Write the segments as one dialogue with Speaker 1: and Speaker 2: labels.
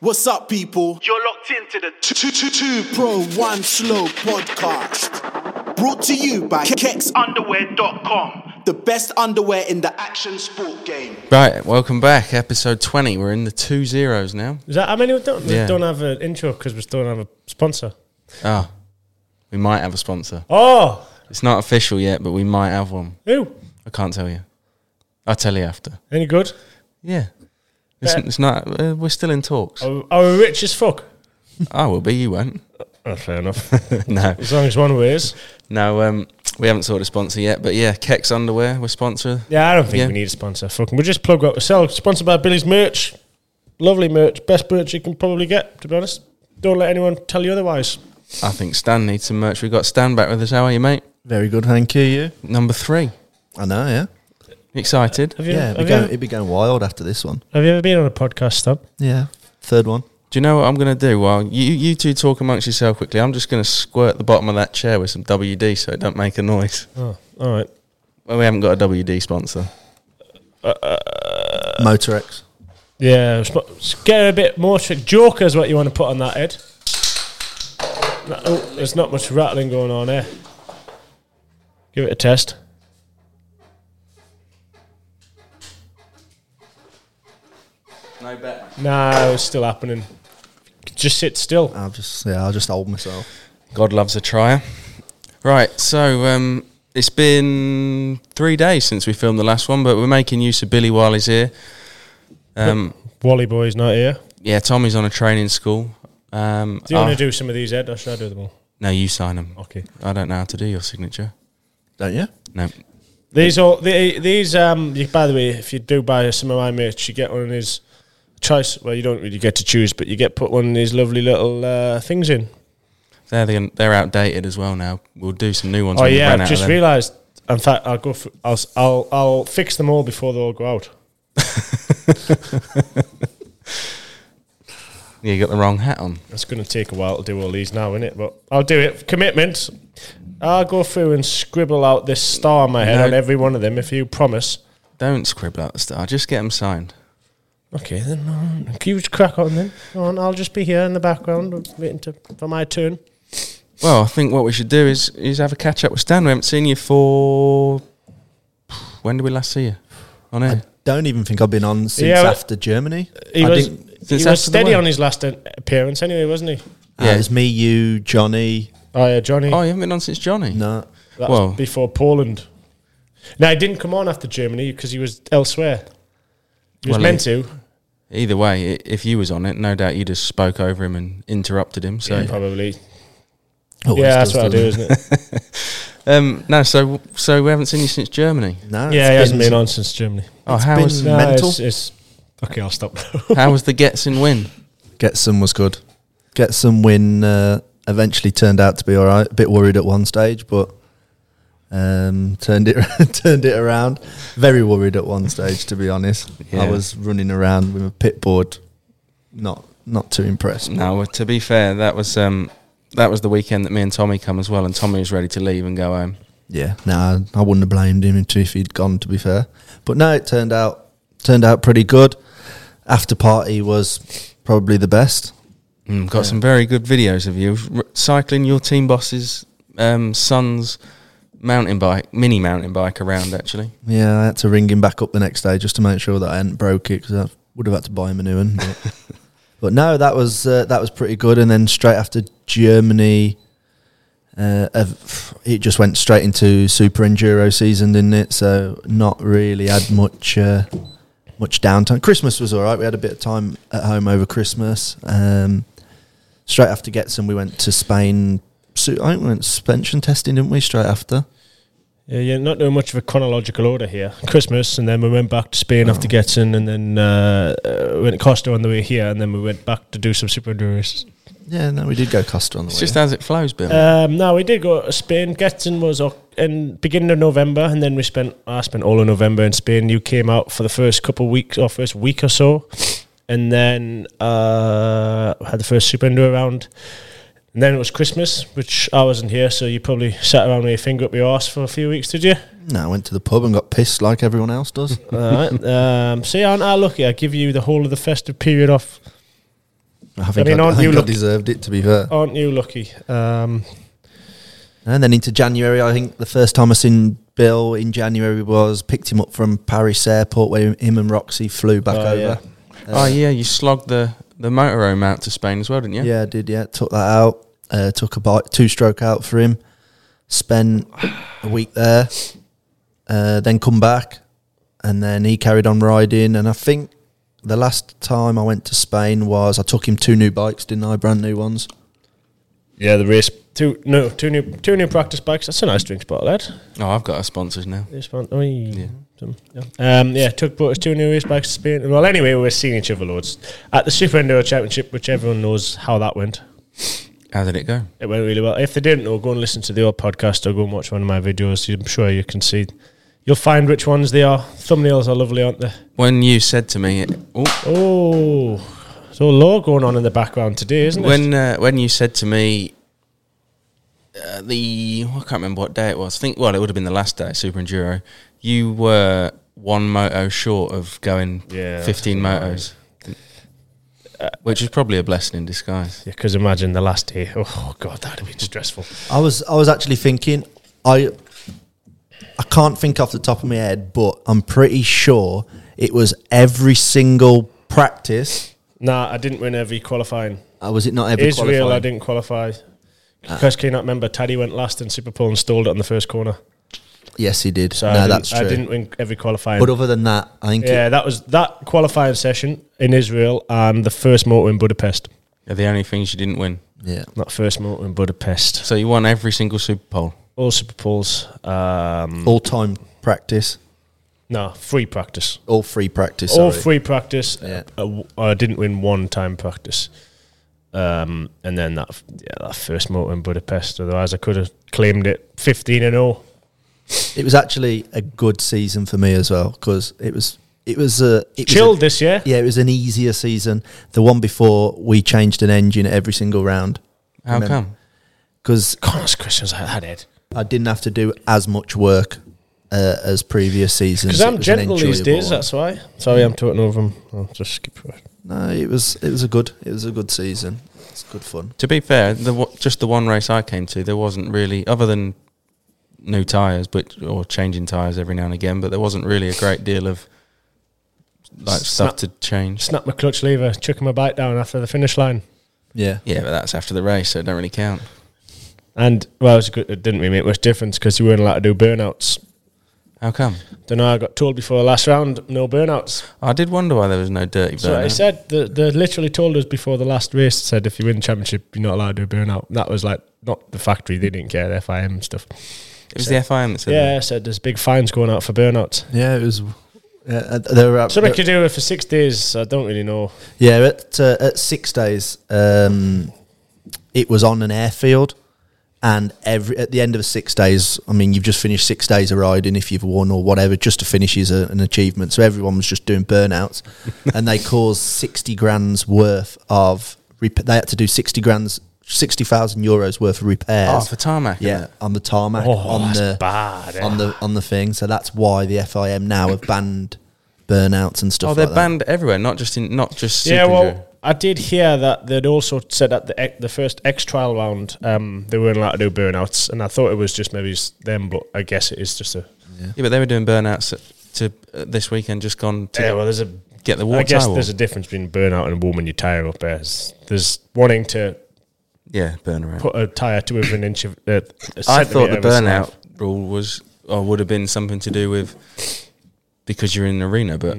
Speaker 1: What's up, people?
Speaker 2: You're locked into the t-
Speaker 1: Two two two Pro One Slow Podcast. Brought to you by Kex,
Speaker 2: underwear.com.
Speaker 1: the best underwear in the action sport game.
Speaker 3: Right, welcome back. Episode 20. We're in the two zeros now.
Speaker 4: Is that how many we don't, we
Speaker 3: Yeah.
Speaker 4: don't have an intro because we still don't have a sponsor? Ah.
Speaker 3: Oh, we might have a sponsor.
Speaker 4: Oh,
Speaker 3: It's not official yet, but we might have one.
Speaker 4: who?
Speaker 3: I can't tell you. I'll tell you after.
Speaker 4: Any good?
Speaker 3: Yeah. It's,
Speaker 4: Bet.
Speaker 3: it's not, uh, we're still in talks.
Speaker 4: Are, are we Oh, rich as fuck?
Speaker 3: I will be, you won't.
Speaker 4: Oh, fair enough.
Speaker 3: no.
Speaker 4: as long as one of us.
Speaker 3: No, um, we haven't sought a sponsor yet, but yeah, Kex Underwear, we're sponsor.
Speaker 4: Yeah, I don't think
Speaker 3: Yeah.
Speaker 4: we need a sponsor. Fucking, we'll just plug what we sell. Sponsored by Billy's merch. Lovely merch. Best merch you can probably get, to be honest. Don't let anyone tell you otherwise.
Speaker 3: I think Stan needs some merch. We've got Stan back with us. How are you, mate?
Speaker 5: Very good, thank you. You?
Speaker 3: Number three.
Speaker 5: I know, yeah.
Speaker 3: Excited?
Speaker 4: Have you,
Speaker 5: Yeah, it'd be,
Speaker 4: have,
Speaker 5: going,
Speaker 4: you,
Speaker 5: it'd be going wild after this one.
Speaker 4: have you ever been on a podcast, Stan?
Speaker 5: Yeah. Third one.
Speaker 3: Do you know what I'm going to do? While you, you two talk amongst yourself quickly, I'm just going to squirt the bottom of that chair with some WD so it don't make a noise.
Speaker 4: Oh, all right.
Speaker 3: Well, we haven't got a WD sponsor.
Speaker 5: Motor X.
Speaker 4: Yeah, sp- scare a bit more trick. Joker's what you want to put on that head. No, oh, there's not much rattling going on here. Give it a test.
Speaker 3: No bet.
Speaker 4: No, it's still happening. Just sit still.
Speaker 5: I'll just yeah, I'll just hold myself.
Speaker 3: God loves a trier. Right, so um, it's been three days since we filmed the last one, but we're making use of Billy while he's here. Um,
Speaker 4: Wally boy's not here.
Speaker 3: yeah, Tommy's on a training school. Um,
Speaker 4: Do you
Speaker 3: oh,
Speaker 4: want to do some of these, Ed, or should I do them all?
Speaker 3: No, you sign them.
Speaker 4: Okay.
Speaker 3: I don't know how to do your signature.
Speaker 5: Don't you?
Speaker 3: No.
Speaker 4: These all the, these um. You, by the way, if you do buy some of my merch, you get one of these choice. Well, you don't really get to choose, but you get put one of these lovely little uh, things in.
Speaker 3: They're, the, they're outdated as well now. We'll do some new ones.
Speaker 4: Oh
Speaker 3: when we
Speaker 4: yeah,
Speaker 3: run out
Speaker 4: I've
Speaker 3: of
Speaker 4: just
Speaker 3: them.
Speaker 4: realised. In fact, I'll go. For, I'll, s- I'll I'll fix them all before they all go out.
Speaker 3: Yeah, you got the wrong hat on.
Speaker 4: It's going to take a while to do all these now, isn't it? But I'll do it. Commitment. I'll go through and scribble out this star on my head
Speaker 3: No.
Speaker 4: on every one of them if you promise.
Speaker 3: Don't scribble out the star. Just get them signed.
Speaker 4: Okay, then. all right. Can you just crack on then? Go on, I'll just be here in the background waiting to, for my turn.
Speaker 3: Well, I think what we should do is is have a catch up with Stan. We haven't seen you for when did we last see you? On air.
Speaker 5: Don't even think I've been on since
Speaker 4: Yeah, but-
Speaker 5: after Germany.
Speaker 4: He
Speaker 5: I
Speaker 4: was,
Speaker 5: didn't-
Speaker 3: Since
Speaker 4: he was
Speaker 3: after the
Speaker 4: steady
Speaker 3: war.
Speaker 4: on his last uh, appearance anyway, wasn't he?
Speaker 5: uh,
Speaker 3: Yeah.
Speaker 5: it was me, you, Johnny.
Speaker 4: Oh, yeah, Johnny.
Speaker 3: Oh, you haven't been on since Johnny.
Speaker 5: No.
Speaker 4: That
Speaker 3: Well-
Speaker 4: was before Poland. Now, he didn't come on after Germany because he was elsewhere. He was
Speaker 3: Well,
Speaker 4: meant
Speaker 3: he-
Speaker 4: to.
Speaker 3: Either way, i- if you was on it, no doubt you just spoke over him and interrupted him. So
Speaker 4: Probably.
Speaker 5: Always
Speaker 4: yeah, that's
Speaker 5: does,
Speaker 4: what I do,
Speaker 5: doesn't
Speaker 4: isn't it?
Speaker 3: um, no, so so we haven't seen you since Germany.
Speaker 5: it? No.
Speaker 4: yeah,
Speaker 5: it's
Speaker 4: he hasn't
Speaker 5: been-
Speaker 4: been on since Germany.
Speaker 3: Oh,
Speaker 5: It's
Speaker 3: how
Speaker 5: been-
Speaker 3: was
Speaker 5: No, Mental?
Speaker 4: It's, it's- okay, I'll stop.
Speaker 3: how was the gets in win?
Speaker 5: Get some was good. Get some win uh, eventually turned out to be all right. A bit worried at one stage, but um, turned it turned it around. Very worried at one stage, to be honest.
Speaker 3: Yeah.
Speaker 5: I was running around with a pit board, not not too impressed.
Speaker 3: No, well, to be fair, that was um, that was the weekend that me and Tommy come as well, and Tommy was ready to leave and go home.
Speaker 5: Yeah, no, I wouldn't have blamed him if- if he'd gone. To be fair, but no, it turned out turned out pretty good. After party was probably the best.
Speaker 3: Mm, got some very good videos of you r- cycling your team boss's um, son's mountain bike, mini mountain bike around. Actually,
Speaker 5: Yeah, I had to ring him back up the next day just to make sure that I hadn't broke it because I would have had to buy him a new one. But, but no, that was uh, that was pretty good. And then straight after Germany, uh, ev- it just went straight into super enduro season, didn't it? So not really had much uh, much downtime. Christmas was all right. We had a bit of time at home over Christmas. Um, straight after Getson, we went to Spain. So I think we went suspension testing, didn't we? Straight after.
Speaker 4: Yeah, yeah, not doing much of a chronological order here. Christmas, and then we went back to Spain after Getson, and then uh, uh, we went to Costa on the way here, and then we went back to do some super endurance.
Speaker 5: Yeah, no, we did go Costa on the
Speaker 3: It's
Speaker 5: way.
Speaker 3: just as it flows, Bill.
Speaker 4: Um, no, we did go to Spain. Getson was oc- in beginning of November, and then we spent I spent all of November in Spain. You came out for the first couple of weeks or first week or so, and then uh, had the first Super Enduro round. And then it was Christmas, which I wasn't here, so you probably sat around with your finger up your arse for a few weeks, did you?
Speaker 5: no, I went to the pub and got pissed like everyone else does.
Speaker 4: Alright. Um, see, aren't I lucky? I give you the whole of the festive period off.
Speaker 5: I think I,
Speaker 4: mean,
Speaker 5: I,
Speaker 4: aren't
Speaker 5: think
Speaker 4: you
Speaker 5: I
Speaker 4: lucky-
Speaker 5: deserved it to be fair.
Speaker 4: Aren't you lucky? Um,
Speaker 5: And then into January, I think the first time I seen Bill in January was picked him up from Paris airport where him and Roxy flew back
Speaker 4: Oh,
Speaker 5: over.
Speaker 4: yeah.
Speaker 3: oh yeah, you slogged the the motorhome out to Spain as well, didn't you?
Speaker 5: Yeah, I did. Yeah, took that out. Uh, took a bike, two stroke out for him. Spent a week there, uh, then come back, and then he carried on riding. And I think the last time I went to Spain was I took him two new bikes, didn't I? Brand new ones.
Speaker 4: yeah, the race. Two no, two new, two new practice bikes. That's a nice drink spot, lad.
Speaker 3: Oh, I've got our sponsors now.
Speaker 4: This one, oh, yeah. yeah. Um, yeah, took brought us two new race bikes to Spain. Well, anyway, we were seeing each other loads at the Super Enduro Championship, which everyone knows how that went.
Speaker 3: How did it go?
Speaker 4: It went really well. If they didn't know, go and listen to the old podcast or go and watch one of my videos. I'm sure you can see. You'll find which ones they are. Thumbnails are lovely, aren't they?
Speaker 3: When you said to me, oh,
Speaker 4: Oh, so law going on in the background today, isn't it?
Speaker 3: when uh, when you said to me, uh, the I can't remember what day it was. I think well, it would have been the last day, Super Enduro. You were one moto short of going
Speaker 4: Yeah,
Speaker 3: fifteen motos, which was probably a blessing in disguise.
Speaker 4: Because imagine the last day. Oh God, that'd have been stressful.
Speaker 5: I was I was actually thinking I I can't think off the top of my head, but I'm pretty sure it was every single practice.
Speaker 4: Nah, I didn't win every qualifying.
Speaker 5: Uh, was it not every
Speaker 4: Israel, I
Speaker 5: qualifying?
Speaker 4: didn't qualify. Because can you not remember? Taddy went last in Super Pole and stalled it on the first corner.
Speaker 5: Yes, he did.
Speaker 4: So I,
Speaker 5: no,
Speaker 4: didn't,
Speaker 5: that's true.
Speaker 4: I didn't win every qualifying.
Speaker 5: But other than that, I think it,
Speaker 4: yeah, that was that qualifying session in Israel and the first motor in Budapest.
Speaker 3: They're the only things you didn't win.
Speaker 5: yeah.
Speaker 4: Not first motor in Budapest.
Speaker 3: So you won every single Super Pole.
Speaker 4: All Super Poles. Um,
Speaker 5: all time Mm. practice,
Speaker 4: no, free practice.
Speaker 5: all free practice.
Speaker 4: all
Speaker 5: sorry.
Speaker 4: free practice.
Speaker 5: Yeah.
Speaker 4: I, w- uh, I didn't win one time practice, um, and then that f- yeah, that first motor in Budapest. Otherwise, I could have claimed it fifteen and oh. all.
Speaker 5: It was actually a good season for me as well because it was it was a it
Speaker 4: Chilled
Speaker 5: Was a,
Speaker 4: this year.
Speaker 5: yeah, it was an easier season. The one before we changed an engine every single round
Speaker 3: How
Speaker 5: Remember.
Speaker 3: come?
Speaker 5: because
Speaker 4: Can't ask questions like that, Ed.
Speaker 5: I didn't have to do as much work uh, as previous seasons.
Speaker 4: Because
Speaker 5: It
Speaker 4: I'm
Speaker 5: was an
Speaker 4: gentle these
Speaker 5: enjoyable
Speaker 4: days.
Speaker 5: one.
Speaker 4: That's why. Sorry, I'm talking over them. I'll just skip. Right.
Speaker 5: no, it was it was a good it was a good season. It's good fun.
Speaker 3: To be fair, the wa- just the one race I came to, there wasn't really other than new tires, but or changing tires every now and again. But there wasn't really a great deal of like stuff
Speaker 4: Snap.
Speaker 3: to change.
Speaker 4: Snap my clutch lever, chucking my bike down after the finish line.
Speaker 5: Yeah,
Speaker 3: Yeah, but that's after the race, so it don't really count.
Speaker 4: And well, it, was good, it didn't really make much difference because you weren't allowed to do burnouts.
Speaker 3: How come?
Speaker 4: Then I got told before the last round, no burnouts.
Speaker 3: I did wonder why there was no dirty
Speaker 4: So they
Speaker 3: burnout.
Speaker 4: said they, they literally told us before the last race. Said if you win the championship, you're not allowed to do a burnout. And that was like not the factory. They didn't care the FIM and stuff.
Speaker 3: it was the FIM that said
Speaker 4: yeah, said there's big fines going out for burnouts.
Speaker 5: yeah, it was. Yeah, uh, there were
Speaker 4: Something you do it for six days. I don't really know.
Speaker 5: Yeah, at uh, at six days, um, it was on an airfield, and every at the end of six days, I mean, you've just finished six days of riding if you've won or whatever. Just to finish is a, an achievement. So everyone was just doing burnouts, and they caused sixty grand's worth of. Rep- they had to do sixty grand's. 60,000 euros worth of repairs.
Speaker 3: Oh, for tarmac, isn't
Speaker 5: Yeah,
Speaker 3: it?
Speaker 5: on the tarmac.
Speaker 4: Oh,
Speaker 5: on
Speaker 4: that's
Speaker 5: the,
Speaker 4: bad, eh?
Speaker 5: On the, on the thing. So that's why the FIM now have banned burnouts and stuff
Speaker 3: Oh, they're
Speaker 5: like that.
Speaker 3: banned everywhere, not just in not just Super
Speaker 4: yeah, well,
Speaker 3: Enduro.
Speaker 4: I did hear that they'd also said at the ex- the first X trial round um, they weren't allowed to do burnouts, and I thought it was just maybe s- them, but I guess it is just a
Speaker 3: yeah, but they were doing burnouts to uh, this weekend, just gone to
Speaker 4: yeah. Well, there's a
Speaker 3: get the
Speaker 4: I
Speaker 3: water.
Speaker 4: guess
Speaker 3: towel.
Speaker 4: there's a difference between burnout and warming your tire up. eh? There's, there's wanting to
Speaker 3: yeah burnout.
Speaker 4: put a tire to within an inch of. Uh, a
Speaker 3: I thought the
Speaker 4: centimetre of its life.
Speaker 3: burnout rule was or would have been something to do with because you're in an arena, but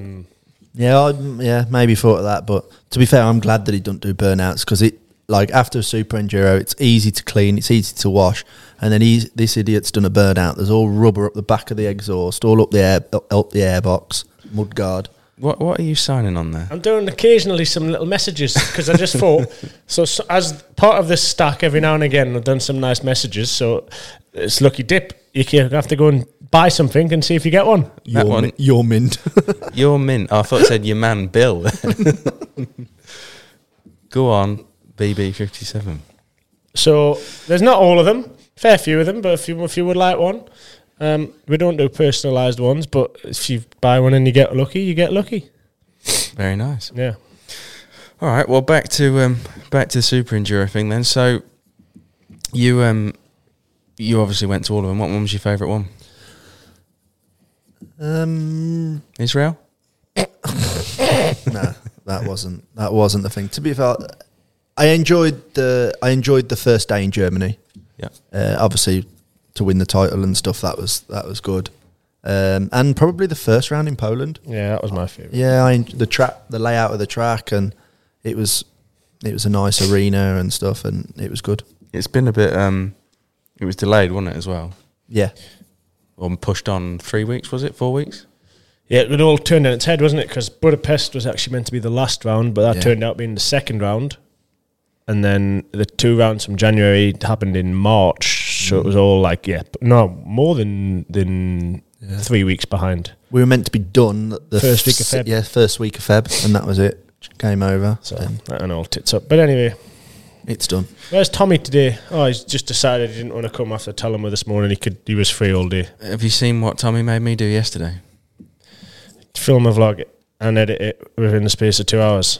Speaker 5: Yeah, I, mm, yeah, maybe thought of that. But to be fair, I'm glad that he don't do burnouts because it like after a super enduro, it's easy to clean, it's easy to wash, and then he's, this idiot's done a burnout. There's all rubber up the back of the exhaust, all up the air, up the airbox, mud guard.
Speaker 3: What What are you signing on there?
Speaker 4: I'm doing occasionally some little messages because I just thought. So, so as part of this stack, every now and again, I've done some nice messages. So it's lucky dip. You can have to go and buy something and see if you get one.
Speaker 3: That
Speaker 5: Your
Speaker 3: one.
Speaker 5: min- your mint.
Speaker 3: Your mint. Oh, I thought it said your man Bill. Go on, BB fifty seven.
Speaker 4: So there's not all of them, fair few of them, but if you if you would like one, um, we don't do personalised ones. But if you buy one and you get lucky, you get lucky.
Speaker 3: Very nice.
Speaker 4: Yeah.
Speaker 3: All right. Well, back to um, back to the super enduro thing then. So you um, you obviously went to all of them. What one was your favourite one?
Speaker 5: um,
Speaker 3: Israel.
Speaker 5: no, that wasn't that wasn't the thing. To be fair, I enjoyed the I enjoyed the first day in Germany.
Speaker 3: Yeah.
Speaker 5: Uh, obviously, to win the title and stuff, that was that was good, um, and probably the first round in Poland.
Speaker 4: Yeah, that was my favourite.
Speaker 5: Yeah, I, en- the track, the layout of the track, and it was it was a nice arena and stuff, and it was good.
Speaker 3: It's been a bit. Um, it was delayed, wasn't it? As well,
Speaker 5: Yeah,
Speaker 3: or pushed on three weeks. Was it four weeks?
Speaker 4: Yeah, it all turned on its head, wasn't it? Because Budapest was actually meant to be the last round, but that
Speaker 5: Yeah.
Speaker 4: turned out being the second round. And then the two rounds from January happened in March, so it was all like, yeah, p- no, more than than three weeks behind.
Speaker 5: we were meant to be done the
Speaker 4: First week of Feb.
Speaker 5: Yeah, first week of Feb, and that was it. Came over.
Speaker 4: So
Speaker 5: So
Speaker 4: that and all tits up. But anyway,
Speaker 5: it's done.
Speaker 4: where's Tommy today? Oh, he's just decided he didn't want to come after telling me this morning. He could, he was free all day.
Speaker 3: Have you seen what Tommy made me do yesterday?
Speaker 4: Film a vlog and edit it within the space of two hours.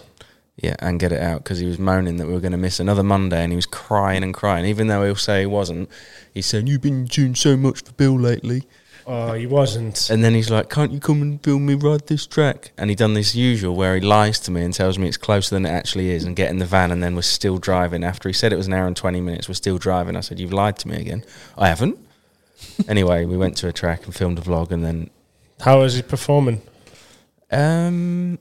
Speaker 3: Yeah, and get it out because he was moaning that we were going to miss another Monday, and he was crying and crying, even though he'll say he wasn't. He said, "You've been doing so much for Bill lately,"
Speaker 4: Oh, he wasn't.
Speaker 3: and then he's like, "Can't you come and film me ride this track?" And he done this usual where he lies to me and tells me it's closer than it actually is, and get in the van, and then we're still driving. After he said it was an hour and twenty minutes, we're still driving. I said, "You've lied to me again." I haven't. anyway, we went to a track and filmed a vlog, and then
Speaker 4: How is he performing?
Speaker 3: Um,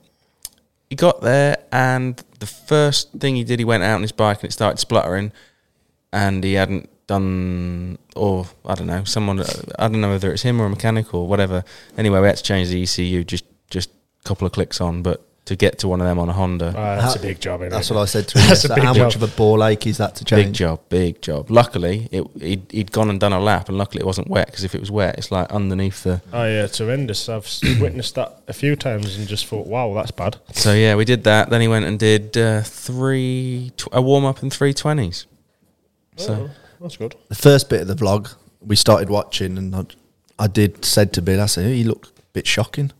Speaker 3: he got there, and the first thing he did, he went out on his bike, and it started spluttering, and he hadn't done, or I don't know, someone, I don't know whether it's him or a mechanic or whatever. Anyway, we had to change the ECU just just a couple of clicks on, but to get to one of them on a Honda,
Speaker 4: Ah, that's
Speaker 5: How-
Speaker 4: a big job. innit?
Speaker 5: That's what I said to him.
Speaker 4: That's a
Speaker 5: yesterday.
Speaker 4: big
Speaker 5: How much
Speaker 4: job.
Speaker 5: of a ball ache is that to change?
Speaker 3: big job, big job. Luckily, it he'd, he'd gone and done a lap, and luckily it wasn't wet because if it was wet, it's like underneath the
Speaker 4: Oh yeah, it's horrendous. I've s- witnessed that a few times and just thought, wow, that's bad.
Speaker 3: So yeah, we did that. Then he went and did uh, three tw- a warm up in three twenties. So
Speaker 4: That's good.
Speaker 5: the first bit of the vlog we started watching and I, I did said to Bill I said he looked a bit shocking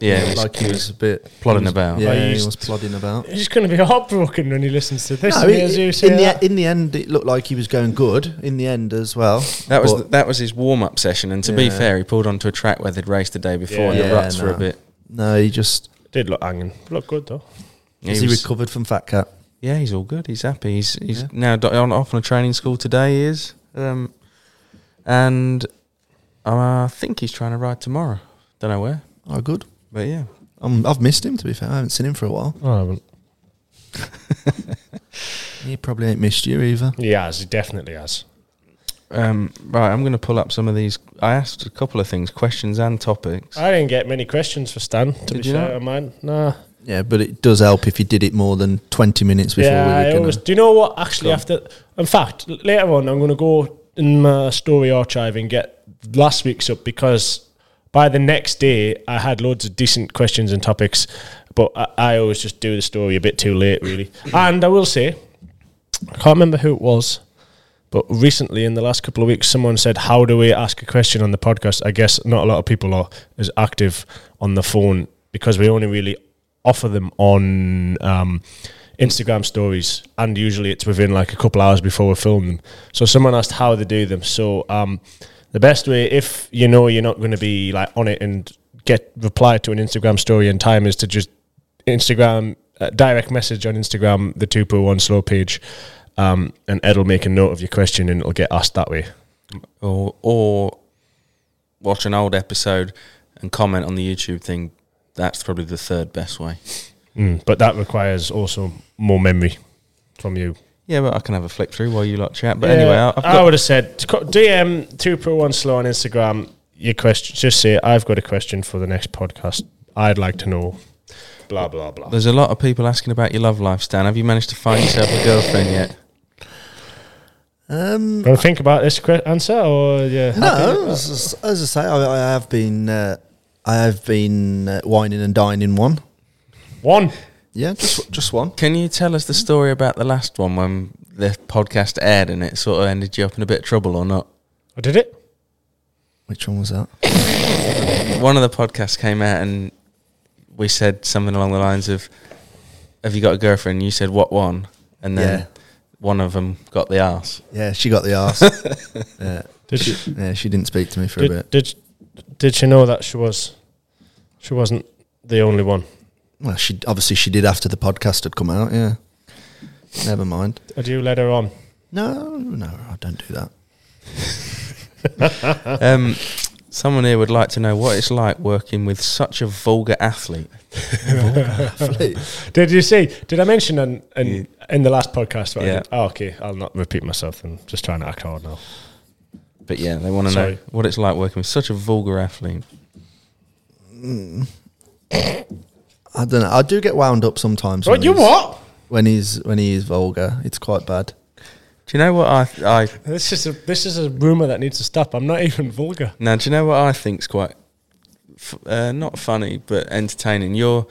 Speaker 3: yeah, it was-
Speaker 5: like he was a bit
Speaker 3: plodding
Speaker 5: he was-
Speaker 3: about.
Speaker 4: I
Speaker 5: yeah he
Speaker 4: used-
Speaker 5: was plodding about
Speaker 4: He's going to be heartbroken when he listens to this.
Speaker 5: no,
Speaker 4: and
Speaker 5: it-
Speaker 4: hears you say
Speaker 5: in, the, e-,
Speaker 4: that.
Speaker 5: in the end it looked like he was going good in the end as well
Speaker 3: that was
Speaker 5: But
Speaker 3: that was his warm up session. And to be
Speaker 5: Yeah.
Speaker 3: fair, he pulled onto a track where they'd raced the day before, and
Speaker 5: Yeah.
Speaker 3: the ruts
Speaker 5: Yeah,
Speaker 3: were a
Speaker 5: no.
Speaker 3: bit.
Speaker 5: no he just
Speaker 4: Did look hanging. Look good though.
Speaker 3: He
Speaker 5: is he
Speaker 3: was-
Speaker 5: recovered from fat cat
Speaker 3: yeah, he's all good. He's happy. He's he's
Speaker 5: Yeah.
Speaker 3: now do- on off on a training school today. He is, um, and uh, I think he's trying to ride tomorrow. Don't know where,
Speaker 5: oh good
Speaker 3: but yeah.
Speaker 5: um, I've missed him to be fair I haven't seen him for a while
Speaker 4: I haven't.
Speaker 5: he probably ain't missed you either
Speaker 4: He has. He definitely has.
Speaker 3: Um, right, I'm going to pull up some of these. I asked a couple of things, questions and topics.
Speaker 4: I didn't get many questions for Stan. To
Speaker 3: Did
Speaker 4: be
Speaker 3: you
Speaker 4: fair,
Speaker 3: not?
Speaker 4: I mine. Nah.
Speaker 5: yeah but it does help if you did it more than 20 minutes before
Speaker 4: yeah,
Speaker 5: we
Speaker 4: I
Speaker 5: were
Speaker 4: always.
Speaker 5: gonna
Speaker 4: Do you know what? Actually,
Speaker 5: Go on.
Speaker 4: after, in fact, l- later on, I'm going to go in my story archive and get last week's up because by the next day, I had loads of decent questions and topics, but I, I always just do the story a bit too late, really. and I will say, I can't remember who it was. But recently, in the last couple of weeks, someone said, "How do we ask a question on the podcast?" I guess not a lot of people are as active on the phone because we only really offer them on um, Instagram stories, and usually it's within like a couple hours before we film them. So someone asked how they do them. So um, the best way, if you know you're not going to be like on it and get reply to an Instagram story in time, is to just Instagram uh, direct message on Instagram the two per one slow page, um, and Ed will make a note of your question and it'll get asked that way.
Speaker 3: or or watch an old episode and comment on the YouTube thing. That's probably the third best way.
Speaker 4: Mm, but that requires also more memory from you.
Speaker 3: Yeah, but I can have a flick through while you lot chat. But
Speaker 4: Yeah,
Speaker 3: anyway, I- I've
Speaker 4: I
Speaker 3: got.
Speaker 4: would have said co- DM two pro one slow on Instagram. Your question, just say I've got a question for the next podcast. I'd like to know. Blah blah blah.
Speaker 3: there's a lot of people asking about your love life, Stan. Have you managed to find yourself a girlfriend yet?
Speaker 5: Um,
Speaker 4: Gonna think about this que- answer or yeah?
Speaker 5: no, as, as I say, I, I have been, uh, I have been uh, whining and dining one.
Speaker 4: One.
Speaker 5: Yeah, just just one.
Speaker 3: Can you tell us the story about the last one when the podcast aired and it sort of ended you up in a bit of trouble or not?
Speaker 4: I did it.
Speaker 5: Which one was that?
Speaker 3: One of the podcasts came out and we said something along the lines of, "Have you got a girlfriend?" You said, "What one?" And then
Speaker 5: Yeah.
Speaker 3: one of them got the arse.
Speaker 5: Yeah, she got the arse. yeah,
Speaker 4: Did you?
Speaker 5: yeah, she didn't speak to me for a
Speaker 4: Did,
Speaker 5: bit.
Speaker 4: did did she know that she was? She wasn't the only one.
Speaker 5: Well, she obviously she did after the podcast had come out. Yeah, never mind.
Speaker 4: Or do you let her on?
Speaker 5: No, no, I don't do that.
Speaker 3: Um, someone here would like to know what it's like working with such a vulgar athlete.
Speaker 4: Did you see? Did I mention in in, in the last podcast? What I
Speaker 3: Yeah.
Speaker 4: did? Oh, okay. I'll not repeat myself. I'm just trying to act hard now.
Speaker 3: But yeah, they want to know
Speaker 4: Sorry.
Speaker 3: what it's like working with such a vulgar athlete.
Speaker 5: I don't know. I do get wound up sometimes.
Speaker 4: What
Speaker 5: when
Speaker 4: you
Speaker 5: he's-
Speaker 4: what?
Speaker 5: When he's when he is vulgar, it's quite bad.
Speaker 3: Do you know what I? I
Speaker 4: This is a this is a rumor that needs to stop. I'm not even vulgar.
Speaker 3: Now, do you know what I think's quite f- uh, not funny but entertaining? You're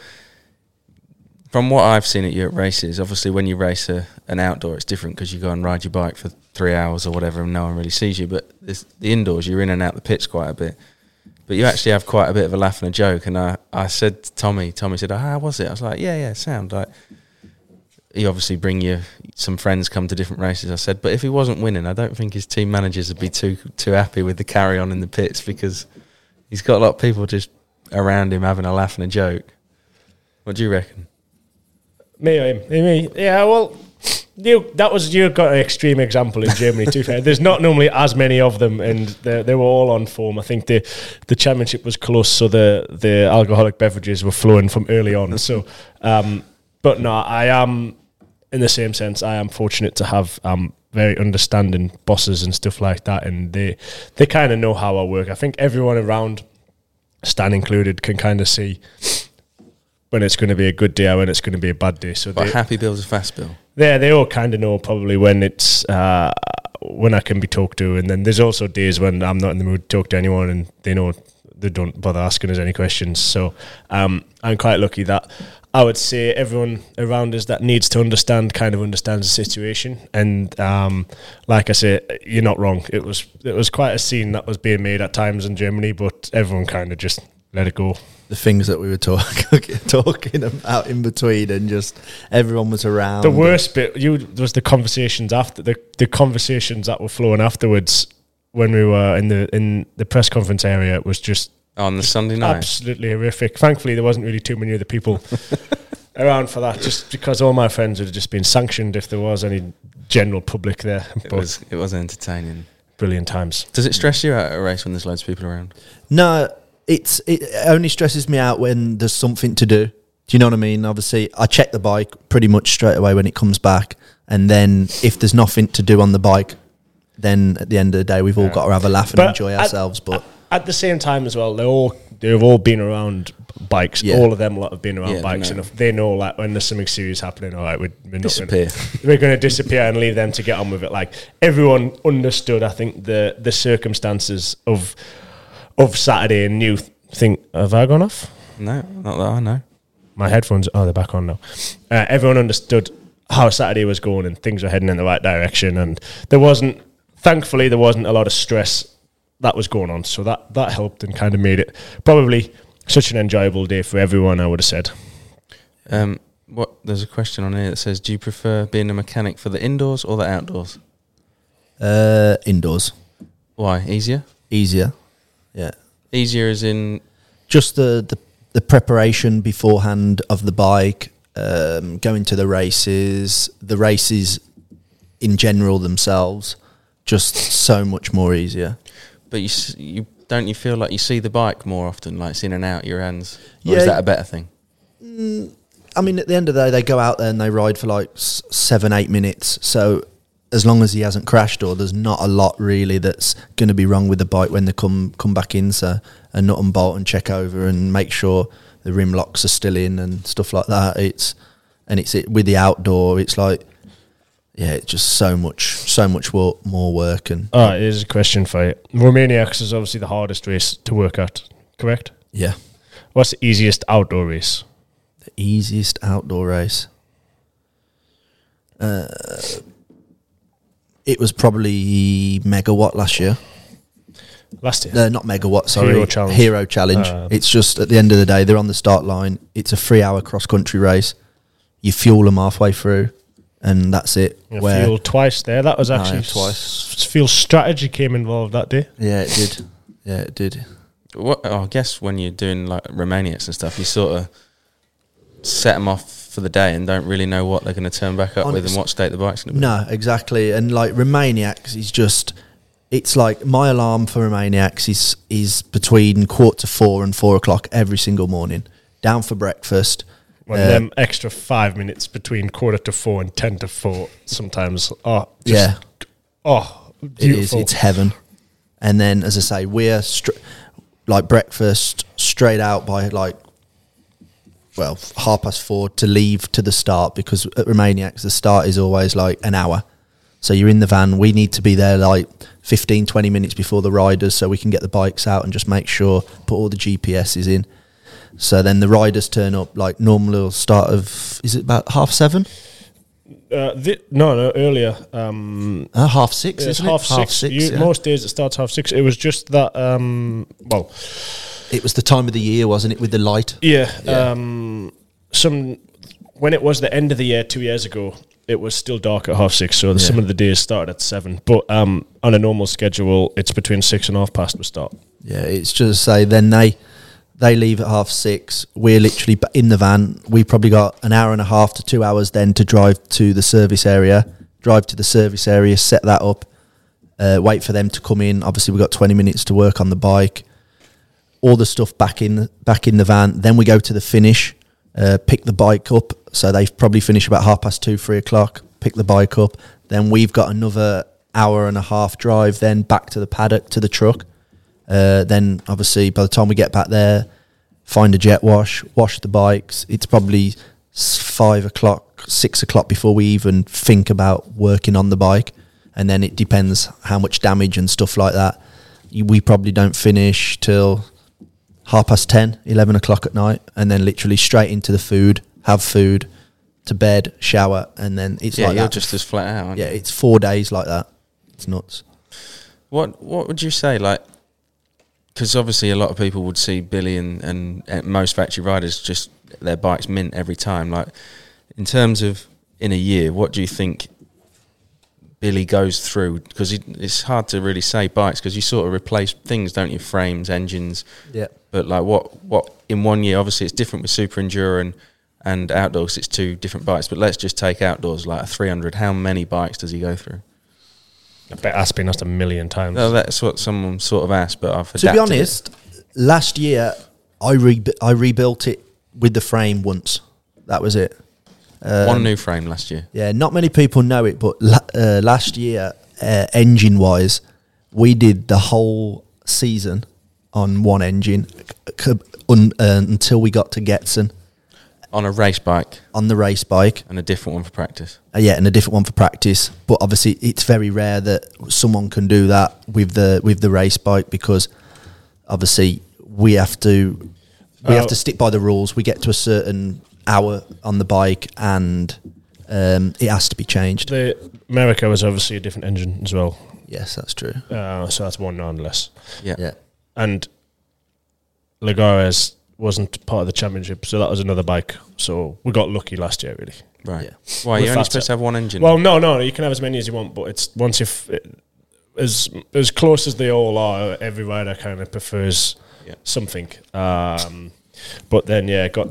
Speaker 3: from what I've seen at you at races. Obviously, when you race a, an outdoor, it's different because you go and ride your bike for three hours or whatever, and no one really sees you. But this, the indoors, you're in and out the pits quite a bit. But you actually have quite a bit of a laugh and a joke. And I, I said to Tommy, Tommy said, oh, "How was it?" I was like, "Yeah, yeah, sound like." You obviously bring you some friends come to different races. I said, but if he wasn't winning, I don't think his team managers would be too too happy with the carry on in the pits because he's got a lot of people just around him having a laugh and a joke. What do you reckon?
Speaker 4: Me or him? Me. Yeah. Well, you that was you got an extreme example in Germany. Too fair. There's not normally as many of them, and they they were all on form. I think the the championship was close, so the the alcoholic beverages were flowing from early on. So, um, but no, I am in the same sense. I am fortunate to have um very understanding bosses and stuff like that, and they they kind of know how I work. I think everyone around. Stan included can kind of see when it's going to be a good day or when it's going to be a bad day. So
Speaker 3: But
Speaker 4: they,
Speaker 3: happy Bill's a fast Bill.
Speaker 4: yeah, they all kind of know probably when it's uh, when I can be talked to, and then there's also days when I'm not in the mood to talk to anyone, and they know they don't bother asking us any questions. So um, I'm quite lucky that I would say everyone around us that needs to understand kind of understands the situation, and um, like I say, you're not wrong. It was it was quite a scene that was being made at times in Germany, but everyone kind of just let it go.
Speaker 5: The things that we were talk- talking about in between, and just everyone was around.
Speaker 4: The worst bit you was the conversations after the the conversations that were flowing afterwards when we were in the in the press conference area It was just
Speaker 3: On the Sunday night.
Speaker 4: absolutely horrific. Thankfully, there wasn't really too many other people around for that, just because all my friends would have just been sanctioned if there was any general public there.
Speaker 3: it
Speaker 4: But
Speaker 3: was it was entertaining.
Speaker 4: brilliant times.
Speaker 3: Does it stress you out at a race when there's loads of people around?
Speaker 5: No, it's it only stresses me out when there's something to do. Do you know what I mean? Obviously, I check the bike pretty much straight away when it comes back, and then if there's nothing to do on the bike, then at the end of the day, we've all got to have a laugh and
Speaker 4: But
Speaker 5: enjoy
Speaker 4: at-
Speaker 5: ourselves. but
Speaker 4: At the same time, as well, they all they've all been around bikes.
Speaker 5: Yeah.
Speaker 4: All of them lot have been around
Speaker 3: Yeah, they
Speaker 4: bikes,
Speaker 3: know.
Speaker 4: and if they know like when there's something serious happening. All right, we're, we're not
Speaker 3: Disappear.
Speaker 4: Gonna, we're going to disappear and leave them to get on with it. Like everyone understood, I think the the circumstances of of Saturday and new think. Have I gone off?
Speaker 3: No, not that I know.
Speaker 4: my headphones oh they're back on now uh, everyone understood how saturday was going and things were heading in the right direction and there wasn't thankfully there wasn't a lot of stress that was going on so that that helped and kind of made it probably such an enjoyable day for everyone i would have said
Speaker 3: Um, what there's a question on here that says, Do you prefer being a mechanic for the indoors or the outdoors?
Speaker 5: uh, indoors,
Speaker 3: Why? Easier?
Speaker 5: easier. Yeah,
Speaker 3: Easier as in
Speaker 5: just the the, the preparation beforehand of the bike, um, going to the races, the races in general themselves, just so much more easier.
Speaker 3: but you s- you don't you feel like you see the bike more often, like it's in and out your hands? Or
Speaker 5: Yeah.
Speaker 3: is that a better thing?
Speaker 5: I mean, at the end of the day, they go out there and they ride for like s- seven, eight minutes. So as long as he hasn't crashed or there's not a lot really that's going to be wrong with the bike when they come come back in, so and not unbolt and check over and make sure the rim locks are still in and stuff like that. It's and it's it with the outdoor. It's like yeah, it's just so much, so much wo- more work and
Speaker 4: Ah, here's a question for you. Romaniacs is obviously the hardest race to work at, correct?
Speaker 5: yeah,
Speaker 4: What's the easiest outdoor race?
Speaker 5: the easiest outdoor race. Uh, it was probably megawatt last year.
Speaker 4: Last year.
Speaker 5: No, not megawatt. Sorry,
Speaker 4: Hero Challenge.
Speaker 5: Hero Challenge.
Speaker 4: Ah.
Speaker 5: it's just at the end of the day, they're on the start line. It's a three-hour cross-country race. You fuel them halfway through, and that's it.
Speaker 4: I feel twice there. That was
Speaker 5: No,
Speaker 4: actually
Speaker 5: twice.
Speaker 4: S- feel strategy came involved that day.
Speaker 5: yeah, it did. Yeah, it did.
Speaker 3: What, oh, I guess when you're doing like Romanians and stuff, you sort of set them off for the day and don't really know what they're going to turn back up with and
Speaker 5: Honest-
Speaker 3: what state the bike's going to be.
Speaker 5: No, exactly. And like Romaniacs is just, it's like my alarm for Romaniacs is is between quarter to four and four o'clock every single morning. Down for breakfast.
Speaker 4: When
Speaker 5: Uh,
Speaker 4: them extra five minutes between quarter to four and ten to four sometimes oh just,
Speaker 5: yeah,
Speaker 4: oh
Speaker 5: it is.
Speaker 4: beautiful.
Speaker 5: It's heaven. And then, as I say, we're str- like breakfast straight out by like well half past four to leave to the start because at Romaniacs the start is always like an hour. So you're in the van. We need to be there like 15, 20 minutes before the riders so we can get the bikes out and just make sure put all the GPSs in. So then the riders turn up like normally will start of is it about half seven?
Speaker 4: uh, thi- no, no, earlier. Um,
Speaker 5: Uh, half six,
Speaker 4: it's
Speaker 5: isn't
Speaker 4: half
Speaker 5: it?
Speaker 4: six. You-
Speaker 5: yeah.
Speaker 4: Most days it starts half six. It was just that. Um, well,
Speaker 5: It was the time of the year, wasn't it, with the light?
Speaker 4: Yeah.
Speaker 5: Yeah.
Speaker 4: Um, some when it was the end of the year two years ago, it was still dark at half six. So some of the days started at seven, but um, on a normal schedule, it's between six and half past we start.
Speaker 5: Yeah, it's just say then they they leave at half six. We're literally ba- in the van. We probably got an hour and a half to two hours then to drive to the service area. Drive to the service area, set that up, uh, wait for them to come in. Obviously, we've got twenty minutes to work on the bike, all the stuff back in back in the van. Then we go to the finish, uh, pick the bike up. So they probably finish about half past two, three o'clock. Pick the bike up. Then we've got another hour and a half drive. Then back to the paddock to the truck. Uh, then obviously by the time we get back there, find a jet wash, wash the bikes. It's probably s- five o'clock, six o'clock before we even think about working on the bike. And then it depends how much damage and stuff like that. You- We probably don't finish till half past 10, 11 o'clock at night, and then literally straight into the food, have food, to bed, shower, and then it's
Speaker 3: Yeah,
Speaker 5: like
Speaker 3: you're
Speaker 5: that.
Speaker 3: just as flat out. aren't
Speaker 5: yeah,
Speaker 3: you?
Speaker 5: it's four days like that. It's nuts.
Speaker 3: What What would you say, like? Because obviously, a lot of people would see Billy and, and, and most factory riders just their bikes mint every time. Like, in terms of in a year, what do you think Billy goes through? Because it's hard to really say bikes because you sort of replace things, don't you? Frames, engines.
Speaker 5: Yeah.
Speaker 3: But like, what what in one year? Obviously, it's different with super enduro and and outdoors. It's two different bikes. But let's just take outdoors, like a three hundred. How many bikes does he go through?
Speaker 4: I bet that's been asked a million times.
Speaker 3: No, that's what someone sort of asked, but I've
Speaker 5: to be
Speaker 3: adapted it.
Speaker 5: honest, last year I re- I rebuilt it with the frame once. That was it. um,
Speaker 3: one new frame last year.
Speaker 5: Yeah, not many people know it, but la- uh, last year, uh, engine wise, we did the whole season on one engine c- c- un- uh, until we got to Getson
Speaker 3: On a race bike
Speaker 5: on the race bike.
Speaker 3: and a different one for practice.
Speaker 5: Uh, yeah, and a different one for practice. But obviously, it's very rare that someone can do that with the with the race bike because obviously we have to we
Speaker 4: Oh.
Speaker 5: have to stick by the rules. We get to a certain hour on the bike, and um, it has to be changed.
Speaker 4: The America was obviously a different engine as well,
Speaker 5: Yes, that's true.
Speaker 4: uh, so that's one none less.
Speaker 3: Yeah.
Speaker 5: Yeah,
Speaker 4: And Lagares wasn't part of the championship, so that was another bike. So we got lucky last year, really.
Speaker 3: Right.
Speaker 5: Yeah.
Speaker 3: Why
Speaker 4: With
Speaker 3: you're only
Speaker 4: fatter.
Speaker 3: supposed to have one engine?
Speaker 4: Well, no, no, you can have as many as you want, but it's once you've it, as as close as they all are, every rider kind of prefers
Speaker 3: Yeah.
Speaker 4: something. Um, but then, yeah, it got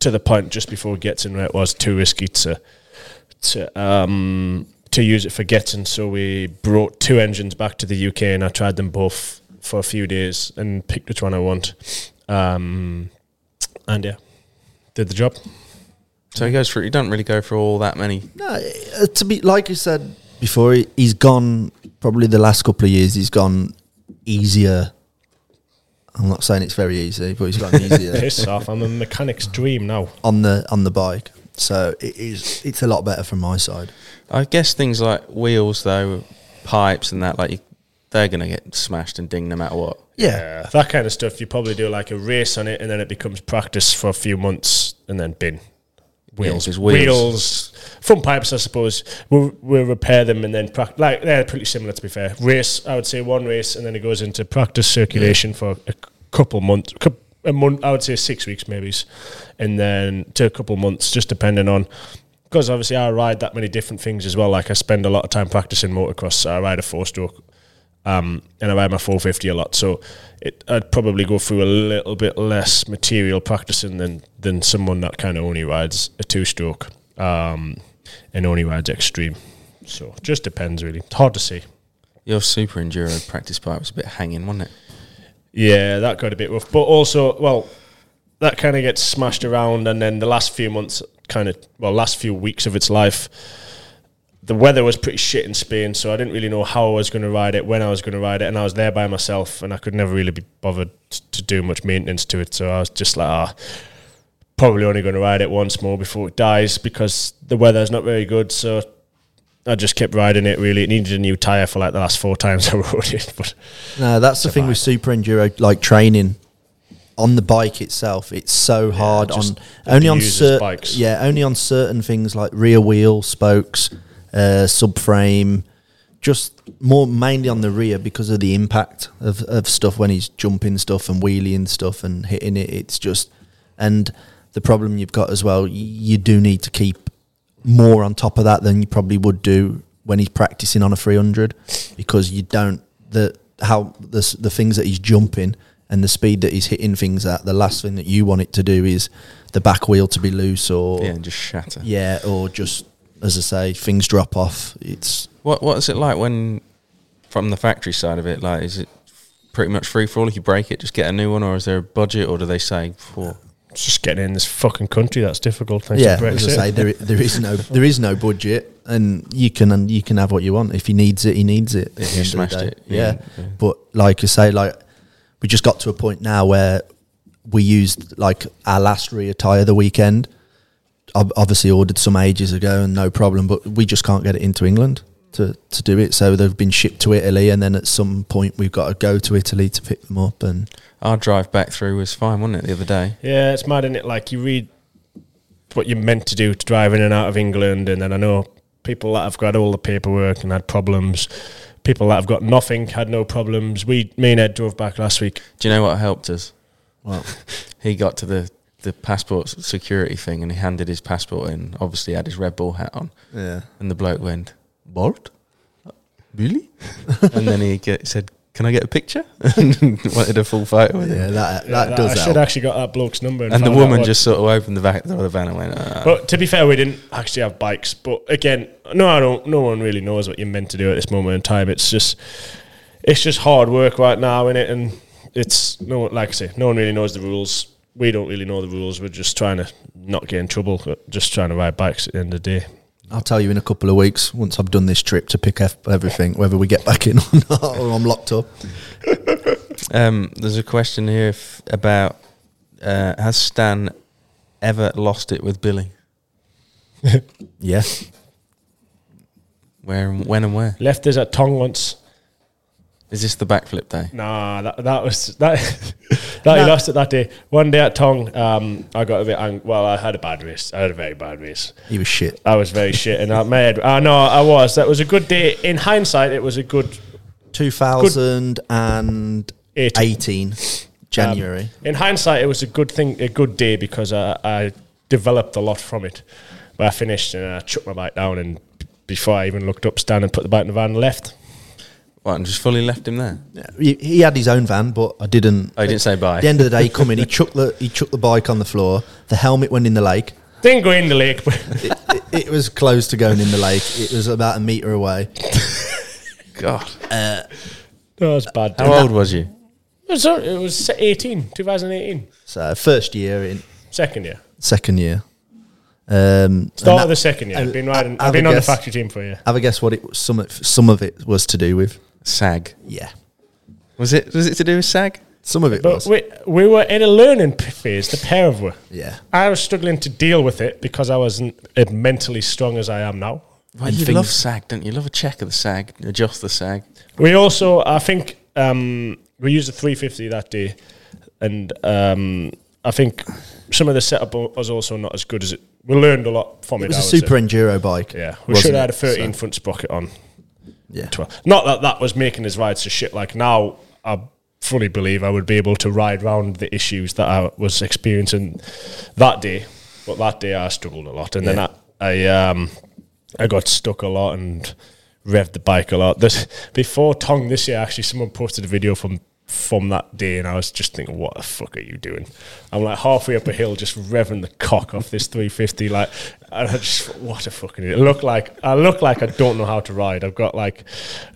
Speaker 4: to the point just before getting where it was too risky to to um, to use it for getting. So we brought two engines back to the UK, and I tried them both for a few days and picked which one I want. Um, and yeah, did the job.
Speaker 3: So he goes through. He don't really go through all that many.
Speaker 5: No, uh, to be like you said before, he- he's gone. Probably the last couple of years, he's gone easier. I'm not saying it's very easy, but he's gone easier
Speaker 4: Piss off! I'm a mechanic's dream now.
Speaker 5: on the on the bike. So it is. It's a lot better from my side.
Speaker 3: I guess things like wheels, though, pipes and that, like you, they're gonna get smashed and dinged no matter what.
Speaker 4: Yeah, that kind of stuff. You probably do like a race on it, and then it becomes practice for a few months, and then bin wheels,
Speaker 3: 'cause
Speaker 4: wheels,
Speaker 3: wheels-
Speaker 4: front pipes. I suppose we'll, we'll repair them and then prac- like they're pretty similar. To be fair, race. I would say one race, and then it goes into practice circulation for a c- couple months. cou- A month, I would say six weeks, maybe, and then to a couple months, just depending on. Because obviously, I ride that many different things as well. Like I spend a lot of time practicing motocross. So I ride a four-stroke um, and I ride my 450 a lot, so it, I'd probably go through a little bit less material practicing than than someone that kind of only rides a two stroke um, and only rides extreme. So just depends really. It's hard to see.
Speaker 3: Your super enduro practice pipe was a bit hanging, wasn't it?
Speaker 4: Yeah, that got a bit rough, but also well, that kind of gets smashed around, and then the last few months, kind of well, last few weeks of its life, the weather was pretty shit in Spain, so I didn't really know how I was going to ride it, when I was going to ride it, and I was there by myself, and I could never really be bothered t- to do much maintenance to it. So I was just like, ah, probably only going to ride it once more before it dies because the weather is not very good. So I just kept riding it. Really, it needed a new tire for like the last four times I rode it, but
Speaker 5: No, that's the thing with super enduro, like training on the bike itself. It's so hard on
Speaker 4: just
Speaker 5: only on
Speaker 4: abusers
Speaker 5: certain
Speaker 4: bikes.
Speaker 5: yeah, only on certain things like rear wheel, spokes, uh, subframe, just more mainly on the rear because of the impact of, of stuff when he's jumping stuff and wheeling stuff and hitting it. It's just and the problem you've got as well. y- You do need to keep more on top of that than you probably would do when he's practicing on a 300 because you don't the how the s- the things that he's jumping and the speed that he's hitting things at the last thing that you want it to do is the back wheel to be loose or
Speaker 3: Yeah, and just shatter.
Speaker 5: yeah, or just as I say things drop off it's
Speaker 3: What What is it like when, from the factory side of it, like is it pretty much free for all? If you break it, just get a new one, or is there a budget, or do they say for?
Speaker 4: it's just getting in this fucking country that's difficult. Thanks
Speaker 5: yeah
Speaker 4: to
Speaker 5: as I
Speaker 4: Brexit.
Speaker 5: say there i- there is no there is no budget and you can and you can have what you want if he needs it he needs it at the
Speaker 3: If you
Speaker 5: end of the
Speaker 3: smashed
Speaker 5: day.
Speaker 3: it,
Speaker 5: yeah.
Speaker 3: yeah, yeah.
Speaker 5: but like I say like we just got to a point now where we used like our last rear tire the weekend ob- obviously ordered some ages ago and no problem, but we just can't get it into England to, to do it. So they've been shipped to Italy, and then at some point we've got to go to Italy to pick them up. And
Speaker 3: Our drive back through was fine, wasn't it? The other day,
Speaker 4: Yeah, it's mad, isn't it? Like you read what you're meant to do to drive in and out of England, and then I know people that have got all the paperwork and had problems. People that have got nothing had no problems. We, me and Ed drove back last week.
Speaker 3: do you know what helped us?
Speaker 5: well,
Speaker 3: He got to the the passport security thing, and he handed his passport in. Obviously, had his Red Bull hat on,
Speaker 5: yeah,
Speaker 3: and the bloke went Bolt, really? and then he get, said, "Can I get a picture?" and wanted a full photo with
Speaker 5: yeah,
Speaker 3: him.
Speaker 5: that
Speaker 4: Yeah,
Speaker 5: that does
Speaker 4: I should
Speaker 5: help.
Speaker 4: actually got that bloke's number.
Speaker 3: And the
Speaker 4: found out
Speaker 3: woman
Speaker 4: what-
Speaker 3: just sort of opened the back door of the van and went, "Ah."
Speaker 4: But to be fair, we didn't actually have bikes. But again, no, I don't. No one really knows what you're meant to do at this moment in time. It's just, it's just hard work right now, in it, and it's no. Like I say, no one really knows the rules. We don't really know the rules. We're just trying to not get in trouble. but Just trying to ride bikes at the end of the day.
Speaker 5: I'll tell you in a couple of weeks once I've done this trip to pick up everything, whether we get back in or not, or I'm locked up.
Speaker 3: Um, there's a question here if, about uh, has Stan ever lost it with Billy?
Speaker 5: Yeah,
Speaker 3: Where, and when, and where?
Speaker 4: Left us at Tong once.
Speaker 3: Is this the backflip day?
Speaker 4: Nah, that that was that. that he lost it that day. One day at Tong, um, I got a bit angry. Well, I had a bad race. I had a very bad race.
Speaker 5: he was shit.
Speaker 4: I was very shit and I made. I know I was. That was a good day. In hindsight, it was a good.
Speaker 5: 2018
Speaker 4: um,
Speaker 5: January.
Speaker 4: in hindsight, it was a good thing, a good day because I, I developed a lot from it. But I finished and I chucked my bike down and b- before I even looked up, Stan and put the bike in the van and left.
Speaker 3: What, and just fully left him there?
Speaker 5: he, he had his own van, but I didn't.
Speaker 3: Oh, you didn't say bye.
Speaker 5: At the end of the day, he come in. He chucked the he chucked the bike on the floor. The helmet went in the lake.
Speaker 4: Didn't go in the lake. But
Speaker 5: It, it, it was close to going in the lake. It was about a meter away.
Speaker 3: God.
Speaker 4: that was a bad. Day.
Speaker 3: How old was you?
Speaker 4: It was, it was 18, 2018,
Speaker 5: So first year in,
Speaker 4: second year.
Speaker 5: second year. Um,
Speaker 4: Start
Speaker 5: and
Speaker 4: of
Speaker 5: that-
Speaker 4: the second year. I've been riding.
Speaker 5: have
Speaker 4: I've
Speaker 5: a
Speaker 4: been on the
Speaker 5: guess.
Speaker 4: factory team for a year.
Speaker 5: Have a guess what it some of, some of it was to do with.
Speaker 3: Sag.
Speaker 5: Yeah,
Speaker 3: Was it? Was it to do with sag?
Speaker 5: some of it
Speaker 4: But
Speaker 5: was.
Speaker 4: we we were in a learning p- phase. The pair of us.
Speaker 5: yeah,
Speaker 4: I was struggling to deal with it because I wasn't as mentally strong as I am now.
Speaker 3: Right,
Speaker 5: And
Speaker 3: you
Speaker 5: things-
Speaker 3: love sag, don't you? You Love a check of the sag, adjust the sag.
Speaker 4: We also, I think, um, we used a 350 that day, and um, I think some of the setup wa- was also not as good as it. We learned a lot from it.
Speaker 5: it was
Speaker 4: I
Speaker 5: a
Speaker 4: would
Speaker 5: super
Speaker 4: say.
Speaker 5: enduro bike.
Speaker 4: Yeah, we
Speaker 5: wasn't
Speaker 4: should have had
Speaker 5: it?
Speaker 4: a 13
Speaker 5: So,
Speaker 4: front sprocket on.
Speaker 5: yeah,
Speaker 4: 12. Not that that was making his rides to shit. Like now, I fully believe I would be able to ride round the issues that I was experiencing that day. But that day, I struggled a lot, and then I, I, um, I got stuck a lot and revved the bike a lot. This before Tong this year, actually, someone posted a video from from that day, and I was just thinking, what the fuck are you doing? I'm like halfway up a hill, just revving the cock off this 350, like, and I just, thought, what a fucking, idiot. look like, I look like I don't know how to ride. I've got like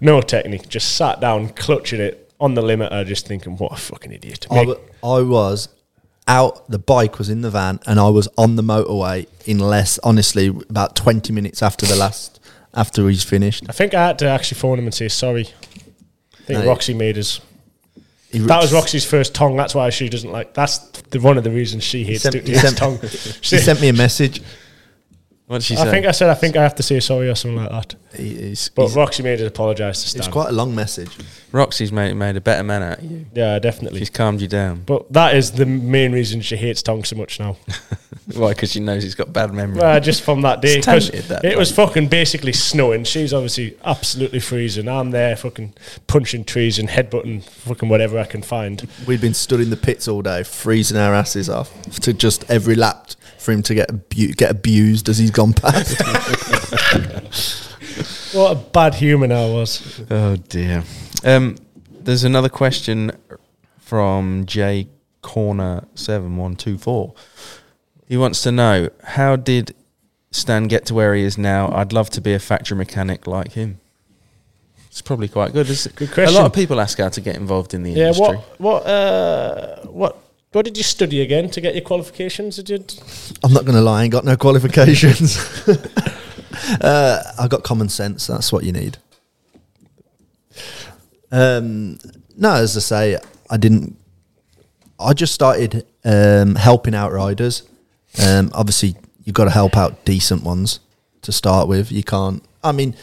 Speaker 4: no technique, just sat down, clutching it on the limiter, just thinking, what a fucking idiot.
Speaker 5: I,
Speaker 4: Make-
Speaker 5: w- I was out. The bike was in the van, and I was on the motorway in less, honestly, about twenty minutes after the last after he's finished.
Speaker 4: I think I had to actually phone him and say sorry. I think
Speaker 5: No.
Speaker 4: Roxy made us.
Speaker 5: He
Speaker 4: That was Roxy's first tongue. That's why she doesn't like. That's the one of the reasons she hates
Speaker 5: sent-
Speaker 4: doing
Speaker 5: he
Speaker 4: his
Speaker 5: sent-
Speaker 4: tongue.
Speaker 5: She
Speaker 4: She-
Speaker 5: sent me a message.
Speaker 3: What did she
Speaker 4: I
Speaker 3: say?
Speaker 4: think I said I think I have to say sorry or something like that.
Speaker 5: He- he's-
Speaker 4: But
Speaker 5: he's-
Speaker 4: Roxy made us apologise to
Speaker 5: it's
Speaker 4: Stan.
Speaker 5: quite a long message.
Speaker 3: Roxy's made, made a better man out of you.
Speaker 4: yeah, definitely.
Speaker 3: She's calmed you down.
Speaker 4: but that is the main reason she hates Tong so much now.
Speaker 3: Why? Because she knows he's got bad memory.
Speaker 4: Uh, just from that day,
Speaker 3: It's
Speaker 4: 'cause
Speaker 3: tainted, that
Speaker 4: it was fucking basically snowing. She's obviously absolutely freezing. I'm there, fucking punching trees and headbutting fucking whatever I can find.
Speaker 5: We'd been stood in the pits all day, freezing our asses off to just every lap for him to get abu- get abused as he's gone past.
Speaker 4: What a bad human I was.
Speaker 3: Oh dear. Um, there's another question from J Corner seven one two four. He wants to know how did Stan get to where he is now? I'd love to be a factory mechanic like him. It's probably quite good. There's- A
Speaker 4: Good
Speaker 3: lot
Speaker 4: question.
Speaker 3: of people ask how to get involved in the
Speaker 4: Yeah.
Speaker 3: industry.
Speaker 4: What? What? Uh, what? What did you study again to get your qualifications? Did you?
Speaker 5: I'm not going to lie, I ain't got no qualifications. uh, I got common sense. That's what you need. Um, no, as I say, I didn't. I just started um, helping out riders. Um, obviously, you've got to help out decent ones to start with. You can't. I mean,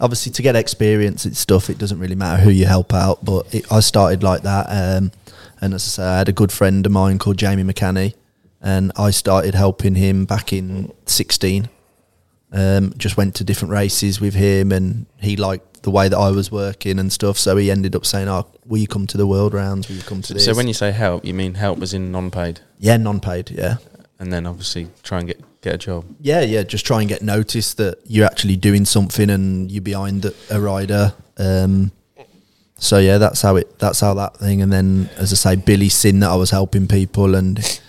Speaker 5: obviously, to get experience and stuff, it doesn't really matter who you help out. But it, I started like that, um, and as I say, I had a good friend of mine called Jamie McCanny, and I started helping him back in sixteen um, just went to different races with him and he liked the way that I was working and stuff. So he ended up saying, Oh, will you come to the world rounds? Will you come to this?
Speaker 3: So when you say help, you mean help as in non-paid,
Speaker 5: yeah, non paid. Yeah.
Speaker 3: and then obviously try and get get a job.
Speaker 5: Yeah. Yeah. Just try and get noticed that you're actually doing something and you're behind the- a rider. Um, so yeah, that's how it, that's how that thing. And then as I say, Billy seen that I was helping people and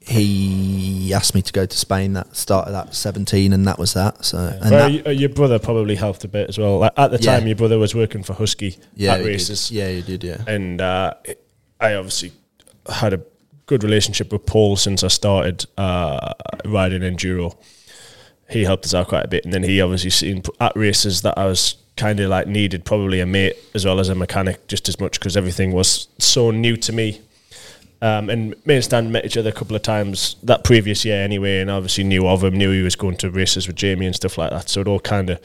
Speaker 5: he asked me to go to Spain that started at 17 and that was that. So, and
Speaker 4: well,
Speaker 5: that,
Speaker 4: y- uh, your brother probably helped a bit as well. Like, at the
Speaker 5: Yeah.
Speaker 4: time, your brother was working for Husky at
Speaker 5: he did.
Speaker 4: races,
Speaker 5: Yeah, you did. Yeah.
Speaker 4: and uh, it- I obviously had a good relationship with Paul since I started uh, riding enduro. He helped us out quite a bit, and then he obviously seen p- at races that I was kind of like needed probably a mate as well as a mechanic just as much because everything was so new to me. Um, and me and Stan met each other a couple of times that previous year anyway, and obviously knew of him, knew he was going to races with Jamie and stuff like that. So it all kind of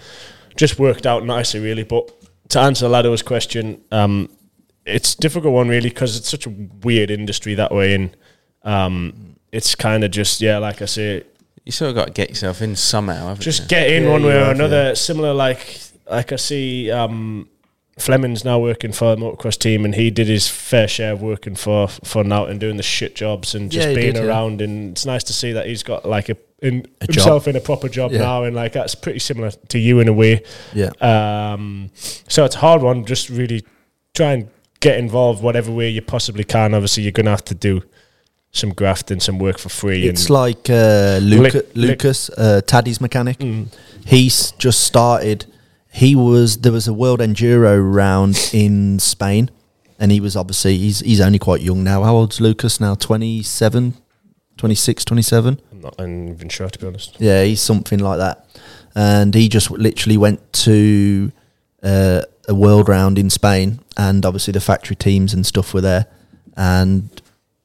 Speaker 4: just worked out nicely, really. But to answer Lado's question, um, it's a difficult one, really, because it's such a weird industry that way. And um, it's kind of just, yeah, like I say,
Speaker 3: You sort of got to get yourself in somehow. Haven't
Speaker 4: just
Speaker 3: you?
Speaker 4: get in
Speaker 5: Yeah,
Speaker 4: one
Speaker 5: you
Speaker 4: way or
Speaker 5: have,
Speaker 4: another. Similar, like like I see, um, Fleming's now working for the motocross team, and he did his fair share of working for for now and doing the shit jobs and just
Speaker 5: Yeah, he
Speaker 4: being
Speaker 5: did, yeah.
Speaker 4: around. And it's nice to see that he's got like a in
Speaker 5: A job.
Speaker 4: himself in a proper job
Speaker 5: Yeah.
Speaker 4: now, and like that's pretty similar to you in a way.
Speaker 5: Yeah.
Speaker 4: Um, so it's a hard one. Just really try and get involved whatever way you possibly can. Obviously, you're gonna have to do some graft and some work for free.
Speaker 5: It's
Speaker 4: and
Speaker 5: like uh, Luca,
Speaker 4: Lick- lick-
Speaker 5: Lucas, uh, Taddy's mechanic. He's just started. He was there was a World Enduro round in Spain, and he was obviously he's he's only quite young now. How old's Lucas now? 27, 26, 27.
Speaker 4: I'm not even sure to be honest.
Speaker 5: Yeah, he's something like that. And he just literally went to uh, a world round in Spain, and obviously the factory teams and stuff were there. And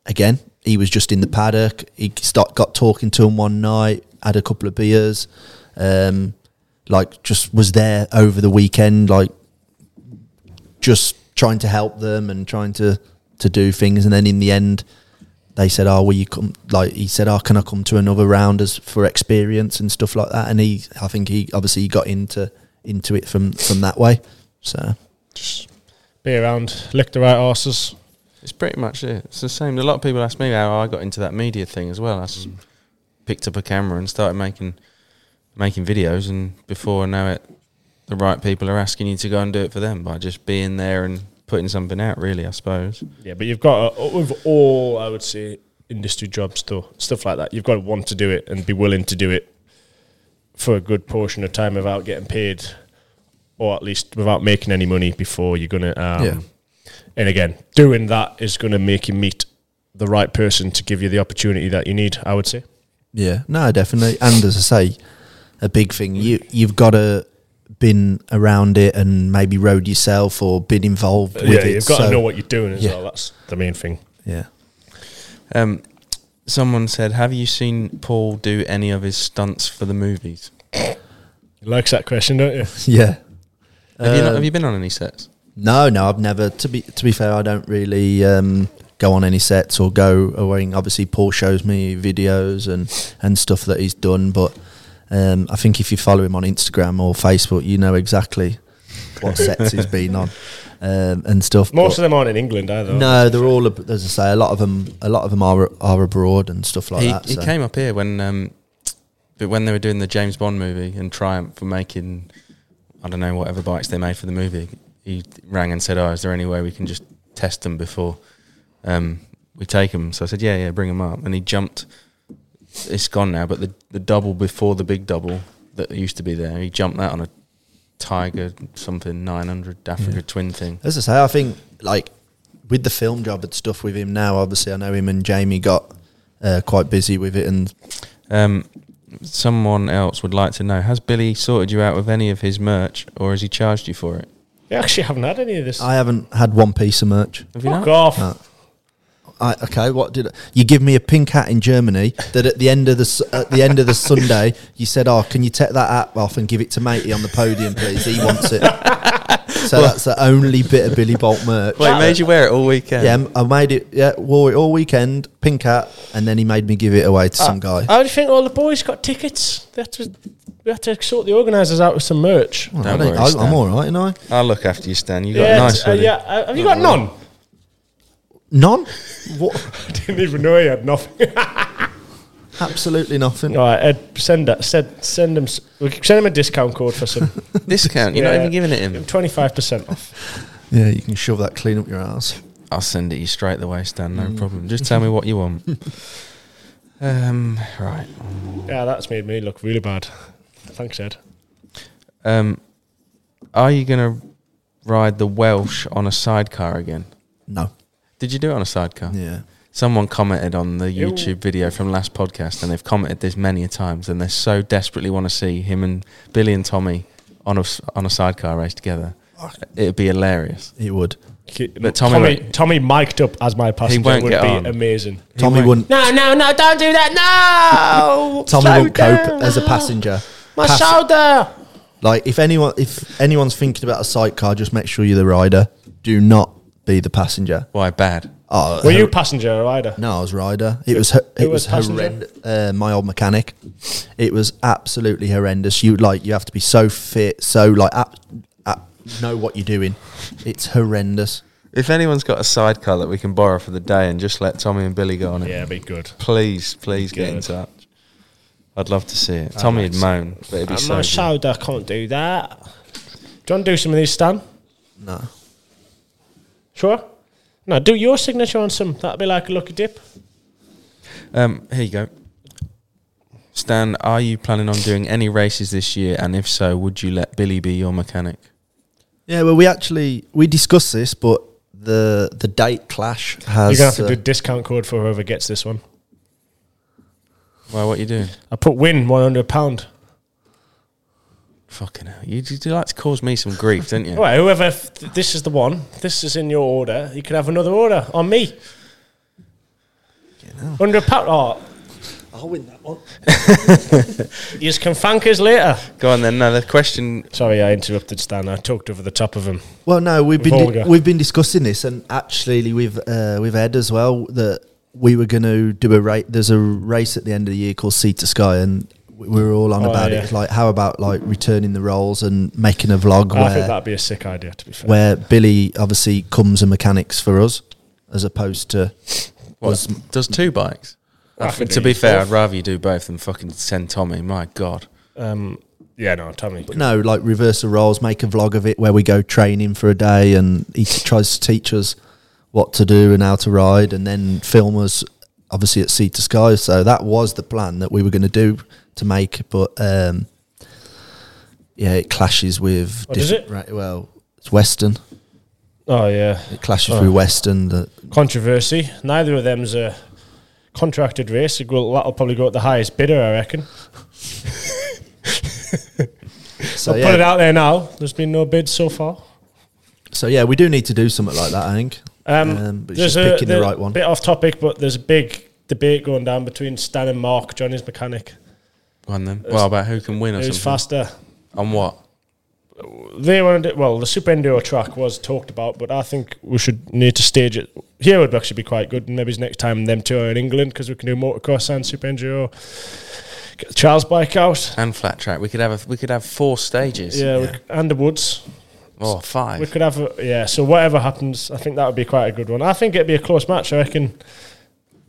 Speaker 5: again, he was just in the paddock. He start, got talking to him one night, had a couple of beers, um, like just was there over the weekend, like just trying to help them and trying to to do things. And then in the end, they said, "Oh, will you come?" Like he said, "Oh, can I come to another round as for experience and stuff like that?" And he, I think he obviously he got into into it from from that way. So
Speaker 4: Be around, lick the right horses.
Speaker 3: It's pretty much it. It's the same. A lot of people ask me how I got into that media thing as well. I s- picked up a camera and started making making videos, and before I know it, the right people are asking you to go and do it for them by just being there and putting something out. Really, I suppose.
Speaker 4: Yeah, but you've got to, with all I would say industry jobs though stuff like that. You've got to want to do it and be willing to do it for a good portion of time without getting paid, or at least without making any money before you're gonna. Um,
Speaker 5: Yeah.
Speaker 4: And again, doing that is going to make you meet the right person to give you the opportunity that you need. I would say.
Speaker 5: yeah, no, definitely. And as I say, a big thing you you've got to been around it and maybe rode yourself or been involved with
Speaker 4: yeah,
Speaker 5: it.
Speaker 4: you've got
Speaker 5: so-
Speaker 4: to know what you're doing as
Speaker 5: yeah.
Speaker 4: well. That's the main thing.
Speaker 5: Yeah,
Speaker 3: Um, someone said, "Have you seen Paul do any of his stunts for the movies?
Speaker 4: You likes that question, don't you?
Speaker 5: yeah.
Speaker 3: Have, you, not, have you been on any sets?"
Speaker 5: No, no, I've never. To be to be fair, I don't really um, go on any sets or go away. Obviously, Paul shows me videos and and stuff that he's done, but um, I think if you follow him on Instagram or Facebook, you know exactly what sets he's been on um, and stuff.
Speaker 4: Most
Speaker 5: but-
Speaker 4: of them aren't in England either.
Speaker 5: no, they're all ab- as I say. A lot of them, a lot of them are are abroad and stuff like
Speaker 3: he,
Speaker 5: that.
Speaker 3: he
Speaker 5: so.
Speaker 3: came up here when um, but when they were doing the James Bond movie and Triumph were making I don't know whatever bikes they made for the movie. He rang and said, "Oh, is there any way we can just test them before um, we take them?" So I said, "Yeah, yeah, bring them up." And he jumped. It's gone now, but the the double before the big double that used to be there, he jumped that on a Tiger something 900 Africa twin thing.
Speaker 5: As I say, I think like with the film job and stuff with him now. Obviously, I know him and Jamie got uh, quite busy with it and
Speaker 3: Um, someone else would like to know: Has Billy sorted you out with any of his merch, or has he charged you for it?
Speaker 4: They actually haven't had any of this.
Speaker 5: I haven't had one piece of merch.
Speaker 3: Have you
Speaker 4: Fuck
Speaker 3: not?
Speaker 4: off.
Speaker 5: I, okay, what did you give me a pink hat in Germany? That at the end of the s- at the end of the Sunday, you said, "Oh, can you take that hat off and give it to matey on the podium, please? He wants it." So that's the only bit of Billy Bolt merch.
Speaker 3: Well, he made you wear it all weekend.
Speaker 5: yeah, I made it. Yeah, wore it all weekend, pink hat, and then he made me give it away to some
Speaker 3: Ah,
Speaker 5: guy.
Speaker 4: I would think all the boys got tickets. They had to, we had to sort the organisers out with some merch.
Speaker 5: Well, I
Speaker 3: Don't
Speaker 5: don't-
Speaker 3: worry,
Speaker 5: I,
Speaker 3: Stan.
Speaker 5: am all right, and I
Speaker 3: I'll look after you, Stan. You got
Speaker 4: Yeah,
Speaker 3: nice.
Speaker 4: uh,
Speaker 3: hoodie.
Speaker 4: yeah. uh, have you got none?
Speaker 5: none. What?
Speaker 4: Didn't even know he had nothing.
Speaker 5: Absolutely nothing.
Speaker 4: all right, Ed, send that. Send send him. s- we can Send him a discount code for some.
Speaker 3: Discount. You're not even giving it him.
Speaker 4: Twenty five percent off.
Speaker 5: Yeah, you can shove that clean up your ass.
Speaker 3: I'll send it you straight away, Stan. No problem. Just tell me what you want. um, right.
Speaker 4: Yeah, that's made me look really bad. Thanks, Ed.
Speaker 3: Um, are you gonna ride the Welsh on a sidecar again?
Speaker 5: No.
Speaker 3: Did you do it on a sidecar?
Speaker 5: Yeah.
Speaker 3: Someone commented on the YouTube video from last podcast, and they've commented this many a times, and they so desperately want to see him and Billy and Tommy on a s- on a sidecar race together. It'd be hilarious.
Speaker 5: It would.
Speaker 4: But
Speaker 3: Tommy
Speaker 4: Tommy,
Speaker 3: won't-
Speaker 4: Tommy, mic'd up as my passenger
Speaker 3: won't
Speaker 4: would be
Speaker 3: get on.
Speaker 4: amazing.
Speaker 5: Tommy
Speaker 3: won't-
Speaker 5: wouldn't.
Speaker 4: No, no, no! Don't do that! No,
Speaker 5: Tommy wouldn't cope as a passenger.
Speaker 4: My
Speaker 5: Pass-
Speaker 4: shoulder.
Speaker 5: Like if anyone if anyone's thinking about a sidecar, just make sure you're the rider. Do not be the passenger.
Speaker 3: Why bad?
Speaker 5: Oh,
Speaker 4: Were you passenger or rider?
Speaker 5: No, I was rider. It was ho- it,
Speaker 4: was
Speaker 5: was,
Speaker 4: passenger?
Speaker 5: horrendous. Uh, my old mechanic. It was absolutely horrendous. You like you have to be so fit, so like ap- ap- know what you're doing. It's horrendous.
Speaker 3: If anyone's got a sidecar that we can borrow for the day and just let Tommy and Billy go on it,
Speaker 4: Yeah, be good.
Speaker 3: please, please get in
Speaker 4: Good.
Speaker 3: touch. I'd love to see it. Tommy would moan, but it'd be so
Speaker 4: my
Speaker 3: good.
Speaker 4: shoulder can't do that. Do you want to do some of these, Stan?
Speaker 5: No.
Speaker 4: Sure. No, do your signature on some. That'd be like a lucky dip.
Speaker 3: Um, here you go. Stan, are you planning on doing any races this year? And if so, would you let Billy be your mechanic?
Speaker 5: Yeah, well, we actually we discussed this, but the the date clash has.
Speaker 4: You're gonna have to
Speaker 5: uh,
Speaker 4: do discount code for whoever gets this one.
Speaker 3: Why? What you doing?
Speaker 4: I put win one hundred pound.
Speaker 3: Fucking hell! You, you do like to cause me some grief, don't you?
Speaker 4: All right, whoever f- th- this is the one. This is in your order. You could have another order on me. Hundred pound. Oh,
Speaker 5: I'll win that one.
Speaker 4: you can thank us later.
Speaker 3: Go on then. Another question.
Speaker 4: Sorry, I interrupted Stan. I talked over the top of him.
Speaker 5: Well, no, we've been
Speaker 4: Vulgar.
Speaker 5: we've been discussing this, and actually, we've uh, we've Ed as well that we were going to do a race. There's a race at the end of the year called Sea to Sky, and we we were all on
Speaker 4: Oh,
Speaker 5: about
Speaker 4: yeah.
Speaker 5: it. Like, how about like returning the roles and making a vlog
Speaker 4: I think
Speaker 5: where
Speaker 4: that'd be a sick idea. To be fair,
Speaker 5: where Billy obviously comes and mechanics for us, as opposed to
Speaker 3: What does two bikes?
Speaker 4: I
Speaker 3: I
Speaker 4: could
Speaker 3: think-
Speaker 4: do
Speaker 3: to be fair, I'd
Speaker 4: both.
Speaker 3: rather you do both than fucking send Tommy. My God.
Speaker 4: um, yeah, no, Tommy.
Speaker 5: no, like reverse the roles, make a vlog of it where we go training for a day, and he t- tries to teach us what to do and how to ride, and then film us obviously at Sea to Sky. So that was the plan that we were going to do to make, but um, yeah, it clashes with
Speaker 4: Oh, does
Speaker 5: different- Right, well, it's Western.
Speaker 4: Oh yeah,
Speaker 5: It clashes
Speaker 4: Oh.
Speaker 5: with Western. That
Speaker 4: controversy. Neither of them's a contracted race. It will- That'll probably go at the highest bidder, I reckon.
Speaker 5: so
Speaker 4: Put it
Speaker 5: yeah,
Speaker 4: out there now. There's been no bid so far.
Speaker 5: so yeah, we do need to do something like that. I think. Um, but it's
Speaker 4: There's
Speaker 5: just
Speaker 4: a-
Speaker 5: picking the
Speaker 4: there-
Speaker 5: right one.
Speaker 4: Bit off topic, but there's a big debate going down between Stan and Mark, Johnny's mechanic.
Speaker 3: Go on then. Well, about who can win or something.
Speaker 4: Who's faster?
Speaker 3: On what?
Speaker 4: They wanted it, well, the Super Enduro track was talked about, but I think we should need to stage it. Here would actually be quite good, and maybe it's next time them two are in England because we can do motocross and Super Enduro. Get the Charles bike out.
Speaker 3: And flat track. We could have a, we could have four stages.
Speaker 4: Yeah, we c and the woods.
Speaker 3: Or
Speaker 4: We
Speaker 3: five.
Speaker 4: could have, a, yeah. So whatever happens, I think that would be quite a good one. I think it'd be a close match. I reckon.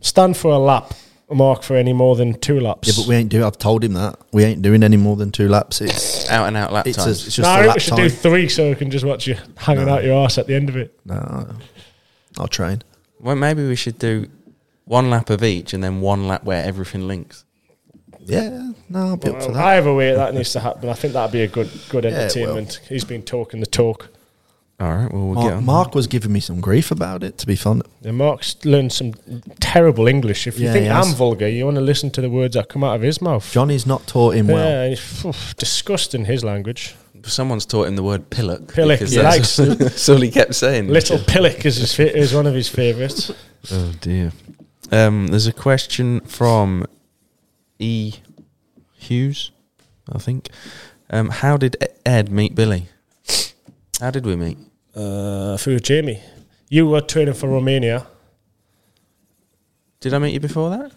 Speaker 4: Stand for a lap, mark for any more than two laps.
Speaker 5: yeah, but we ain't do. I've told him that we ain't doing any more than two laps. It's
Speaker 3: Out and out lap
Speaker 5: it's, a,
Speaker 3: times.
Speaker 5: it's just
Speaker 4: No,
Speaker 5: a
Speaker 4: I think
Speaker 5: lap
Speaker 4: we should
Speaker 5: time.
Speaker 4: do three so we can just watch you hanging out your ass at the end of it.
Speaker 5: No, I'll train.
Speaker 3: Well, maybe we should do one lap of each and then one lap where everything links.
Speaker 5: Yeah, no, I'll be up for
Speaker 4: Well,
Speaker 5: that.
Speaker 4: either way, that needs to happen. I think that'd be a good, good
Speaker 5: it will.
Speaker 4: entertainment. He's been talking the talk.
Speaker 3: All right. Well, we'll get
Speaker 5: Mark,
Speaker 3: on.
Speaker 5: Mark was giving me some grief about it. To be fun,
Speaker 4: Yeah, Mark's learned some terrible English. If you
Speaker 5: Yeah,
Speaker 4: think
Speaker 5: he
Speaker 4: I'm
Speaker 5: has.
Speaker 4: vulgar, you want to listen to the words that come out of his mouth.
Speaker 5: Johnny's not taught him well.
Speaker 4: yeah, he's- oof, disgusting his language.
Speaker 3: Someone's taught him the word pillock.
Speaker 4: Pillock,
Speaker 3: because
Speaker 4: he
Speaker 3: that's-
Speaker 4: likes
Speaker 3: that's all he kept saying.
Speaker 4: Little Pillock is his fa- is one of his favourites.
Speaker 3: Oh dear. Um, there's a question from E. Hughes, I think. Um, how did E- Ed meet Billy? How did we meet?
Speaker 4: Uh, through Jamie, you were training for Romania.
Speaker 3: Did I meet you before that?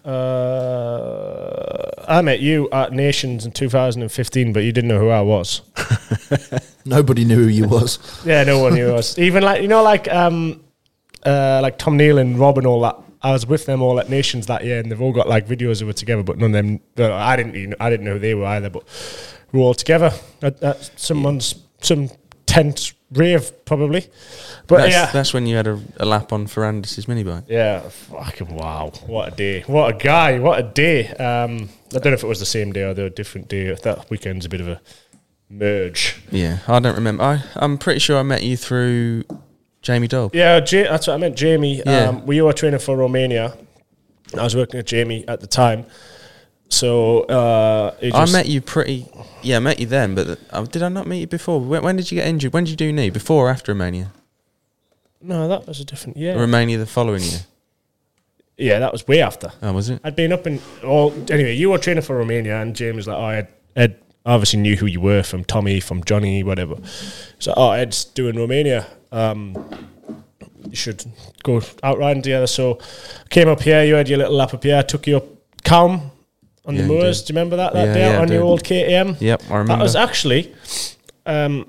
Speaker 4: Uh, I met you at Nations in 2015, but you didn't know who I was.
Speaker 5: Nobody knew who he was.
Speaker 4: Yeah, no one knew us. Even like you know, like um, uh, like Tom Neal and Rob and all that. I was with them all at Nations that year, and they've all got like videos of us together. But none of them, no, I didn't, even, I didn't know who they were either. But we were all together at, at someone's some tent rave probably. But
Speaker 3: That's,
Speaker 4: yeah,
Speaker 3: that's when you had a, a lap on Ferrandis' mini bike.
Speaker 4: yeah, fucking wow, what a day, what a guy, what a day. Um, I don't know if it was the same day or the different day. That weekend's a bit of a merge.
Speaker 3: Yeah, I don't remember. I, I'm pretty sure I met you through Jamie Dole.
Speaker 4: Yeah, ja- that's what I meant. Jamie,
Speaker 3: Yeah.
Speaker 4: um, we were training for Romania. I was working with Jamie at the time, so uh, he
Speaker 3: I
Speaker 4: just-
Speaker 3: met you pretty. Yeah, I met you then, but uh, did I not meet you before? When, when did you get injured? When did you do your knee? Before or after Romania?
Speaker 4: No, that was a different year.
Speaker 3: Romania the following year.
Speaker 4: yeah, that was way after.
Speaker 3: Oh, was it?
Speaker 4: I'd been up in. Well, anyway, you were training for Romania, and Jamie was like, "Oh, Ed, Ed obviously knew who you were from Tommy, from Johnny, whatever." So, oh, Ed's doing Romania. Um, you should go out riding together. So, came up here. You had your little lap up here. I took you up calm on
Speaker 3: Yeah,
Speaker 4: the
Speaker 3: you
Speaker 4: moors.
Speaker 3: did.
Speaker 4: Do you remember that that
Speaker 3: Yeah,
Speaker 4: day
Speaker 3: yeah,
Speaker 4: out
Speaker 3: I
Speaker 4: on your
Speaker 3: do.
Speaker 4: old KTM?
Speaker 3: Yep, I remember.
Speaker 4: That was actually. Um,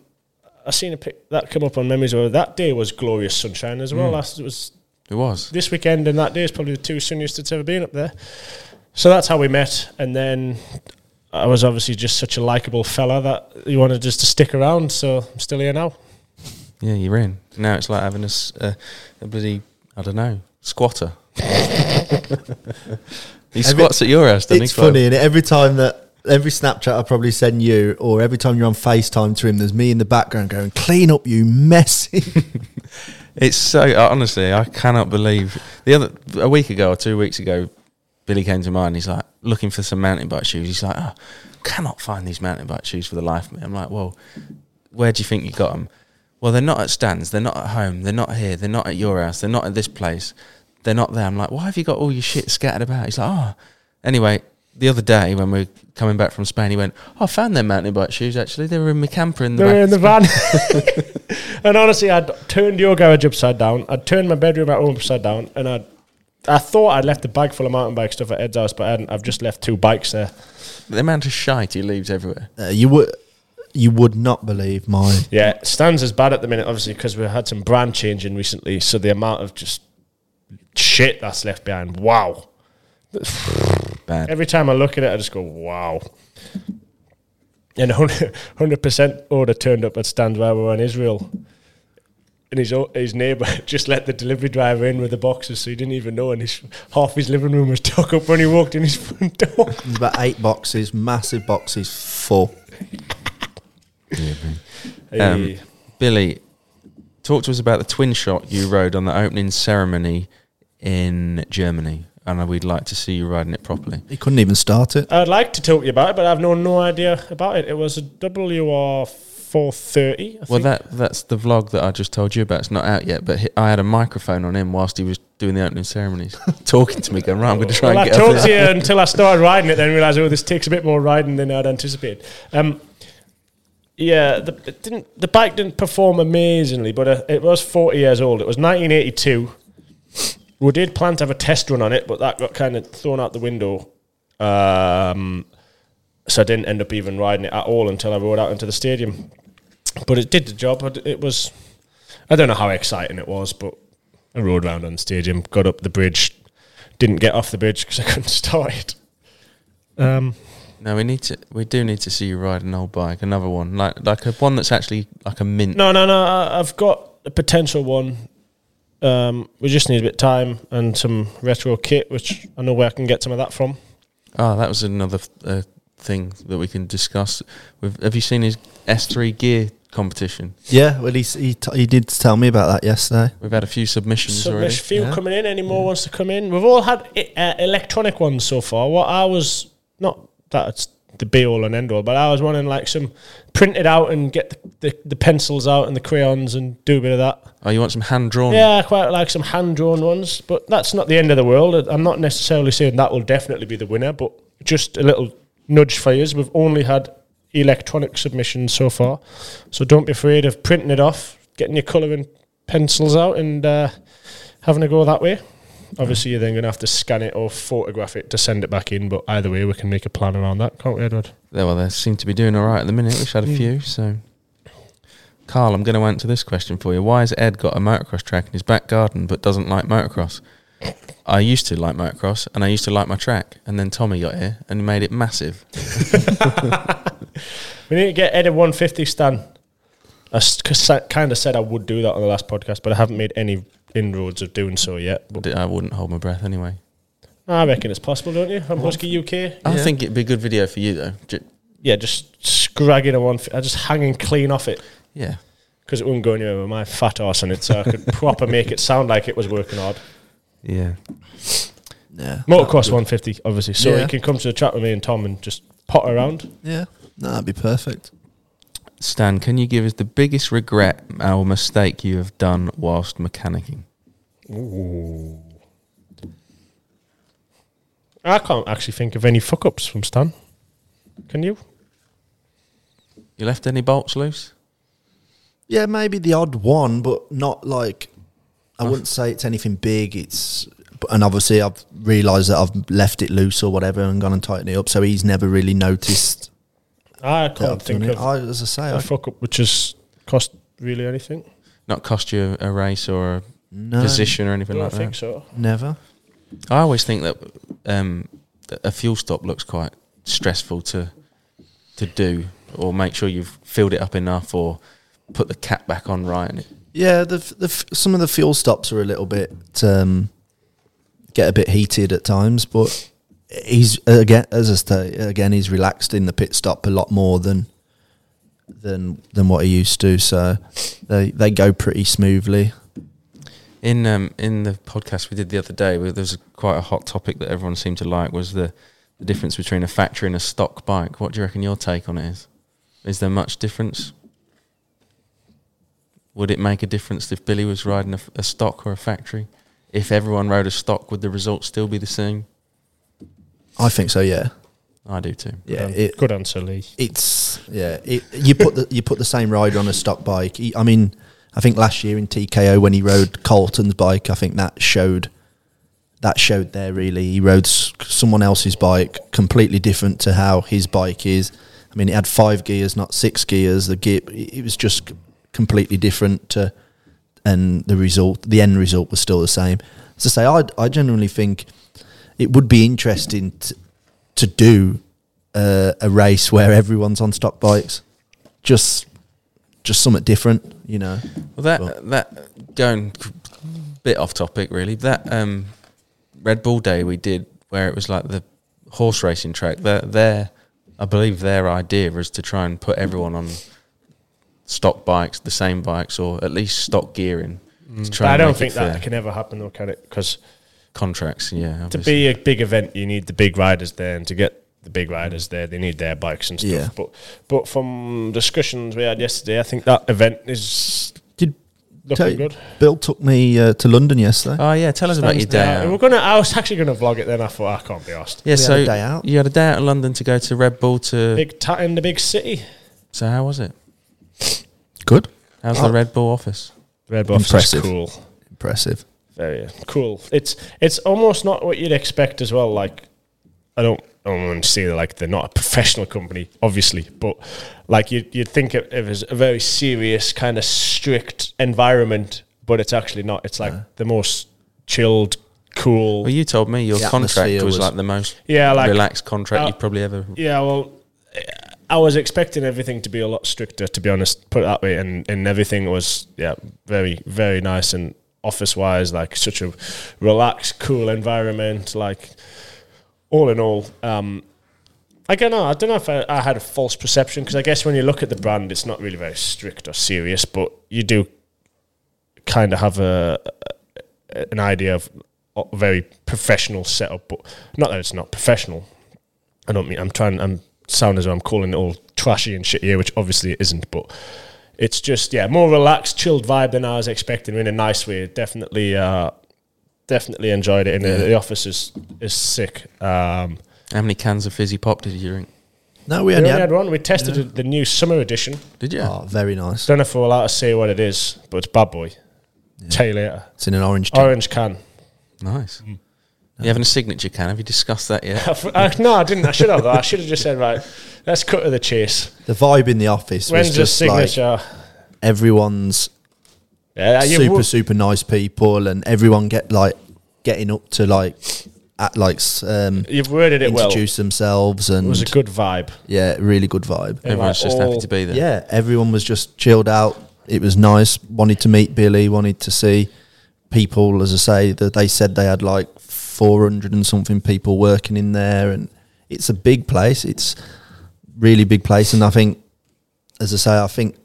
Speaker 4: I seen a pic that come up on memories. Where that day was glorious sunshine as
Speaker 3: Mm.
Speaker 4: well. Last it was
Speaker 3: it was.
Speaker 4: this weekend and that day is probably the two sunniest it's ever been up there. So that's how we met, and then I was obviously just such a likable fella that he wanted just to stick around. So I'm still here now.
Speaker 3: Yeah, you're in. Now it's like having a, s- a- a bloody, I don't know, squatter. he squats at your house, doesn't
Speaker 5: it's
Speaker 3: he? Clive?
Speaker 5: funny, and every time that every Snapchat I probably send you, or every time you're on FaceTime to him, there's me in the background going, "Clean up, you messy."
Speaker 3: uh, It's so, honestly, I cannot believe. The other, a week ago or two weeks ago, Billy came to mind. He's like looking for some mountain bike shoes. He's like, oh, cannot find these mountain bike shoes for the life of me. I'm like, well, where do you think you got them? Well, they're not at stands. They're not at home. They're not here. They're not at your house. They're not at this place. They're not there. I'm like, why have you got all your shit scattered about? He's like, oh. Anyway, the other day when we were coming back from Spain, he went, oh, I found them mountain bike shoes actually. They were in my camper in the
Speaker 4: They were
Speaker 3: back.
Speaker 4: in the van. and honestly, I'd turned your garage upside down. I'd turned my bedroom at home upside down. And I I thought I'd left the bag full of mountain bike stuff at Ed's house, but I hadn't. I've just left two bikes there.
Speaker 3: the amount of shite he leaves everywhere.
Speaker 5: Uh, you would you would not believe my
Speaker 4: Yeah, stands is bad at the minute, obviously, because we had some brand changing recently. So the amount of just shit that's left behind, wow.
Speaker 3: Bad.
Speaker 4: Every time I look at it, I just go, wow. And 100% order turned up at stands where we were in Israel. And his, o- his neighbour just let the delivery driver in with the boxes, so he didn't even know. And his, half his living room was took up when he walked in his front door.
Speaker 5: There's about eight boxes, massive boxes full.
Speaker 4: Hey.
Speaker 3: Um, Billy, talk to us about the twin shot you rode on the opening ceremony in Germany, and we'd like to see you riding it properly.
Speaker 5: He couldn't even start it.
Speaker 4: I'd like to talk to you about it, but I've no, no idea about it. It was a WR 430. I
Speaker 3: Well,
Speaker 4: think.
Speaker 3: that that's the vlog that I just told you about. It's not out yet, but he, I had a microphone on him whilst he was doing the opening ceremonies, talking to me, going, "Right, I'm going to try
Speaker 4: well, I
Speaker 3: and get up."
Speaker 4: talked to
Speaker 3: there."
Speaker 4: you until I started riding it, then realised, oh, this takes a bit more riding than I'd anticipated. Um, yeah, the, it didn't, the bike didn't perform amazingly, but uh, it was 40 years old. It was 1982. We did plan to have a test run on it, but that got kind of thrown out the window. Um, so I didn't end up even riding it at all until I rode out into the stadium. But it did the job. It- It was, I don't know how exciting it was, but I rode round on the stadium, got up the bridge, didn't get off the bridge because I couldn't start it. Um,
Speaker 3: No, we need to. We do need to see you ride an old bike, another one, like like a one that's actually like a mint.
Speaker 4: no, no, no. I, I've got a potential one. Um, we just need a bit of time and some retro kit, which I know where I can get some of that from.
Speaker 3: Oh, that was another uh, thing that we can discuss. With, have you seen his S3 gear competition?
Speaker 5: Yeah, well, he s- he, t- he did tell me about that yesterday.
Speaker 3: We've had a few submissions
Speaker 4: So
Speaker 3: already.
Speaker 4: there's few coming in. Any more wants to come in? We've all had i- uh, electronic ones so far. What I was not that it's the be all and end all, but I was wanting like some printed out and get the, the, the pencils out and the crayons and do a bit of that.
Speaker 3: Oh, you want some hand drawn?
Speaker 4: Yeah, I quite like some hand drawn ones, but that's not the end of the world. I'm not necessarily saying that will definitely be the winner, but just a little nudge for you. We've only had electronic submissions so far, so don't be afraid of printing it off, getting your colouring pencils out, and uh, having a go that way. Obviously, you're then going to have to scan it or photograph it to send it back in, but either way, we can make a plan around that, can't we, Edward?
Speaker 3: They- Well, they seem to be doing all right at the minute. We've had a few, so. Carl, I'm going to answer this question for you. Why has Ed got a motocross track in his back garden but doesn't like motocross? I used to like motocross and I used to like my track, and then Tommy got here and he made it massive.
Speaker 4: We need to get Ed a 150 stand. I kind of said I would do that on the last podcast, but I haven't made any inroads of doing so yet. But
Speaker 3: But I wouldn't hold my breath anyway.
Speaker 4: I reckon it's possible, don't you? From Husky UK.
Speaker 3: I think it'd be a good video for you, though. Ju-
Speaker 4: Yeah, just scragging a one, I just hanging clean off it
Speaker 3: Yeah.
Speaker 4: because it wouldn't go anywhere with my fat ass on it, so I could proper make it sound like it was working hard.
Speaker 3: Yeah.
Speaker 5: Yeah,
Speaker 4: Motocross 150, obviously, so
Speaker 5: Yeah.
Speaker 4: you can come to the chat with me and Tom and just pot around.
Speaker 5: yeah, no, that'd be perfect.
Speaker 3: Stan, can you give us the biggest regret or mistake you have done whilst mechanicking?
Speaker 4: I can't actually think of any fuck ups from Stan. Can you?
Speaker 3: You left any bolts loose?
Speaker 5: Yeah, maybe the odd one, but not like I wouldn't say it's anything big. It's but- and obviously I've realised that I've left it loose or whatever and gone and tightened it up, so he's never really noticed.
Speaker 4: I
Speaker 5: That
Speaker 4: can't
Speaker 5: I've
Speaker 4: think
Speaker 5: done it.
Speaker 4: of
Speaker 5: I, as I say,
Speaker 4: a
Speaker 5: I,
Speaker 4: fuck up which has cost really anything.
Speaker 3: Not cost you a race or a
Speaker 5: no,
Speaker 3: position or
Speaker 4: I
Speaker 3: anything
Speaker 4: don't
Speaker 3: like that?
Speaker 4: think so.
Speaker 5: never.
Speaker 3: I always think that um, that a fuel stop looks quite stressful to to do, or make sure you've filled it up enough, or put the cap back on right. And it,
Speaker 5: Yeah, the f- the f- some of the fuel stops are a little bit um, get a bit heated at times, but he's again as I say again he's relaxed in the pit stop a lot more than than than what he used to. So they they go pretty smoothly.
Speaker 3: in um, in the podcast we did the other day, where there was quite a hot topic that everyone seemed to like was the, the difference between a factory and a stock bike. What do you reckon your take on it is? Is there much difference? Would it make a difference if Billy was riding a, f- a stock or a factory? If everyone rode a stock, would the result still be the same?
Speaker 5: I think so. Yeah,
Speaker 3: I do too.
Speaker 5: yeah.
Speaker 4: Um,
Speaker 5: It,
Speaker 4: good answer, Lee.
Speaker 5: it's yeah. It, you put the you put the same rider on a stock bike. He, I mean, I think last year in TKO when he rode Colton's bike, I think that showed that showed there really. He rode s- someone else's bike, completely different to how his bike is. I mean, it had five gears, not six gears. The gear, it it was just c- completely different to, and the result, the end result was still the same. As I say, I I genuinely think it would be interesting t- to do uh, a race where everyone's on stock bikes, just just something different, you know.
Speaker 3: Well, that
Speaker 5: Well-
Speaker 3: that going a bit off topic really. That um, Red Bull Day we did where it was like the horse racing track. Their, their I believe their idea was to try and put everyone on stock bikes, the same bikes, or at least stock gearing. To
Speaker 4: Mm. But
Speaker 3: try
Speaker 4: I
Speaker 3: and
Speaker 4: don't
Speaker 3: make it
Speaker 4: think that
Speaker 3: fair.
Speaker 4: can ever happen though, can it? Because
Speaker 3: contracts. Yeah,
Speaker 4: to
Speaker 3: obviously.
Speaker 4: be a big event, you need the big riders there, and to get the big riders there, they need their bikes and stuff.
Speaker 5: Yeah.
Speaker 4: But but from discussions we had yesterday, I think that event is
Speaker 5: Did
Speaker 4: looking
Speaker 5: Tell-
Speaker 4: good.
Speaker 5: Bill took me uh, to London yesterday.
Speaker 3: Oh yeah, tell us about your day.
Speaker 4: Yeah,
Speaker 3: out.
Speaker 4: we're gonna. I was actually gonna vlog it. Then I thought I can't be asked.
Speaker 3: Yeah,
Speaker 5: had
Speaker 3: so
Speaker 5: a day out.
Speaker 3: you had a day out in London to go to Red Bull to.
Speaker 4: Big tat in the big city.
Speaker 3: So how was it?
Speaker 5: Good,
Speaker 3: How's
Speaker 5: Oh.
Speaker 3: the Red Bull office?
Speaker 4: Red Bull office is
Speaker 5: Impressive.
Speaker 4: cool.
Speaker 5: impressive.
Speaker 4: Very cool. It's it's almost not what you'd expect as well. Like I don't I don't want to say that, like they're not a professional company, obviously, but like you you'd think of it as a very serious kind of strict environment, but it's actually not. It's like the most chilled, cool.
Speaker 3: Well, you told me your
Speaker 5: The
Speaker 3: contract was,
Speaker 5: atmosphere was-
Speaker 3: like the most
Speaker 4: Yeah, like-
Speaker 3: relaxed contract
Speaker 4: Uh,
Speaker 3: you've probably ever.
Speaker 4: Yeah, well, I was expecting everything to be a lot stricter, to be honest. Put it that way, and and everything was yeah, very very nice and office wise, like such a relaxed, cool environment. Like all in all, um, I don't know. I don't know if I, I had a false perception because I guess when you look at the brand, it's not really very strict or serious, but you do kind of have a a- an idea of a very professional setup, but not that it's not professional. I don't mean I'm trying. I'm sound as though I'm calling it all trashy and shit here, which obviously it isn't. But it's just yeah, more relaxed, chilled vibe than I was expecting in a nice way. Definitely, uh, definitely enjoyed it. And the, the office is is sick. Um,
Speaker 3: How many cans of fizzy pop did you drink?
Speaker 5: No, we
Speaker 4: we
Speaker 5: only
Speaker 4: only
Speaker 5: had.
Speaker 4: had one. We tested the new summer edition.
Speaker 3: Did you?
Speaker 5: Oh, very nice.
Speaker 4: Don't know if we're allowed to say what it is, but it's Bad Boy. Tell you later.
Speaker 5: It's in an orange. tin.
Speaker 4: Orange can.
Speaker 3: Nice.
Speaker 4: Mm.
Speaker 3: You having a signature can? Have you discussed that yet?
Speaker 4: I f- I- no, I didn't. I should have. Though. I should have just said right. Let's cut to the chase.
Speaker 5: The vibe in the office
Speaker 4: When's
Speaker 5: was
Speaker 4: the
Speaker 5: just like
Speaker 4: signature?
Speaker 5: everyone's
Speaker 4: yeah, you-
Speaker 5: super super nice people, and everyone get like getting up to like at like s- um,
Speaker 4: You've worded it well. It
Speaker 5: introduce themselves and
Speaker 4: was a good vibe.
Speaker 5: yeah, really good vibe.
Speaker 4: Yeah.
Speaker 3: Everyone's
Speaker 4: like
Speaker 3: just happy
Speaker 4: all-
Speaker 3: to be there.
Speaker 5: Yeah, everyone was just chilled out. It was nice. Wanted to meet Billy. Wanted to see people. As I say, that they said they had like four hundred and something people working in there, and it's a big place. It's really big place, and I think, as I say, I think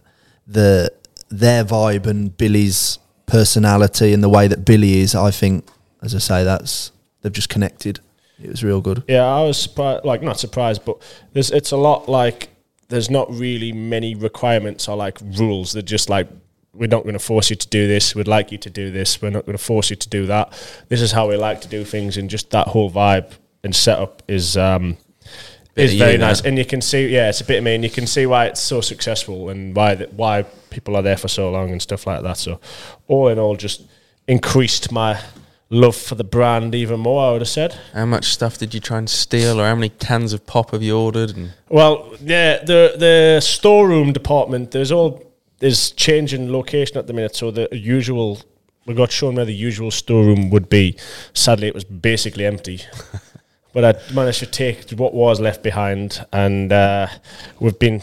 Speaker 5: the their vibe and Billy's personality and the way that Billy is, I think, as I say, that's they've just connected. It was real good.
Speaker 4: Yeah, I was surprised, like not surprised, but there's it's a lot like there's not really many requirements or like rules. They're just like we're not going to force you to do this. We'd like you to do this. We're not going to force you to do that. This is how we like to do things, and just that whole vibe and setup is um
Speaker 3: Bit
Speaker 4: is
Speaker 3: of
Speaker 4: very
Speaker 3: you, that.
Speaker 4: nice. And you can see, yeah, it's a bit of me, and you can see why it's so successful and why that why people are there for so long and stuff like that. So all in all, just increased my love for the brand even more. I would have said.
Speaker 3: How much stuff did you try and steal, or how many cans of pop have you ordered? And
Speaker 4: Well, yeah, the the storeroom department there's all is changing location at the minute. So the usual we got shown where the usual storeroom would be. Sadly, it was basically empty. but I managed to take what was left behind, and uh, we've been.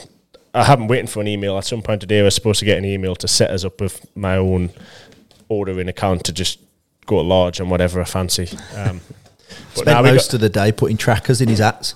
Speaker 4: I haven't waiting for an email. At some point today, we're supposed to get an email to set us up with my own ordering account to just go large and whatever I fancy. Um, but
Speaker 5: Spent
Speaker 4: now we
Speaker 5: most
Speaker 4: got-
Speaker 5: of the day putting trackers in his hats.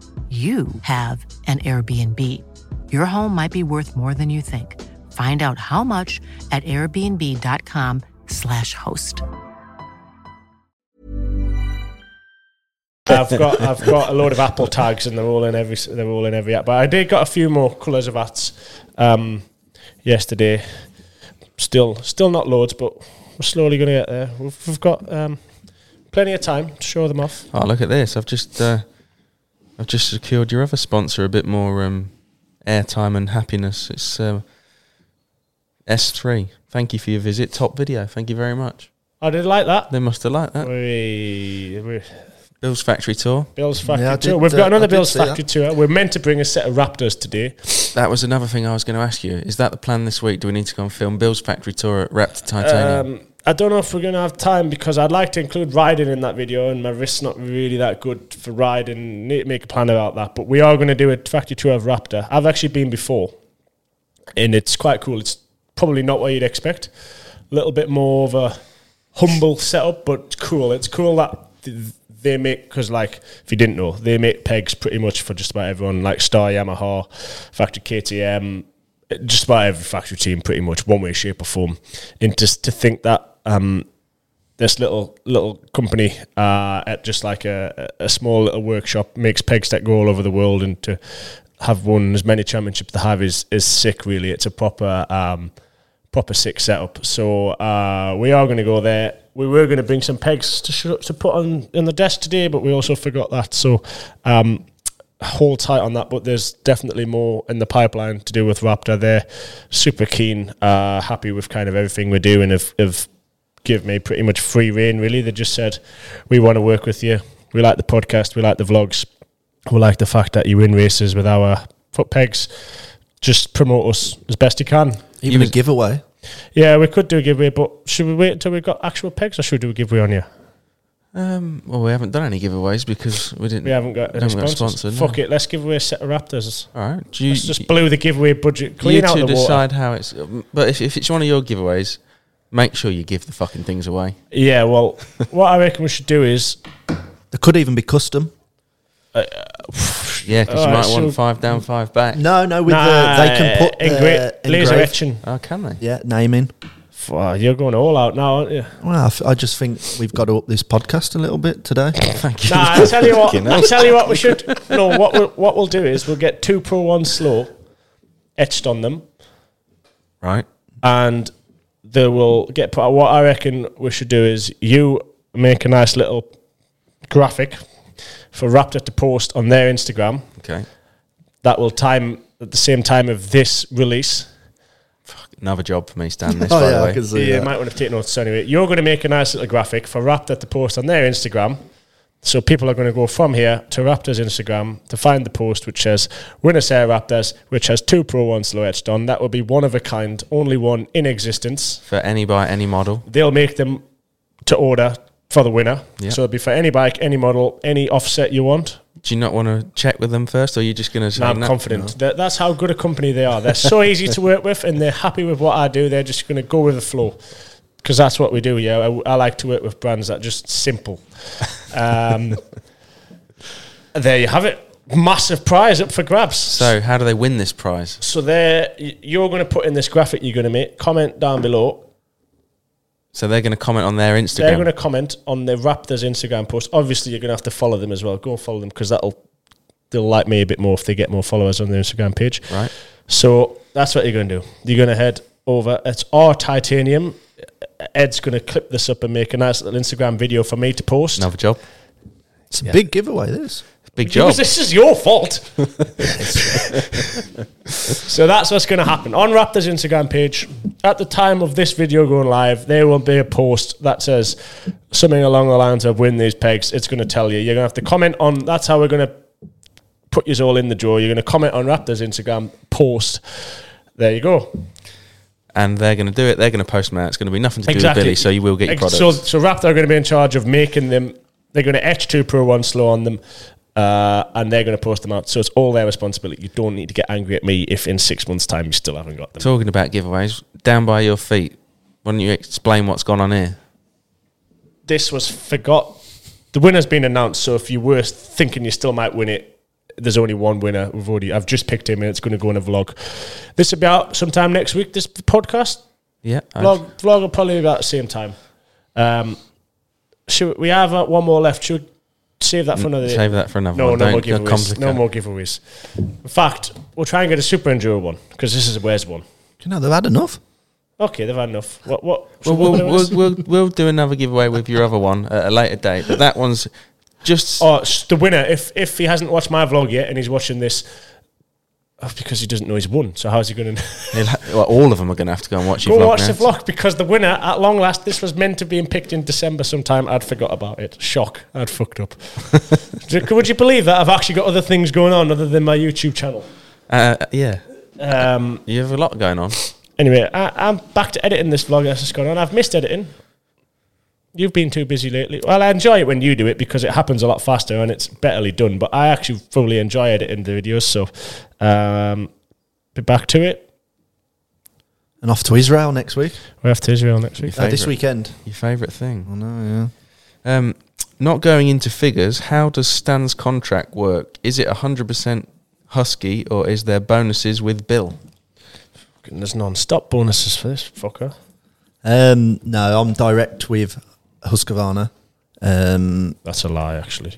Speaker 6: you have an Airbnb. Your home might be worth more than you think. Find out how much at airbnb.com/slash host.
Speaker 4: I've got I've got a load of Apple tags and they're all in every they're all in every app. But I did got a few more colours of hats um, yesterday. Still still not loads, but we're slowly going to get there. We've, we've got um, plenty of time to show them off.
Speaker 3: Oh, look at this! I've just uh, I've just secured your other sponsor a bit more um, airtime and happiness. It's um, S3. Thank you for your visit. Top video. Thank you very much.
Speaker 4: I did like that.
Speaker 3: They must have liked that.
Speaker 4: We, we
Speaker 3: Bill's factory tour.
Speaker 4: Bill's Factory
Speaker 5: Yeah, I
Speaker 4: Tour.
Speaker 5: did,
Speaker 4: We've got
Speaker 5: uh,
Speaker 4: another
Speaker 5: I did
Speaker 4: Bill's
Speaker 5: see that.
Speaker 4: Factory Tour. We're meant to bring a set of Raptors today.
Speaker 3: That was another thing I was going to ask you. Is that the plan this week? Do we need to go and film Bill's factory tour at Raptor Titanium?
Speaker 4: Um, I don't know if we're going to have time because I'd like to include riding in that video, and my wrist's not really that good for riding. Need to make a plan about that. But we are going to do a factory tour of Raptor. I've actually been before, and it's quite cool. It's probably not what you'd expect. A little bit more of a humble setup, but cool. It's cool that th- they make because, like, if you didn't know, they make pegs pretty much for just about everyone, like Star Yamaha, Factory KTM, just about every factory team, pretty much one way, shape, or form. And just to think that um, this little little company uh, at just like a, a a small little workshop makes pegs that go all over the world, and to have won as many championships to have is is sick. Really, it's a proper um, proper sick setup. So uh, we are going to go there. We were going to bring some pegs to sh- to put on on the desk today, but we also forgot that. So um, hold tight on that, but there's definitely more in the pipeline to do with Raptor. They're super keen, uh, happy with kind of everything we do, and have, have give me pretty much free reign. Really, they just said we want to work with you. We like the podcast, we like the vlogs, we like the fact that you win races with our foot pegs. Just promote us as best you can.
Speaker 5: Even a giveaway.
Speaker 4: Yeah, we could do a giveaway, but should we wait until we've got actual pegs, or should we do a giveaway on you?
Speaker 3: Um, well, we haven't done any giveaways because we didn't.
Speaker 4: We haven't got any
Speaker 3: haven't got a
Speaker 4: sponsors.
Speaker 3: sponsor, no.
Speaker 4: Fuck it, let's give away a set of Raptors.
Speaker 3: All right. Do you,
Speaker 4: Let's just blew the giveaway budget clean
Speaker 3: you
Speaker 4: out
Speaker 3: two
Speaker 4: the water.
Speaker 3: decide how it's. But if, if it's one of your giveaways, make sure you give the fucking things away.
Speaker 4: Yeah, well, what I reckon we should do is
Speaker 5: It could even be custom.
Speaker 3: Yeah, because
Speaker 4: All
Speaker 3: you
Speaker 4: right,
Speaker 3: might want
Speaker 4: so-
Speaker 3: five down, five back.
Speaker 5: No, no, with
Speaker 4: Nah,
Speaker 5: the, they can put the
Speaker 4: engra- laser
Speaker 5: engraved-
Speaker 4: etching.
Speaker 3: Oh, can they?
Speaker 5: Yeah, naming.
Speaker 4: F- oh, you're going all out now, aren't you?
Speaker 5: Well, I, f- I just think we've got to up this podcast a little bit today.
Speaker 3: Thank you.
Speaker 4: Nah, I tell you what.
Speaker 3: Fucking
Speaker 4: I
Speaker 3: hell.
Speaker 4: tell you what. We should no. What we'll, what we'll do is we'll get two pro one slow etched on them,
Speaker 3: Right.
Speaker 4: and they will get put. What I reckon we should do is you make a nice little graphic for Raptor to post on their Instagram
Speaker 3: Okay.
Speaker 4: that will time at the same time of this release.
Speaker 3: Another job for me, Stan. This, by
Speaker 5: oh
Speaker 3: the
Speaker 5: yeah,
Speaker 3: way.
Speaker 5: I can see
Speaker 4: Yeah, you
Speaker 5: that.
Speaker 4: might want to take notes. So anyway, you're going to make a nice little graphic for Raptor to post on their Instagram. So people are going to go from here to Raptor's Instagram to find the post which says "Winner Sarah Raptors," which has two Pro One slow etched on. That will be one of a kind, only one in existence.
Speaker 3: for any by any model.
Speaker 4: They'll make them to order for the winner.
Speaker 3: Yeah.
Speaker 4: So it'll be for any bike, any model, any offset you want.
Speaker 3: Do you not want to check with them first, or are you just going to?
Speaker 4: No, I'm confident. That, that's how good a company they are. They're so easy to work with, and they're happy with what I do. They're just going to go with the flow because that's what we do. Yeah, I, I like to work with brands that are just simple. Um, there you have it. Massive prize up for grabs.
Speaker 3: So, how do they win this prize?
Speaker 4: so there y- you're going to put in this graphic you're going to make. Comment down below.
Speaker 3: So they're going to comment on their
Speaker 4: They're
Speaker 3: Instagram.
Speaker 4: going to comment on the Raptors Instagram post. Obviously, you're going to have to follow them as well. Go and follow them because that'll they'll like me a bit more if they get more followers on their Instagram page.
Speaker 3: right.
Speaker 4: So that's what you're going to do. You're going to head over. It's our titanium. Ed's going to clip this up and make a nice little Instagram video for me to post.
Speaker 3: Another job.
Speaker 5: It's a big giveaway. This.
Speaker 3: Big job.
Speaker 4: This is your fault. so that's what's going to happen. On Raptors' Instagram page, at the time of this video going live, there will be a post that says something along the lines of win these pegs. It's going to tell you. You're going to have to comment on, that's how we're going to put you all in the draw. You're going to comment on Raptors' Instagram post. There you go.
Speaker 3: And they're going to do it. They're going to post them out. It's going to be nothing to do with Billy, so you will get your
Speaker 4: Ex-
Speaker 3: product.
Speaker 4: So, so Raptor are going to be in charge of making them. They're going to etch two pro one slow on them, uh, and they're going to post them out. So it's all their responsibility. You don't need to get angry at me if in six months' time you still haven't got them.
Speaker 3: Talking about giveaways, down by your feet. Why don't you explain what's gone on here?
Speaker 4: this was forgot. The winner's been announced. So if you were thinking you still might win it, there's only one winner. We've already. I've just picked him, and it's going to go in a vlog. This will be out sometime next week. This podcast.
Speaker 3: Yeah. I-
Speaker 4: Vlog, vlog will probably be about the same time. Um, should we have uh, one more left? Should we save that for another? day?
Speaker 3: Mm, Save that for another
Speaker 4: no,
Speaker 3: one.
Speaker 4: no
Speaker 3: Don't
Speaker 4: more
Speaker 3: go
Speaker 4: giveaways. No
Speaker 3: complicate.
Speaker 4: more giveaways. In fact, we'll try and get a super enduro one because this is a Wes one.
Speaker 5: You know they've had enough.
Speaker 4: Okay, they've had enough. What? What?
Speaker 3: Well,
Speaker 4: should we
Speaker 3: we'll,
Speaker 4: do
Speaker 3: we'll,
Speaker 4: this?
Speaker 3: we'll, we'll do another giveaway with your other one at a later date, but that one's just.
Speaker 4: Oh, sh- the winner. If if he hasn't watched my vlog yet and he's watching this, oh, because he doesn't know he's won. So how's he going to
Speaker 3: he'll ha- well, all of them are going to have to go and watch your
Speaker 4: go
Speaker 3: vlog.
Speaker 4: watch
Speaker 3: now.
Speaker 4: the vlog? Because the winner, at long last, this was meant to be picked in December sometime. I'd forgot about it. Shock. I'd fucked up. Do- Would you believe that I've actually got other things going on other than my YouTube channel?
Speaker 3: Uh, yeah.
Speaker 4: Um,
Speaker 3: You have a lot going on.
Speaker 4: Anyway, I, I'm back to editing this vlog that's just gone on. I've missed editing. You've been too busy lately. Well, I enjoy it when you do it because it happens a lot faster and it's betterly done. But I actually fully enjoy editing the videos. So, um, be back to it.
Speaker 5: And off to Israel next week.
Speaker 4: We're off to Israel next week.
Speaker 5: Uh, this
Speaker 3: Favourite.
Speaker 5: weekend.
Speaker 3: Your favourite thing.
Speaker 5: I know.
Speaker 3: Um, not going into figures, how does Stan's contract work? Is it 100% Husky or is there bonuses with Bill?
Speaker 4: Fucking There's non-stop bonuses for this fucker.
Speaker 5: Yeah. Um, no, I'm direct with Husqvarna. Um,
Speaker 4: That's a lie, actually.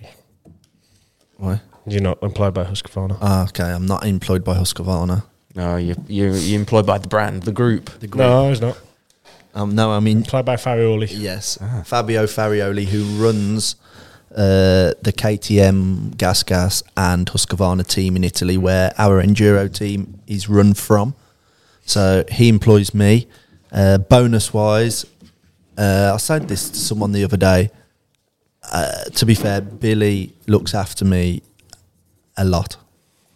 Speaker 5: why?
Speaker 4: You're not employed by Husqvarna.
Speaker 5: Ah, okay, I'm not employed by Husqvarna.
Speaker 3: No, you, you, you're employed by the brand, the group.
Speaker 4: no, he's not.
Speaker 5: Um, no, I mean
Speaker 4: Employed by Farioli.
Speaker 5: yes, Fabio Farioli, who runs uh, the KTM Gas Gas and Husqvarna team in Italy, where our enduro team is run from. So he employs me. Uh, bonus wise, uh, I said this to someone the other day. Uh, to be fair, Billy looks after me a lot.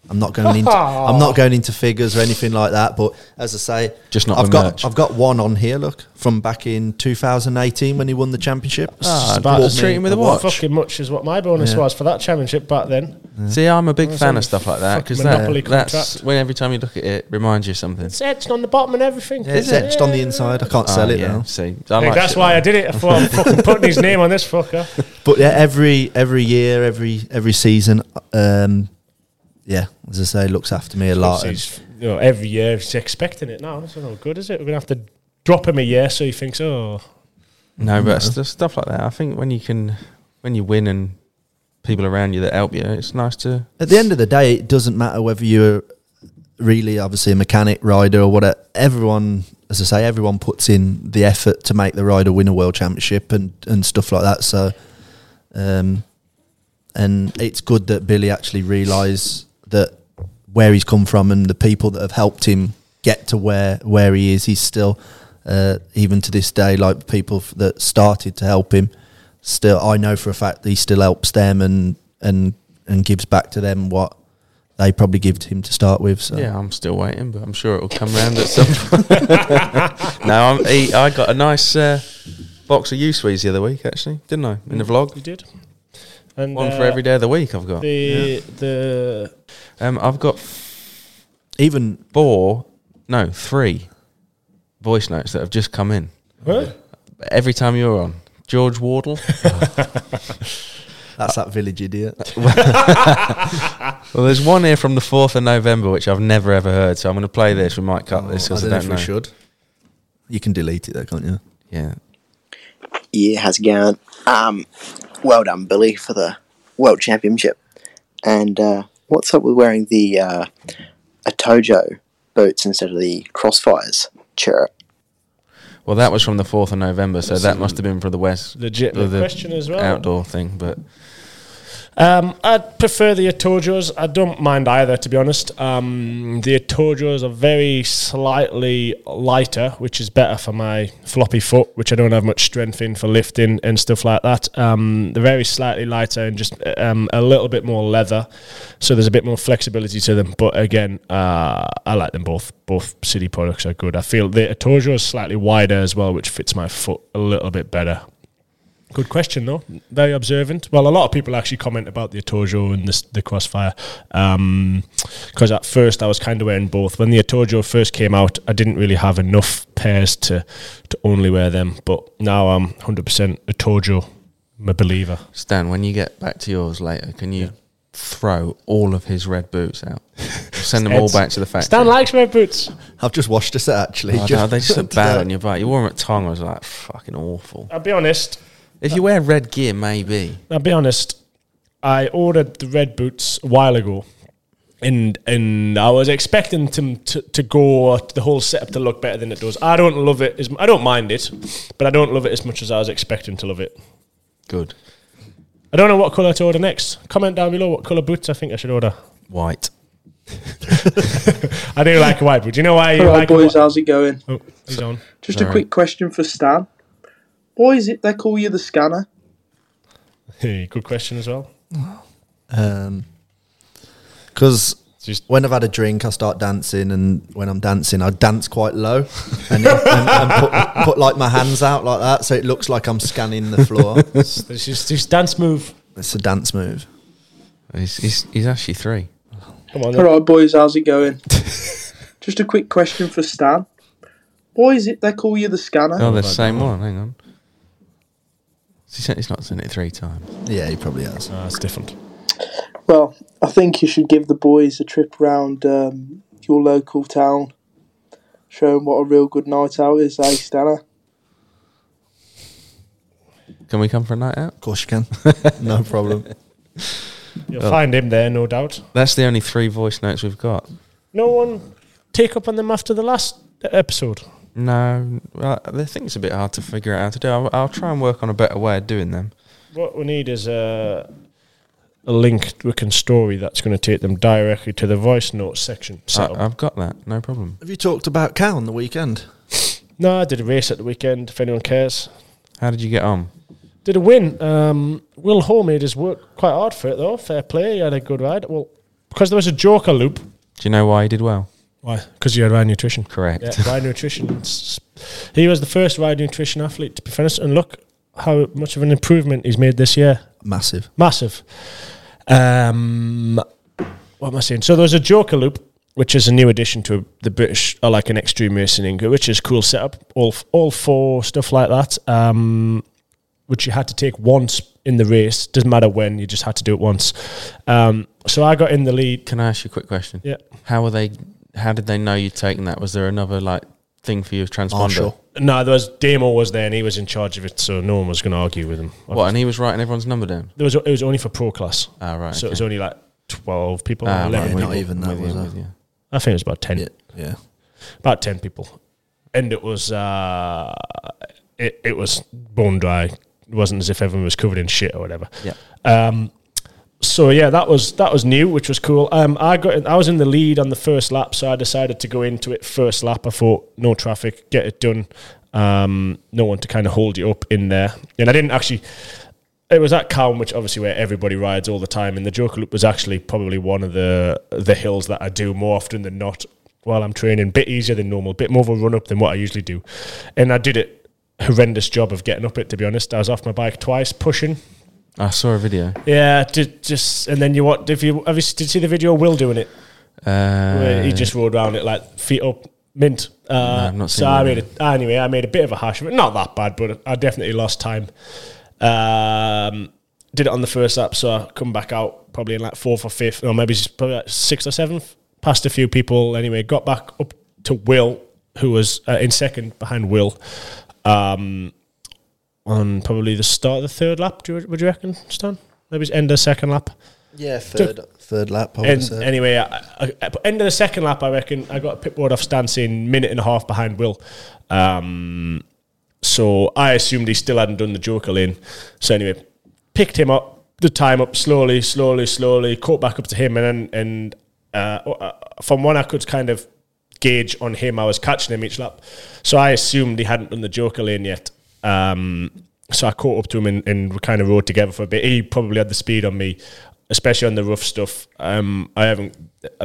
Speaker 5: I'm not going into I'm not going into figures or anything like that. But as I say,
Speaker 3: Just not
Speaker 5: I've
Speaker 3: the
Speaker 5: got
Speaker 3: merch.
Speaker 5: I've got one on here. Look from back in 2018 when he won the championship.
Speaker 3: Ah,
Speaker 5: Just
Speaker 3: about
Speaker 5: bought
Speaker 3: to
Speaker 5: me
Speaker 3: treat him with a watch.
Speaker 4: Fucking much is what my bonus
Speaker 5: Yeah.
Speaker 4: was for that championship back then.
Speaker 3: See, I'm a big
Speaker 4: Well,
Speaker 3: fan
Speaker 4: some
Speaker 3: of stuff like that because
Speaker 4: fucking Monopoly
Speaker 3: that, that's
Speaker 4: contract.
Speaker 3: when every time you look at it, it reminds you of something.
Speaker 4: It's etched on the bottom and everything.
Speaker 5: Yeah, it's etched on the inside. I can't sell
Speaker 3: Ah,
Speaker 5: it
Speaker 3: yeah,
Speaker 5: now.
Speaker 3: See,
Speaker 4: I
Speaker 3: I
Speaker 4: think
Speaker 3: like
Speaker 4: that's
Speaker 3: shit
Speaker 4: why I
Speaker 3: like
Speaker 4: did it. I thought I'm fucking putting his name on this fucker.
Speaker 5: But yeah, every every year, every every season, um, yeah, as I say, looks after me a lot.
Speaker 4: Obviously, he's, you know, every year he's expecting it now. That's not good, is it? We're gonna have to drop him a year so he thinks, oh,
Speaker 3: that. No, but st- stuff like that. I think when you can, when you win and people around you that help you, it's nice to.
Speaker 5: At the end of the day, it doesn't matter whether you're really obviously a mechanic rider or whatever. Everyone, as I say, everyone puts in the effort to make the rider win a world championship and and stuff like that. So, um, and it's good that Billy actually realised that where he's come from and the people that have helped him get to where where he is. He's still, uh, even to this day, like people f- that started to help him. Still, I know for a fact that he still helps them and and and gives back to them what they probably give to him to start with. So
Speaker 3: Yeah, I'm still waiting, but I'm sure it'll come round at some point. no, I'm, he, I got a nice uh, box of U-Sweets the other week, actually, didn't I? In the
Speaker 4: you
Speaker 3: vlog.
Speaker 4: did. And
Speaker 3: One
Speaker 4: uh,
Speaker 3: for every day of the week I've got.
Speaker 4: The the
Speaker 3: Um, I've got
Speaker 5: even
Speaker 3: four, no, three voice notes that have just come in.
Speaker 4: huh?
Speaker 3: Every time you're on. George Wardle.
Speaker 5: that's that village idiot.
Speaker 3: well, there's one here from the 4th of November, which I've never ever heard, so I'm going to play this. We might cut
Speaker 5: Oh,
Speaker 3: this because I, don't know.
Speaker 5: should. You can delete it, though, can't you?
Speaker 3: Yeah.
Speaker 7: Yeah, how's it going? Um, well done, Billy, for the World Championship. And uh, what's up with wearing the uh, Atojo boots instead of the Crossfires? Sure.
Speaker 3: Well, that was from the fourth of November, so that must have been for the West.
Speaker 4: Legitimate
Speaker 3: or the
Speaker 4: question as well.
Speaker 3: Outdoor thing, but
Speaker 4: Um, I prefer the Atojos. I don't mind either, to be honest. Um, the Atojos are very slightly lighter, which is better for my floppy foot, which I don't have much strength in for lifting and stuff like that. Um, they're very slightly lighter and just uh, um, a little bit more leather, so there's a bit more flexibility to them. But again, uh, I like them both. Both city products are good. I feel the Atojo is slightly wider as well, which fits my foot a little bit better. Good question, though. Very observant. Well, a lot of people actually comment about the Atojo and this, the Crossfire because at first I was kind of wearing both. When the Atojo first came out, I didn't really have enough pairs to, to only wear them, but now I'm 100% Atojo. I'm a believer.
Speaker 3: Stan, when you get back to yours later, can you throw all of his red boots out? Send them all
Speaker 4: Ed's-
Speaker 3: back to the factory.
Speaker 4: Stan likes red boots.
Speaker 5: I've just washed a set actually.
Speaker 3: Oh, no, they just look bad on your bike. You wore them at Tong, I was like, fucking awful.
Speaker 4: I'll be honest.
Speaker 3: If you wear red gear, maybe.
Speaker 4: I'll be honest. I ordered the red boots a while ago, and and I was expecting to to, to go the whole setup to look better than it does. I don't love it as I don't mind it, but I don't love it as much as I was expecting to love it.
Speaker 3: Good.
Speaker 4: I don't know what color to order next. Comment down below what color boots I think I should order.
Speaker 3: White.
Speaker 4: I do like a white boot. Do you know why you
Speaker 8: Hello,
Speaker 4: like a
Speaker 8: boys.
Speaker 4: whi-
Speaker 8: How's it going?
Speaker 4: Oh, he's on.
Speaker 8: Just a quick question for Stan. Why is it they call you the scanner?
Speaker 4: Hey, Good question as well.
Speaker 5: Because
Speaker 4: Just
Speaker 5: um, when I've had a drink, I start dancing, and when I'm dancing, I dance quite low and, and, and put, put like my hands out like that, so it looks like I'm scanning the floor.
Speaker 4: it's just, just dance move.
Speaker 5: it's a dance move.
Speaker 3: He's, he's, he's actually three.
Speaker 4: Come on.
Speaker 8: All
Speaker 4: then.
Speaker 8: right, boys. How's it going? Just a quick question for Stan. Why is it they call you the scanner?
Speaker 3: Oh, they're the same one. Hang on. He said he's not done it three times.
Speaker 5: Yeah, he probably has.
Speaker 4: Ah, it's different.
Speaker 8: Well, I think you should give the boys a trip round um, your local town, show 'em what a real good night out is, eh, Stanner?
Speaker 3: Can we come for a night out?
Speaker 5: Of course you can. no problem.
Speaker 4: You'll find him there, no doubt.
Speaker 3: That's the only three voice notes we've got.
Speaker 4: No one take up on them after the last episode.
Speaker 3: No, well, I think it's a bit hard to figure out how to do. I'll, I'll try and work on a better way of doing them.
Speaker 4: What we need is a a linked Wiccan story that's going to take them directly to the voice notes section.
Speaker 3: I,
Speaker 4: setup.
Speaker 3: I've got that, no problem.
Speaker 5: Have you talked about cow on the weekend?
Speaker 4: no, I did a race at the weekend. If anyone cares,
Speaker 3: How did you get on?
Speaker 4: did a win. Um, Will Homemade has worked quite hard for it though. Fair play, he had a good ride. Well, because there was a Joker loop.
Speaker 3: Do you know why you did well?
Speaker 4: Why? Because you had Ryan Nutrition.
Speaker 3: Correct.
Speaker 4: Yeah, Ride Nutrition. It's- He was the first Ride Nutrition athlete to be finished, and look how much of an improvement he's made this year.
Speaker 5: Massive.
Speaker 4: massive. Um, what am I saying? So there was a Joker loop, which is a new addition to the British, or like an extreme racing ingo, which is cool setup. All f- all four stuff like that. Um, which you had to take once in the race. Doesn't matter when. You just had to do it once. Um, so I got in the lead.
Speaker 3: Can I ask you a quick question?
Speaker 4: Yeah.
Speaker 3: How were they? How did they know you'd taken that? Was there another like thing for you of transponder?
Speaker 5: Marshall.
Speaker 4: No, there was Demo was there, and he was in charge of it, so no one was going to argue with him.
Speaker 3: What? And he was writing everyone's number down.
Speaker 4: There was it was only for pro class.
Speaker 3: Ah, right.
Speaker 4: So it was
Speaker 3: okay.
Speaker 4: only like twelve people.
Speaker 3: Ah, right,
Speaker 4: 11
Speaker 3: with
Speaker 5: not
Speaker 3: you,
Speaker 5: even that,
Speaker 3: with you,
Speaker 5: was it?
Speaker 3: with you.
Speaker 4: I think it was about ten.
Speaker 5: Yeah. Yeah.
Speaker 4: about 10 people and it was uh it, it was bone dry it wasn't as if everyone was covered in shit or whatever
Speaker 3: Yeah.
Speaker 4: um so yeah that was that was new which was cool um i got in, i was in the lead on the first lap so i decided to go into it first lap i thought no traffic get it done um no one to kind of hold you up in there and i didn't actually it was at Calm, which obviously where everybody rides all the time, and the Joker Loop was actually probably one of the the hills that I do more often than not while I'm training. Bit easier than normal, bit more of a run up than what I usually do, and I did it horrendous job of getting up it. To be honest, I was off my bike twice pushing.
Speaker 3: I saw a video.
Speaker 4: Yeah, ju- just and then you what? If you have you, s- did you see the video of Will doing it?
Speaker 3: Uh,
Speaker 4: Where he just rode around it like feet up, mint. Uh,
Speaker 3: I've not
Speaker 4: so
Speaker 3: seen
Speaker 4: I
Speaker 3: that.
Speaker 4: made a, anyway. I made a bit of a hash of it. Not that bad, but I definitely lost time. Um, did it on the first lap, so I come back out probably in like fourth or fifth, or maybe s- probably like sixth or seventh. Passed a few people anyway. Got back up to Will, who was uh, in second behind Will. Um, on probably the start of the third lap, do you, would you reckon, Stan? Maybe it's end of second lap.
Speaker 5: Yeah, third, third lap. I would
Speaker 4: And
Speaker 5: say.
Speaker 4: anyway, I, I, at the end of the second lap, I reckon I got a pit board off Stan saying minute and a half behind Will. Um, so I assumed he still hadn't done the Joker lane. So anyway, picked him up, the time up slowly, slowly, slowly, caught back up to him, and and uh, from one I could kind of gauge on him, I was catching him each lap. So I assumed he hadn't done the Joker lane yet. Um, so I caught up to him and, and we kind of rode together for a bit. He probably had the speed on me, especially on the rough stuff. Um, I haven't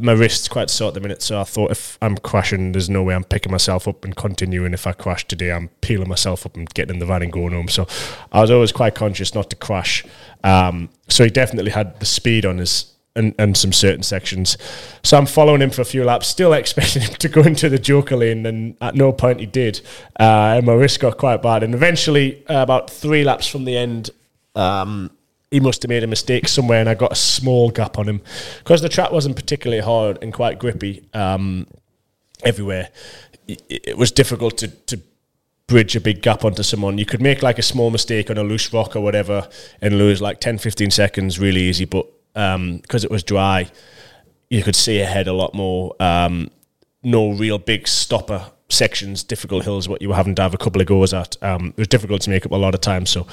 Speaker 4: my wrist's quite sore at the minute, so I thought if I'm crashing, there's no way I'm picking myself up and continuing. If I crash today, I'm peeling myself up and getting in the van and going home. So I was always quite conscious not to crash. Um, so he definitely had the speed on his and, and some certain sections. So I'm following him for a few laps, still expecting him to go into the Joker lane, and at no point he did. Uh, and my wrist got quite bad. And eventually, uh, about three laps from the end, um, he must have made a mistake somewhere, and I got a small gap on him because the track wasn't particularly hard and quite grippy um, everywhere. It, it was difficult to, to bridge a big gap onto someone. You could make like a small mistake on a loose rock or whatever and lose like 10, 15 seconds really easy, but because it was dry, you could see ahead a lot more. Um, no real big stopper sections, difficult hills, what you were having to have a couple of goes at. Um, it was difficult to make up a lot of time. So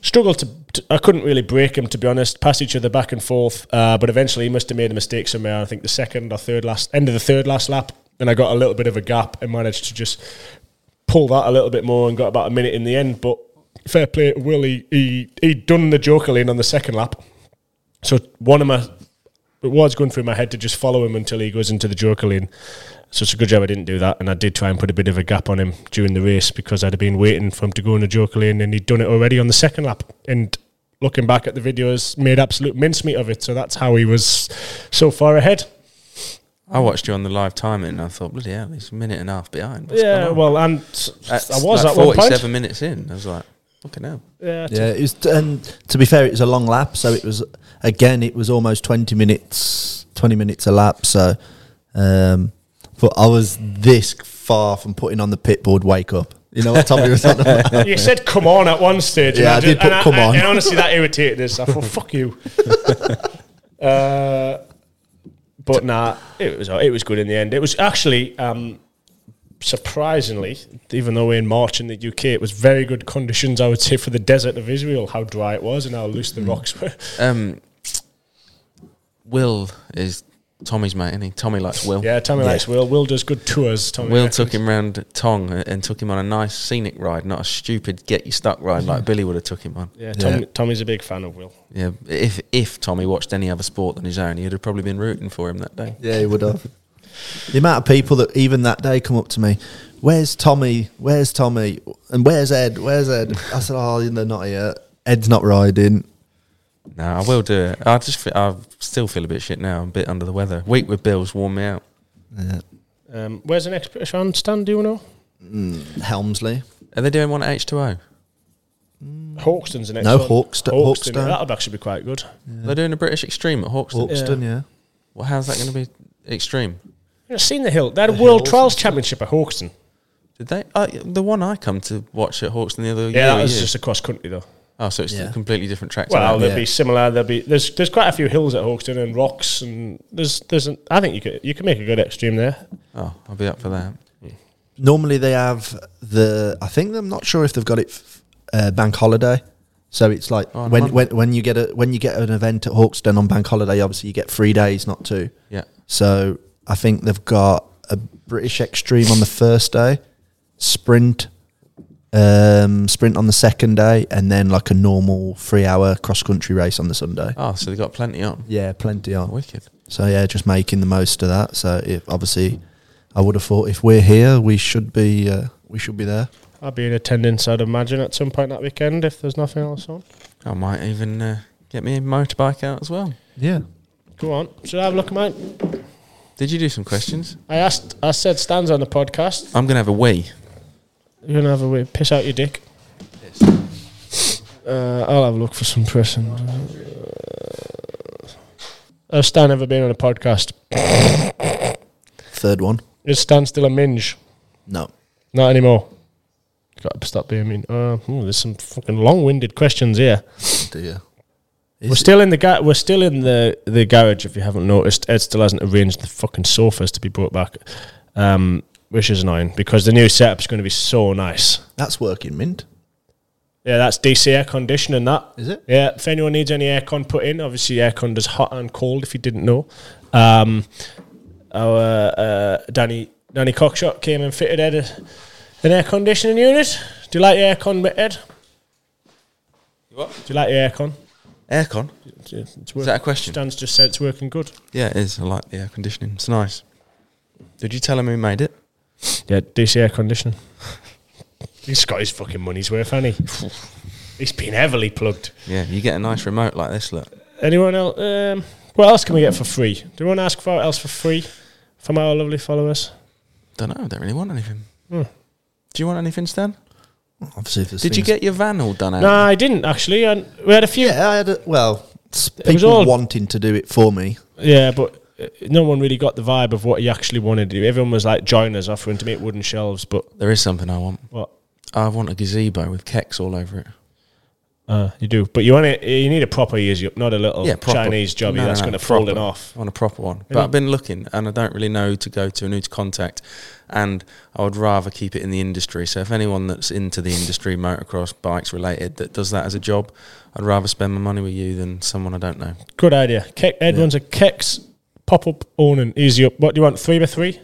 Speaker 4: struggled to, to I couldn't really break him, to be honest. Pass each other back and forth. Uh, but eventually he must have made a mistake somewhere. I think the second or third last, end of the third last lap. And I got a little bit of a gap and managed to just pull that a little bit more and got about a minute in the end. But fair play to Will, he, he, he'd done the joker lane on the second lap. So one of my it was going through my head to just follow him until he goes into the joker lane. So it's a good job I didn't do that, and I did try and put a bit of a gap on him during the race because I'd have been waiting for him to go in the joker lane, and he'd done it already on the second lap. And looking back at the videos, made absolute mincemeat of it. So that's how he was so far ahead.
Speaker 3: I watched you on the live timing and I thought, bloody hell, he's a minute and a half behind. What's going
Speaker 4: yeah,
Speaker 3: on?
Speaker 4: well, and
Speaker 3: That's
Speaker 4: I was
Speaker 3: like
Speaker 4: at one point.
Speaker 3: 47 minutes in. I was like, fucking hell.
Speaker 4: Yeah,
Speaker 5: Yeah, it was, and to be fair, it was a long lap, so it was again, it was almost twenty minutes, twenty minutes a lap. So, um, but I was this far from putting on the pit board. Wake up, you know what Tommy was on about.
Speaker 4: you said come on at one stage. and
Speaker 5: Yeah, I did put
Speaker 4: and
Speaker 5: come on.
Speaker 4: And honestly, that irritated us. I thought, fuck you. uh, but nah, it was it was good in the end. It was actually um, surprisingly, even though we're in March in the UK, it was very good conditions. I would say for the desert of Israel, how dry it was and how loose the
Speaker 5: Hmm.
Speaker 4: rocks were.
Speaker 3: Um, Will is Tommy's mate, isn't he? Tommy likes Will.
Speaker 4: yeah, Tommy
Speaker 5: Yeah.
Speaker 4: likes Will. Will does good tours. Tommy
Speaker 3: Will
Speaker 4: reckons.
Speaker 3: took him round Tong and took him on a nice scenic ride, not a stupid get you stuck ride like Billy would have took him on.
Speaker 4: Mm. Yeah, Tom,
Speaker 5: Yeah.
Speaker 4: Tommy's a big fan of Will.
Speaker 3: Yeah, if if Tommy watched any other sport than his own, he'd have probably been rooting for him that day.
Speaker 5: Yeah, he would have. The amount of people that even that day come up to me, "Where's Tommy? Where's Tommy? And where's Ed? Where's Ed?" I said, "Oh, they're not here. Ed's not riding."
Speaker 3: No, I will do it. I just feel, I still feel a bit shit now. I'm a bit under the weather. Week with Bill's warmed me out.
Speaker 4: Um, where's the next British round stand? Do you know?
Speaker 5: Helmsley.
Speaker 3: Are they doing one at H2O?
Speaker 4: Hawkston's the next
Speaker 5: No,
Speaker 4: one.
Speaker 5: Hawkst-
Speaker 4: Hawkston, yeah,
Speaker 5: Hawkstone.
Speaker 4: That would actually be quite good.
Speaker 3: They're doing a British Extreme at Hawkston.
Speaker 5: Hawkston, yeah.
Speaker 3: Well, how's that going to be extreme?
Speaker 4: I've seen the hill. They had a World
Speaker 5: hills
Speaker 4: Trials Championship at Hawkston.
Speaker 3: Did they? Uh, the one I come to watch at Hawkston the other year.
Speaker 4: Yeah, that
Speaker 3: or
Speaker 4: was
Speaker 3: you?
Speaker 4: just across country though.
Speaker 3: oh, so it's
Speaker 5: Yeah.
Speaker 3: a completely different track. to
Speaker 4: Well,
Speaker 3: that.
Speaker 4: there'll
Speaker 5: yeah.
Speaker 4: be similar. There'll be there's there's quite a few hills at Hawkston and rocks and there's there's an, I think you could you could make a good extreme there.
Speaker 3: oh, I'll be up for that.
Speaker 5: normally they have the i think i'm not sure if they've got it f- uh, bank holiday so it's like
Speaker 3: Oh, on
Speaker 5: when,
Speaker 3: Monday.
Speaker 5: when when you get a when you get an event at Hawkston on bank holiday obviously you get 3 days not 2
Speaker 3: Yeah.
Speaker 5: so i think they've got a british extreme on the first day sprint um sprint on the second day and then like a normal 3 hour cross country race on the sunday
Speaker 3: Oh, so they got plenty on.
Speaker 5: yeah plenty on
Speaker 3: Wicked.
Speaker 5: so yeah, just making the most of that. So if obviously, I would have thought if we're here, we should be uh, we should be there.
Speaker 4: I'll be in attendance, I'd imagine, at some point that weekend if there's nothing else on.
Speaker 3: I might even uh, get me a motorbike out as well.
Speaker 5: Yeah,
Speaker 4: Go on, should I have a look at mine?
Speaker 3: Did you do some questions?
Speaker 4: I asked, I said, stands on the podcast.
Speaker 3: I'm going to have a wee.
Speaker 4: You're gonna have a wee, piss out your dick. Uh, I'll have a look for some person. Uh, has Stan ever been on a podcast?
Speaker 5: third one.
Speaker 4: Is Stan still a minge?
Speaker 5: No,
Speaker 4: Not anymore. Got to stop being mean. Uh, hmm, there's some fucking long-winded questions here.
Speaker 5: do you?
Speaker 4: We're still in the ga- we're still in the, the garage. If you haven't noticed, Ed still hasn't arranged the fucking sofas to be brought back, um, which is annoying because the new setup's going to be so nice.
Speaker 5: That's working mint.
Speaker 4: Yeah, that's DC air conditioning. That
Speaker 5: Is it?
Speaker 4: Yeah, if anyone needs any aircon put in, obviously aircon does hot and cold. If you didn't know, um, our uh, Danny Danny Cockshot came and fitted Ed a, an air conditioning unit. Do you like your aircon, Ed?
Speaker 3: What?
Speaker 4: Do you like your aircon?
Speaker 3: Aircon?
Speaker 4: It's working.
Speaker 3: Is that a question?
Speaker 4: Stan's just said it's working good.
Speaker 3: Yeah, it is. I like the air conditioning. It's nice. Did you tell him who made it?
Speaker 4: Yeah, DC air conditioning. He's got his fucking money's worth, hasn't he? He's been heavily plugged.
Speaker 3: Yeah, you get a nice remote like this, look.
Speaker 4: Anyone else? Um, what else can we get for free? Do you want to ask for what else for free from our lovely followers?
Speaker 3: Don't know, I don't really want anything. Do you want anything, Stan?
Speaker 5: Obviously, if there's
Speaker 3: Did you
Speaker 5: things-
Speaker 3: get your van all done out?
Speaker 4: No, I didn't actually. And we had a few. Yeah,
Speaker 5: Yeah, I had. A, well, s-
Speaker 4: was
Speaker 5: people
Speaker 4: all-
Speaker 5: wanting to do it for me.
Speaker 4: but uh, no one really got the vibe of what he actually wanted to do. Everyone was like, join us, offering to make wooden shelves, but
Speaker 3: There is something I want.
Speaker 4: what?
Speaker 3: I want a gazebo with keks all over it.
Speaker 4: Uh, you do, but you want it. You need a proper easy up, not a little
Speaker 3: Yeah, proper.
Speaker 4: Chinese jobby
Speaker 3: No, no,
Speaker 4: that's
Speaker 3: no,
Speaker 4: going to fall it
Speaker 3: proper.
Speaker 4: off.
Speaker 3: I want a proper one. But I've been looking and I don't really know who to go to and who to contact. And I would rather keep it in the industry. So if anyone that's into the industry, motocross, bikes related, that does that as a job, I'd rather spend my money with you than someone I don't know.
Speaker 4: Good idea. Ke- Edwin's a Kex pop up on and easy up. What do you want? Three by three?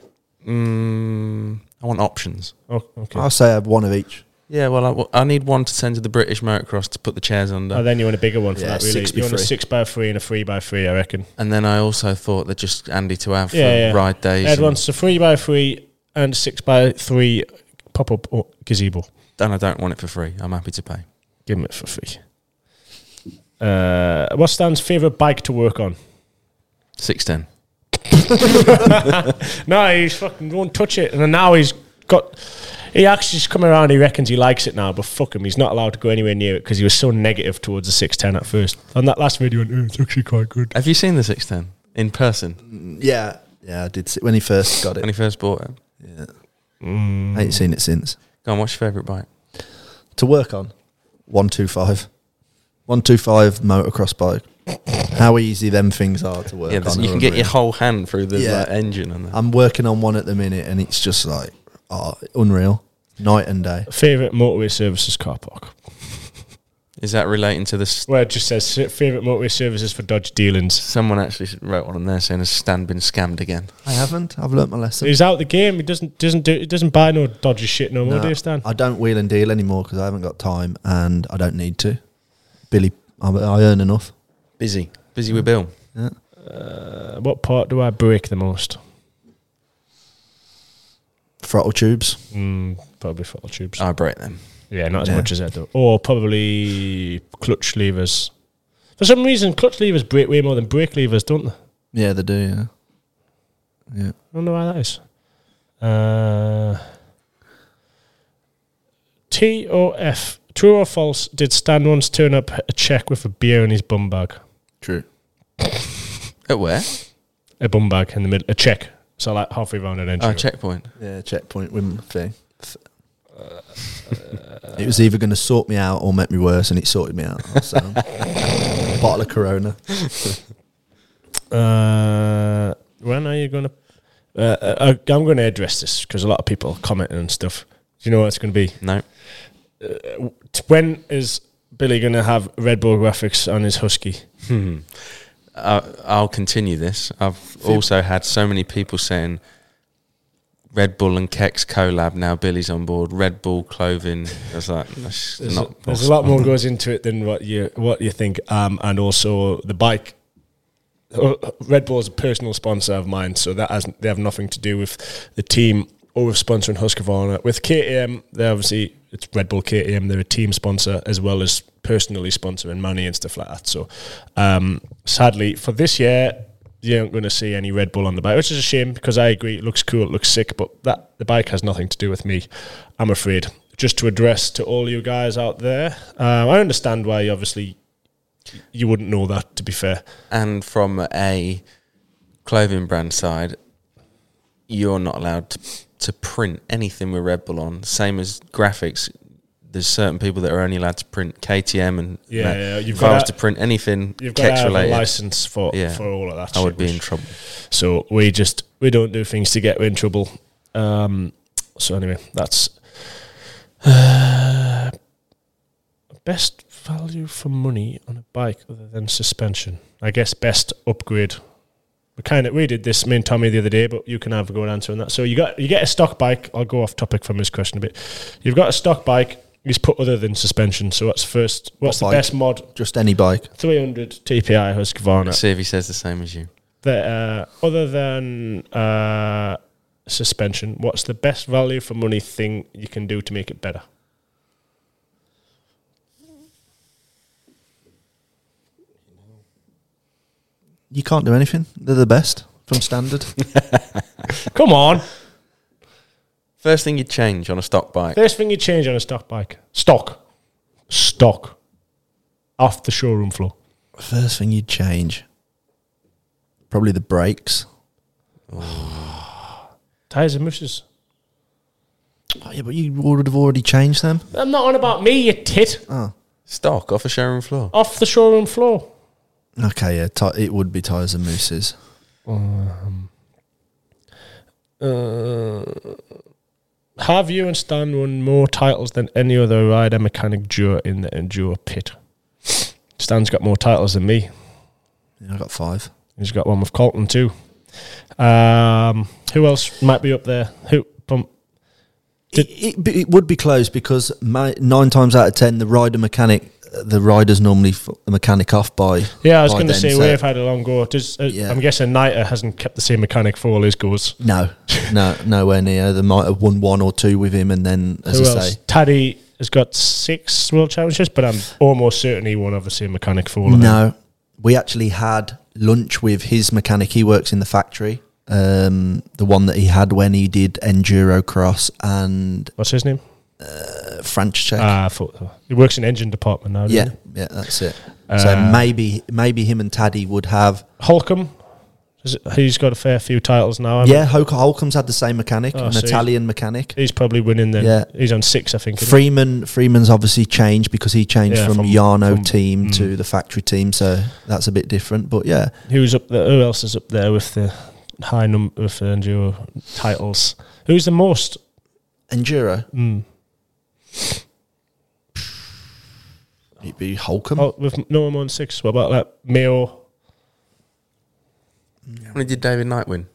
Speaker 3: Mm, I want options.
Speaker 4: Oh, okay.
Speaker 5: I'll say I have one of each.
Speaker 3: Yeah, well, I, well, I need one to send to the British motocross to put the chairs under.
Speaker 4: Oh, then you want a bigger one for
Speaker 5: Yeah,
Speaker 4: that, really.
Speaker 5: six by
Speaker 4: You want a
Speaker 5: three.
Speaker 4: six by three and a three by three, I reckon.
Speaker 3: and then I also thought that just Andy to have for
Speaker 4: Yeah, yeah.
Speaker 3: ride days.
Speaker 4: Ed
Speaker 3: and-
Speaker 4: wants a three by three and six by three pop up gazebo.
Speaker 3: and I don't want it for free. I'm happy to pay.
Speaker 4: Give him it for free. Uh, what's Stan's favourite bike to work on?
Speaker 3: 610.
Speaker 4: No, he's fucking won't touch it, and then now he's got. He actually's come around. He reckons he likes it now, but fuck him, he's not allowed to go anywhere near it because he was so negative towards the six ten at first. On that last video, he went, "Oh, it's actually quite good.
Speaker 3: Have you seen the 610 in person
Speaker 5: Yeah, yeah, I did see, when he first got
Speaker 3: when
Speaker 5: it.
Speaker 3: he first bought it?
Speaker 5: I ain't seen it since.
Speaker 3: Go on, what's your favourite bike?
Speaker 5: To work on one two five. One two five motocross bike. How easy them things are to work
Speaker 3: Yeah,
Speaker 5: on.
Speaker 3: you
Speaker 5: are
Speaker 3: can get your
Speaker 5: unreal.
Speaker 3: whole hand through the
Speaker 5: Yeah.
Speaker 3: like, engine and that.
Speaker 5: I'm working on one at the minute, and it's just like oh, unreal, night and day.
Speaker 4: Favorite motorway services car park.
Speaker 3: Is that relating to this?
Speaker 4: Where it just says favorite motorway services for Dodge dealings.
Speaker 3: Someone actually wrote one on there saying, "Has Stan been scammed again?"
Speaker 5: I haven't. I've learnt my lesson.
Speaker 4: He's out the game. He doesn't doesn't do. He doesn't buy no dodgy shit no more.
Speaker 5: No,
Speaker 4: do you, Stan?
Speaker 5: I don't wheel and deal anymore because I haven't got time and I don't need to. Billy, I, I earn enough.
Speaker 3: Busy, busy with Bill.
Speaker 4: Uh, what part do I break the most?
Speaker 5: Throttle tubes.
Speaker 4: Mm, probably throttle tubes.
Speaker 3: I break them.
Speaker 4: Yeah, not as
Speaker 5: Ah, Yeah.
Speaker 4: much as that though. Or probably clutch levers. For some reason, clutch levers break way more than brake levers, don't they? I
Speaker 5: Yeah, they do. Yeah. Yeah.
Speaker 4: don't know why that is. Uh, T O F. True or false? Did Stan once turn up a check with a beer in his bum bag?
Speaker 5: True.
Speaker 3: At where?
Speaker 4: A bum bag in the middle. A check. So like halfway round an
Speaker 3: Oh,
Speaker 4: entry.
Speaker 3: checkpoint.
Speaker 5: Yeah, checkpoint win thing. it was either going to sort me out or make me worse, and it sorted me out. So, bottle of Corona.
Speaker 4: Uh, when are you gonna? Uh, uh, I'm going to address this because a lot of people are commenting and stuff. Do you know what it's going to be?
Speaker 3: No,
Speaker 4: T- When is Billy going to have Red Bull graphics on his Husky?
Speaker 3: I, I'll continue this. I've also had so many people saying Red Bull and Kex collab. Now Billy's on board. Red Bull clothing. I was like, that's
Speaker 4: There's,
Speaker 3: not.
Speaker 4: a, there's a lot more goes into it than what you what you think, um, and also the bike. Uh, Red Bull is a personal sponsor of mine, so that has they have nothing to do with the team or with sponsoring Husqvarna. With KTM, they obviously it's Red Bull KTM. They're a team sponsor as well as personally sponsoring money and stuff like that. So, um, sadly for this year, you aren't going to see any Red Bull on the bike, which is a shame because I agree it looks cool, it looks sick, but that the bike has nothing to do with me. I'm afraid. Just to address to all you guys out there, um, I understand why. Obviously, you wouldn't know that. To be fair,
Speaker 3: and from a clothing brand side, you're not allowed to, to print anything with Red Bull on. Same as graphics, there's certain people that are only allowed to print KTM and and
Speaker 4: Yeah,
Speaker 3: that.
Speaker 4: yeah, you've
Speaker 3: if
Speaker 4: gotta-
Speaker 3: I was to print anything
Speaker 4: You've got to
Speaker 3: Kex
Speaker 4: have a
Speaker 3: related,
Speaker 4: license for
Speaker 3: Yeah.
Speaker 4: for all of that.
Speaker 3: I
Speaker 4: shit,
Speaker 3: would be
Speaker 4: which-
Speaker 3: in trouble.
Speaker 4: So we just we don't do things to get in trouble. Um, so anyway, that's uh, best value for money on a bike other than suspension. I guess best upgrade. We kind of we did this me and Tommy the other day, but you can have a go and answer on that. So you got you get a stock bike. I'll go off topic from his question a bit. You've got a stock bike. He's put other than suspension. So what's first? What's
Speaker 5: What
Speaker 4: the
Speaker 5: bike?
Speaker 4: best mod?
Speaker 5: Just any bike.
Speaker 4: 300 TPI Husqvarna
Speaker 3: See if he says the same as you.
Speaker 4: that uh, other than uh, suspension, what's the best value for money thing you can do to make it better?
Speaker 5: You can't do anything. They're the best from standard.
Speaker 4: Come on,
Speaker 3: First thing you'd change on a stock bike.
Speaker 4: first thing you change on a stock bike, stock, stock, off the showroom floor.
Speaker 5: First thing you'd change, probably the brakes.
Speaker 4: Tires and mooses.
Speaker 5: Oh, yeah, but you would have already changed them.
Speaker 4: I'm not on about me, you tit.
Speaker 3: Stock off a showroom floor.
Speaker 4: Off the showroom floor.
Speaker 5: Okay, yeah, ti it would be tires and mooses.
Speaker 4: Uh, Have you and Stan won more titles than any other rider mechanic duo in the enduro pit? Stan's got more titles than me.
Speaker 5: Yeah, I got five.
Speaker 4: He's got one with Colton too. Um, who else might be up there? Who? Um, Did-
Speaker 5: it, it, be- it would be close because my, nine times out of ten, the rider mechanic, the rider's normally f- the mechanic off by.
Speaker 4: yeah, I was
Speaker 5: by
Speaker 4: going to
Speaker 5: then,
Speaker 4: say
Speaker 5: so-
Speaker 4: we've had a long go. Does, uh,
Speaker 5: Yeah.
Speaker 4: I'm guessing Niter hasn't kept the same mechanic for all his goals.
Speaker 5: No, no, nowhere near. They might have won one or two with him, and then, as
Speaker 4: who
Speaker 5: I
Speaker 4: else?
Speaker 5: say,
Speaker 4: Taddy has got six world championships, but I'm almost certain he won't have the same mechanic for all of them.
Speaker 5: no. We actually had lunch with his mechanic. He works in the factory. Um, the one that he had when he did enduro cross and uh,
Speaker 4: What's his name?
Speaker 5: French check.
Speaker 4: Ah, I thought he works in engine department now. doesn't
Speaker 5: yeah,
Speaker 4: he?
Speaker 5: yeah, that's it.
Speaker 4: Uh,
Speaker 5: so maybe, maybe him and Taddy would have.
Speaker 4: Holcomb. Is it- he's got a fair few titles now. I mean,
Speaker 5: Yeah, Hol- Holcomb's had the same mechanic,
Speaker 4: Um, Oh,
Speaker 5: an
Speaker 4: so he's-
Speaker 5: Italian mechanic.
Speaker 4: he's probably winning then.
Speaker 5: Yeah.
Speaker 4: he's on six, I think. isn't he?
Speaker 5: Freeman Freeman's obviously changed because he changed
Speaker 4: Yeah,
Speaker 5: from,
Speaker 4: from-
Speaker 5: Yarno
Speaker 4: from- mm.
Speaker 5: team to the factory team, so that's a bit different. But yeah,
Speaker 4: Who's up there? Who else is up there with the high number of enduro titles? Who's the most?
Speaker 5: enduro
Speaker 4: Mm,
Speaker 5: it'd be Holcomb.
Speaker 4: oh, with no one on six. What about like Mayo?
Speaker 3: How many did David Knight win?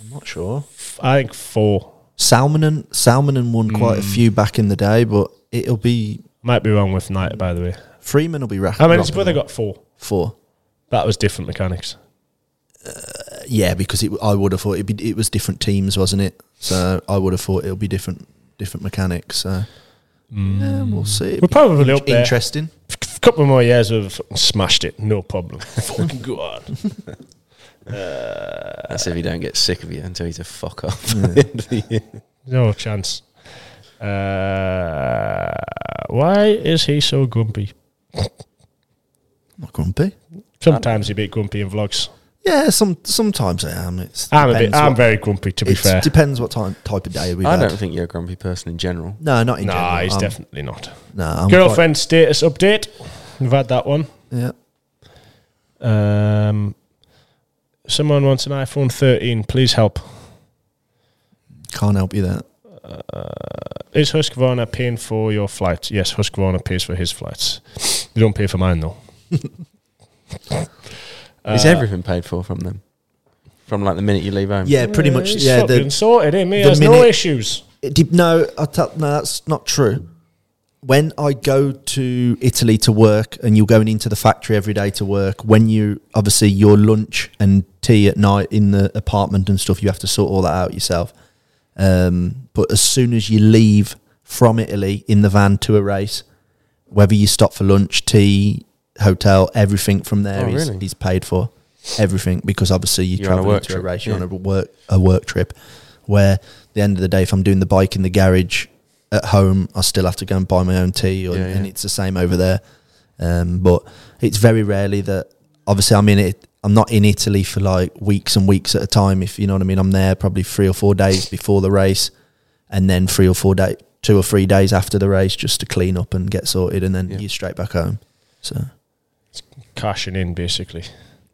Speaker 5: I'm not sure.
Speaker 4: I think four.
Speaker 5: Salmonen Salmonen won quite a
Speaker 4: Hmm.
Speaker 5: few back in the day, but it'll be
Speaker 4: Might be wrong with Knight, by the way.
Speaker 5: Freeman will be racking.
Speaker 4: I mean, his brother got four.
Speaker 5: four.
Speaker 4: That was different mechanics.
Speaker 5: Uh, Yeah, because it, I would have thought it'd be, it was different teams, wasn't it? So I would have thought it'll be different different mechanics. So yeah, we'll see. It'd
Speaker 4: Hmm. We're
Speaker 5: be
Speaker 4: probably up there.
Speaker 5: interesting.
Speaker 4: A couple more years, we've fucking smashed it. No problem. Fucking God.
Speaker 3: That's if you don't get sick of it until he's a fuck off. at the end of the year.
Speaker 4: No chance. Uh, why is he so grumpy?
Speaker 5: I'm not grumpy.
Speaker 4: Sometimes he a bit grumpy in vlogs.
Speaker 5: Yeah, some sometimes I am. It's
Speaker 4: I'm a bit.
Speaker 5: depends
Speaker 4: I'm
Speaker 5: what-
Speaker 4: very grumpy, to be
Speaker 5: It
Speaker 4: fair.
Speaker 5: depends what time type of day we
Speaker 3: I
Speaker 5: have had.
Speaker 3: don't think you're a grumpy person in general.
Speaker 5: No, not in
Speaker 4: nah,
Speaker 5: general.
Speaker 4: he's
Speaker 5: I'm-
Speaker 4: definitely not.
Speaker 5: no, I'm
Speaker 4: Girlfriend status update. We've had that one.
Speaker 5: quite- yeah,
Speaker 4: Um, someone wants an iPhone 13. Please help.
Speaker 5: can't help you there.
Speaker 4: Is Husqvarna paying for your flights? Yes, Husqvarna pays for his flights. They don't pay for mine though.
Speaker 5: Uh,
Speaker 3: is everything paid for from them? From like the minute you leave home?
Speaker 5: Yeah, pretty much.
Speaker 4: He's
Speaker 5: Yeah,
Speaker 4: fucking
Speaker 5: the,
Speaker 4: sorted. Eh? Me
Speaker 5: the
Speaker 4: has no
Speaker 5: minute-
Speaker 4: issues.
Speaker 5: it did- no, I tell no, that's not true. When I go to Italy to work, and you're going into the factory every day to work, when you obviously your lunch and tea at night in the apartment and stuff, you have to sort all that out yourself. Um, but as soon as you leave from Italy in the van to a race, whether you stop for lunch, tea, hotel, everything from there
Speaker 3: Oh,
Speaker 5: is
Speaker 3: really?
Speaker 5: is paid for. Everything because obviously you
Speaker 3: You're on a
Speaker 5: travel
Speaker 3: work
Speaker 5: to a
Speaker 3: trip,
Speaker 5: race, you're
Speaker 3: yeah.
Speaker 5: on a work a work trip. Where the end of the day, if I'm doing the bike in the garage at home, I still have to go and buy my own tea, or,
Speaker 3: Yeah,
Speaker 5: and
Speaker 3: yeah.
Speaker 5: it's the same over there. Um, but it's very rarely that. Obviously, I'm in it. I'm not in Italy for like weeks and weeks at a time. If you know what I mean, I'm there probably three or four days before the race, and then three or four days two or three days after the race just to clean up and get sorted, and then
Speaker 3: Yeah.
Speaker 5: you're straight back home. So
Speaker 4: cashing in basically.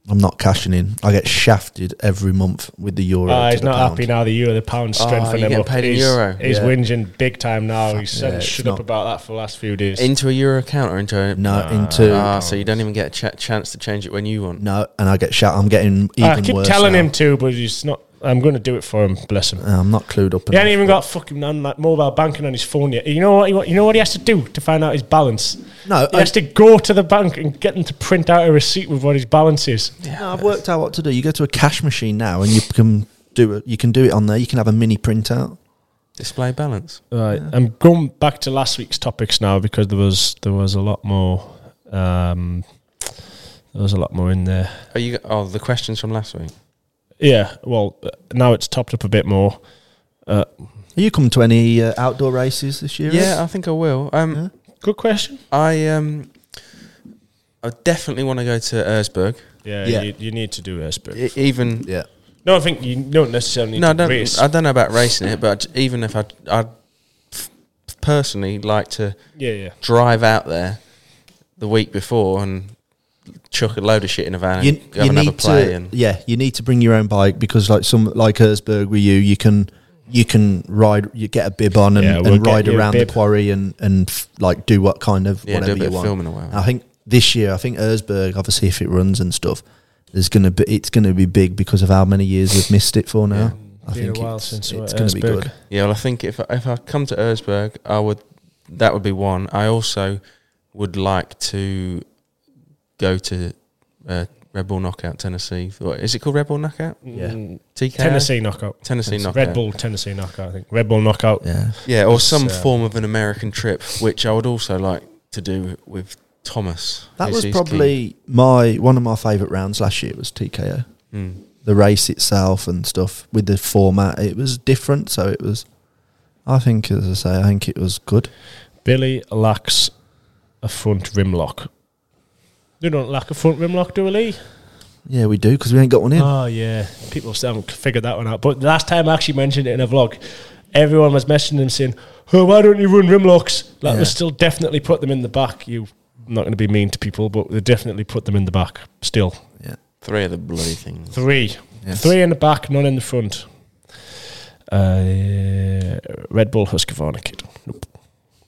Speaker 5: I'm not cashing in. I get shafted every month with the euro.
Speaker 4: Ah,
Speaker 5: to
Speaker 4: he's
Speaker 5: the
Speaker 4: not
Speaker 5: pound. Ah,
Speaker 4: happy now. The euro, the pound
Speaker 3: Oh,
Speaker 4: strengthening
Speaker 3: you
Speaker 4: him
Speaker 3: get
Speaker 4: up.
Speaker 3: paid in
Speaker 4: he's
Speaker 3: euro.
Speaker 4: he's
Speaker 5: Yeah.
Speaker 4: whinging big time now. He's
Speaker 5: yeah,
Speaker 4: said
Speaker 5: it's
Speaker 4: shut up
Speaker 5: not-
Speaker 4: about that for the last few days.
Speaker 3: Into a euro account or into a
Speaker 5: No, into
Speaker 3: Ah, so you don't even get a cha- chance to change it when you want.
Speaker 5: no, and I get shout. I'm getting even
Speaker 4: I Ah, keep
Speaker 5: worse.
Speaker 4: telling
Speaker 5: now.
Speaker 4: him to, but he's not. I'm going to do it for him. Bless him.
Speaker 5: Uh, I'm not clued up.
Speaker 4: He
Speaker 5: enough,
Speaker 4: ain't even
Speaker 5: but-
Speaker 4: got fucking none, like, mobile banking on his phone yet. You know what? He, wa- you know what he has to do to find out his balance.
Speaker 5: No,
Speaker 4: he
Speaker 3: Uh,
Speaker 5: I-
Speaker 4: has to go to the bank and get them to print out a receipt with what his balance is.
Speaker 5: No, I've worked out what to do. You go to a cash machine now, and you can do it. You can do it on there. You can have a mini printout.
Speaker 3: Display balance.
Speaker 4: Right. I'm going back to last week's topics now because there was there was a lot more. Um, there was a lot more in there.
Speaker 3: Are you? Oh, the questions from last week.
Speaker 4: Yeah. Well, uh, now it's topped up a bit more.
Speaker 5: Are you coming to any uh, outdoor races this year?
Speaker 3: Yeah, I think I will. Um,
Speaker 4: Good question.
Speaker 3: I um, I definitely want to go to Erzberg.
Speaker 4: Yeah.
Speaker 5: Yeah.
Speaker 4: You, you need to do this, but
Speaker 3: E- even
Speaker 5: yeah.
Speaker 4: no, I think you don't necessarily need
Speaker 3: no, I
Speaker 4: to
Speaker 3: don't.
Speaker 4: race.
Speaker 3: I don't know about racing it, but I'd- even if I, I'd personally like to
Speaker 4: yeah. Yeah.
Speaker 3: drive out there the week before and chuck a load of shit in a van and
Speaker 5: You,
Speaker 3: go
Speaker 5: you
Speaker 3: and have a
Speaker 5: need
Speaker 3: play
Speaker 5: to.
Speaker 3: and
Speaker 5: Yeah, you need to bring your own bike because, like some like Erzberg with you, you can you can ride. You get a bib on and,
Speaker 4: Yeah, we'll
Speaker 5: and
Speaker 4: get
Speaker 5: ride
Speaker 4: you a
Speaker 5: around the
Speaker 4: bib.
Speaker 5: quarry and and f- like do what kind of
Speaker 3: Yeah, do a
Speaker 5: whatever
Speaker 3: bit
Speaker 5: you
Speaker 3: of
Speaker 5: want. Ah.
Speaker 3: filming or whatever.
Speaker 5: I think this year, I think Erzberg, obviously, if it runs and stuff, there's gonna be it's gonna be big because of how many years we've missed it for now. I
Speaker 4: Been a
Speaker 5: think
Speaker 4: while
Speaker 5: it's,
Speaker 4: since
Speaker 5: it's
Speaker 4: we're at
Speaker 5: gonna be
Speaker 4: Erzberg.
Speaker 5: good.
Speaker 3: yeah. Well, I think if I- if I come to Erzberg, I would that would be one. I also would like to go to uh, Red Bull Knockout Tennessee. What, is it called Red Bull Knockout?
Speaker 4: Mm.
Speaker 5: Yeah.
Speaker 3: TK
Speaker 4: Tennessee knockout.
Speaker 3: Tennessee
Speaker 4: It's
Speaker 3: knockout.
Speaker 4: Red Bull Tennessee knockout. I think Red Bull knockout.
Speaker 5: Yeah.
Speaker 3: Yeah, or some
Speaker 4: So-
Speaker 3: form of an American trip, which I would also like to do with Thomas.
Speaker 5: That
Speaker 3: who's-
Speaker 5: was
Speaker 3: who's keen.
Speaker 5: probably my one of my favourite rounds last year was TKO.
Speaker 4: Mm.
Speaker 5: The race itself and stuff with the format, it was different. So it was, I think, as I say, I think it was good.
Speaker 4: Billy lacks a front rim lock. You don't lack a front rim lock, do we, Lee?
Speaker 5: Yeah, we do because we ain't got one in.
Speaker 4: Oh yeah, people still haven't figured that one out. But last time I actually mentioned it in a vlog, everyone was messaging them saying, "Oh, why don't you run rim locks?" Like
Speaker 5: Yeah.
Speaker 4: they still definitely put them in the back. You I'm not going to be mean to people, but they definitely put them in the back. Still
Speaker 5: yeah,
Speaker 3: three of the bloody things.
Speaker 4: three,
Speaker 5: Yes.
Speaker 4: three in the back, none in the front. Uh, Red Bull Husqvarna kid. Nope.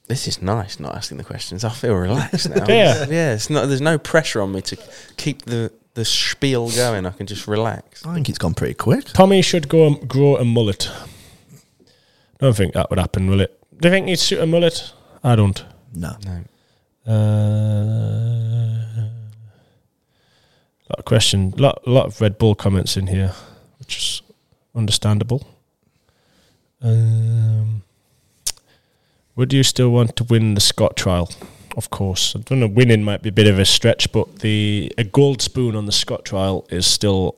Speaker 3: This is nice. Not asking the questions. I feel relaxed now.
Speaker 4: Yeah.
Speaker 3: yeah. It's not. There's no pressure on me to keep the the spiel going. I can just relax.
Speaker 5: I think it's gone pretty quick.
Speaker 4: Tommy should go and grow a mullet. Don't think that would happen, will it? Do you think he'd suit a mullet? I don't.
Speaker 5: No,
Speaker 3: No.
Speaker 4: Uh, lot of question, lot lot of Red Bull comments in here, which is understandable. Um, would you still want to win the Scott trial? Of course, I don't know. Winning might be a bit of a stretch, but the a gold spoon on the Scott trial is still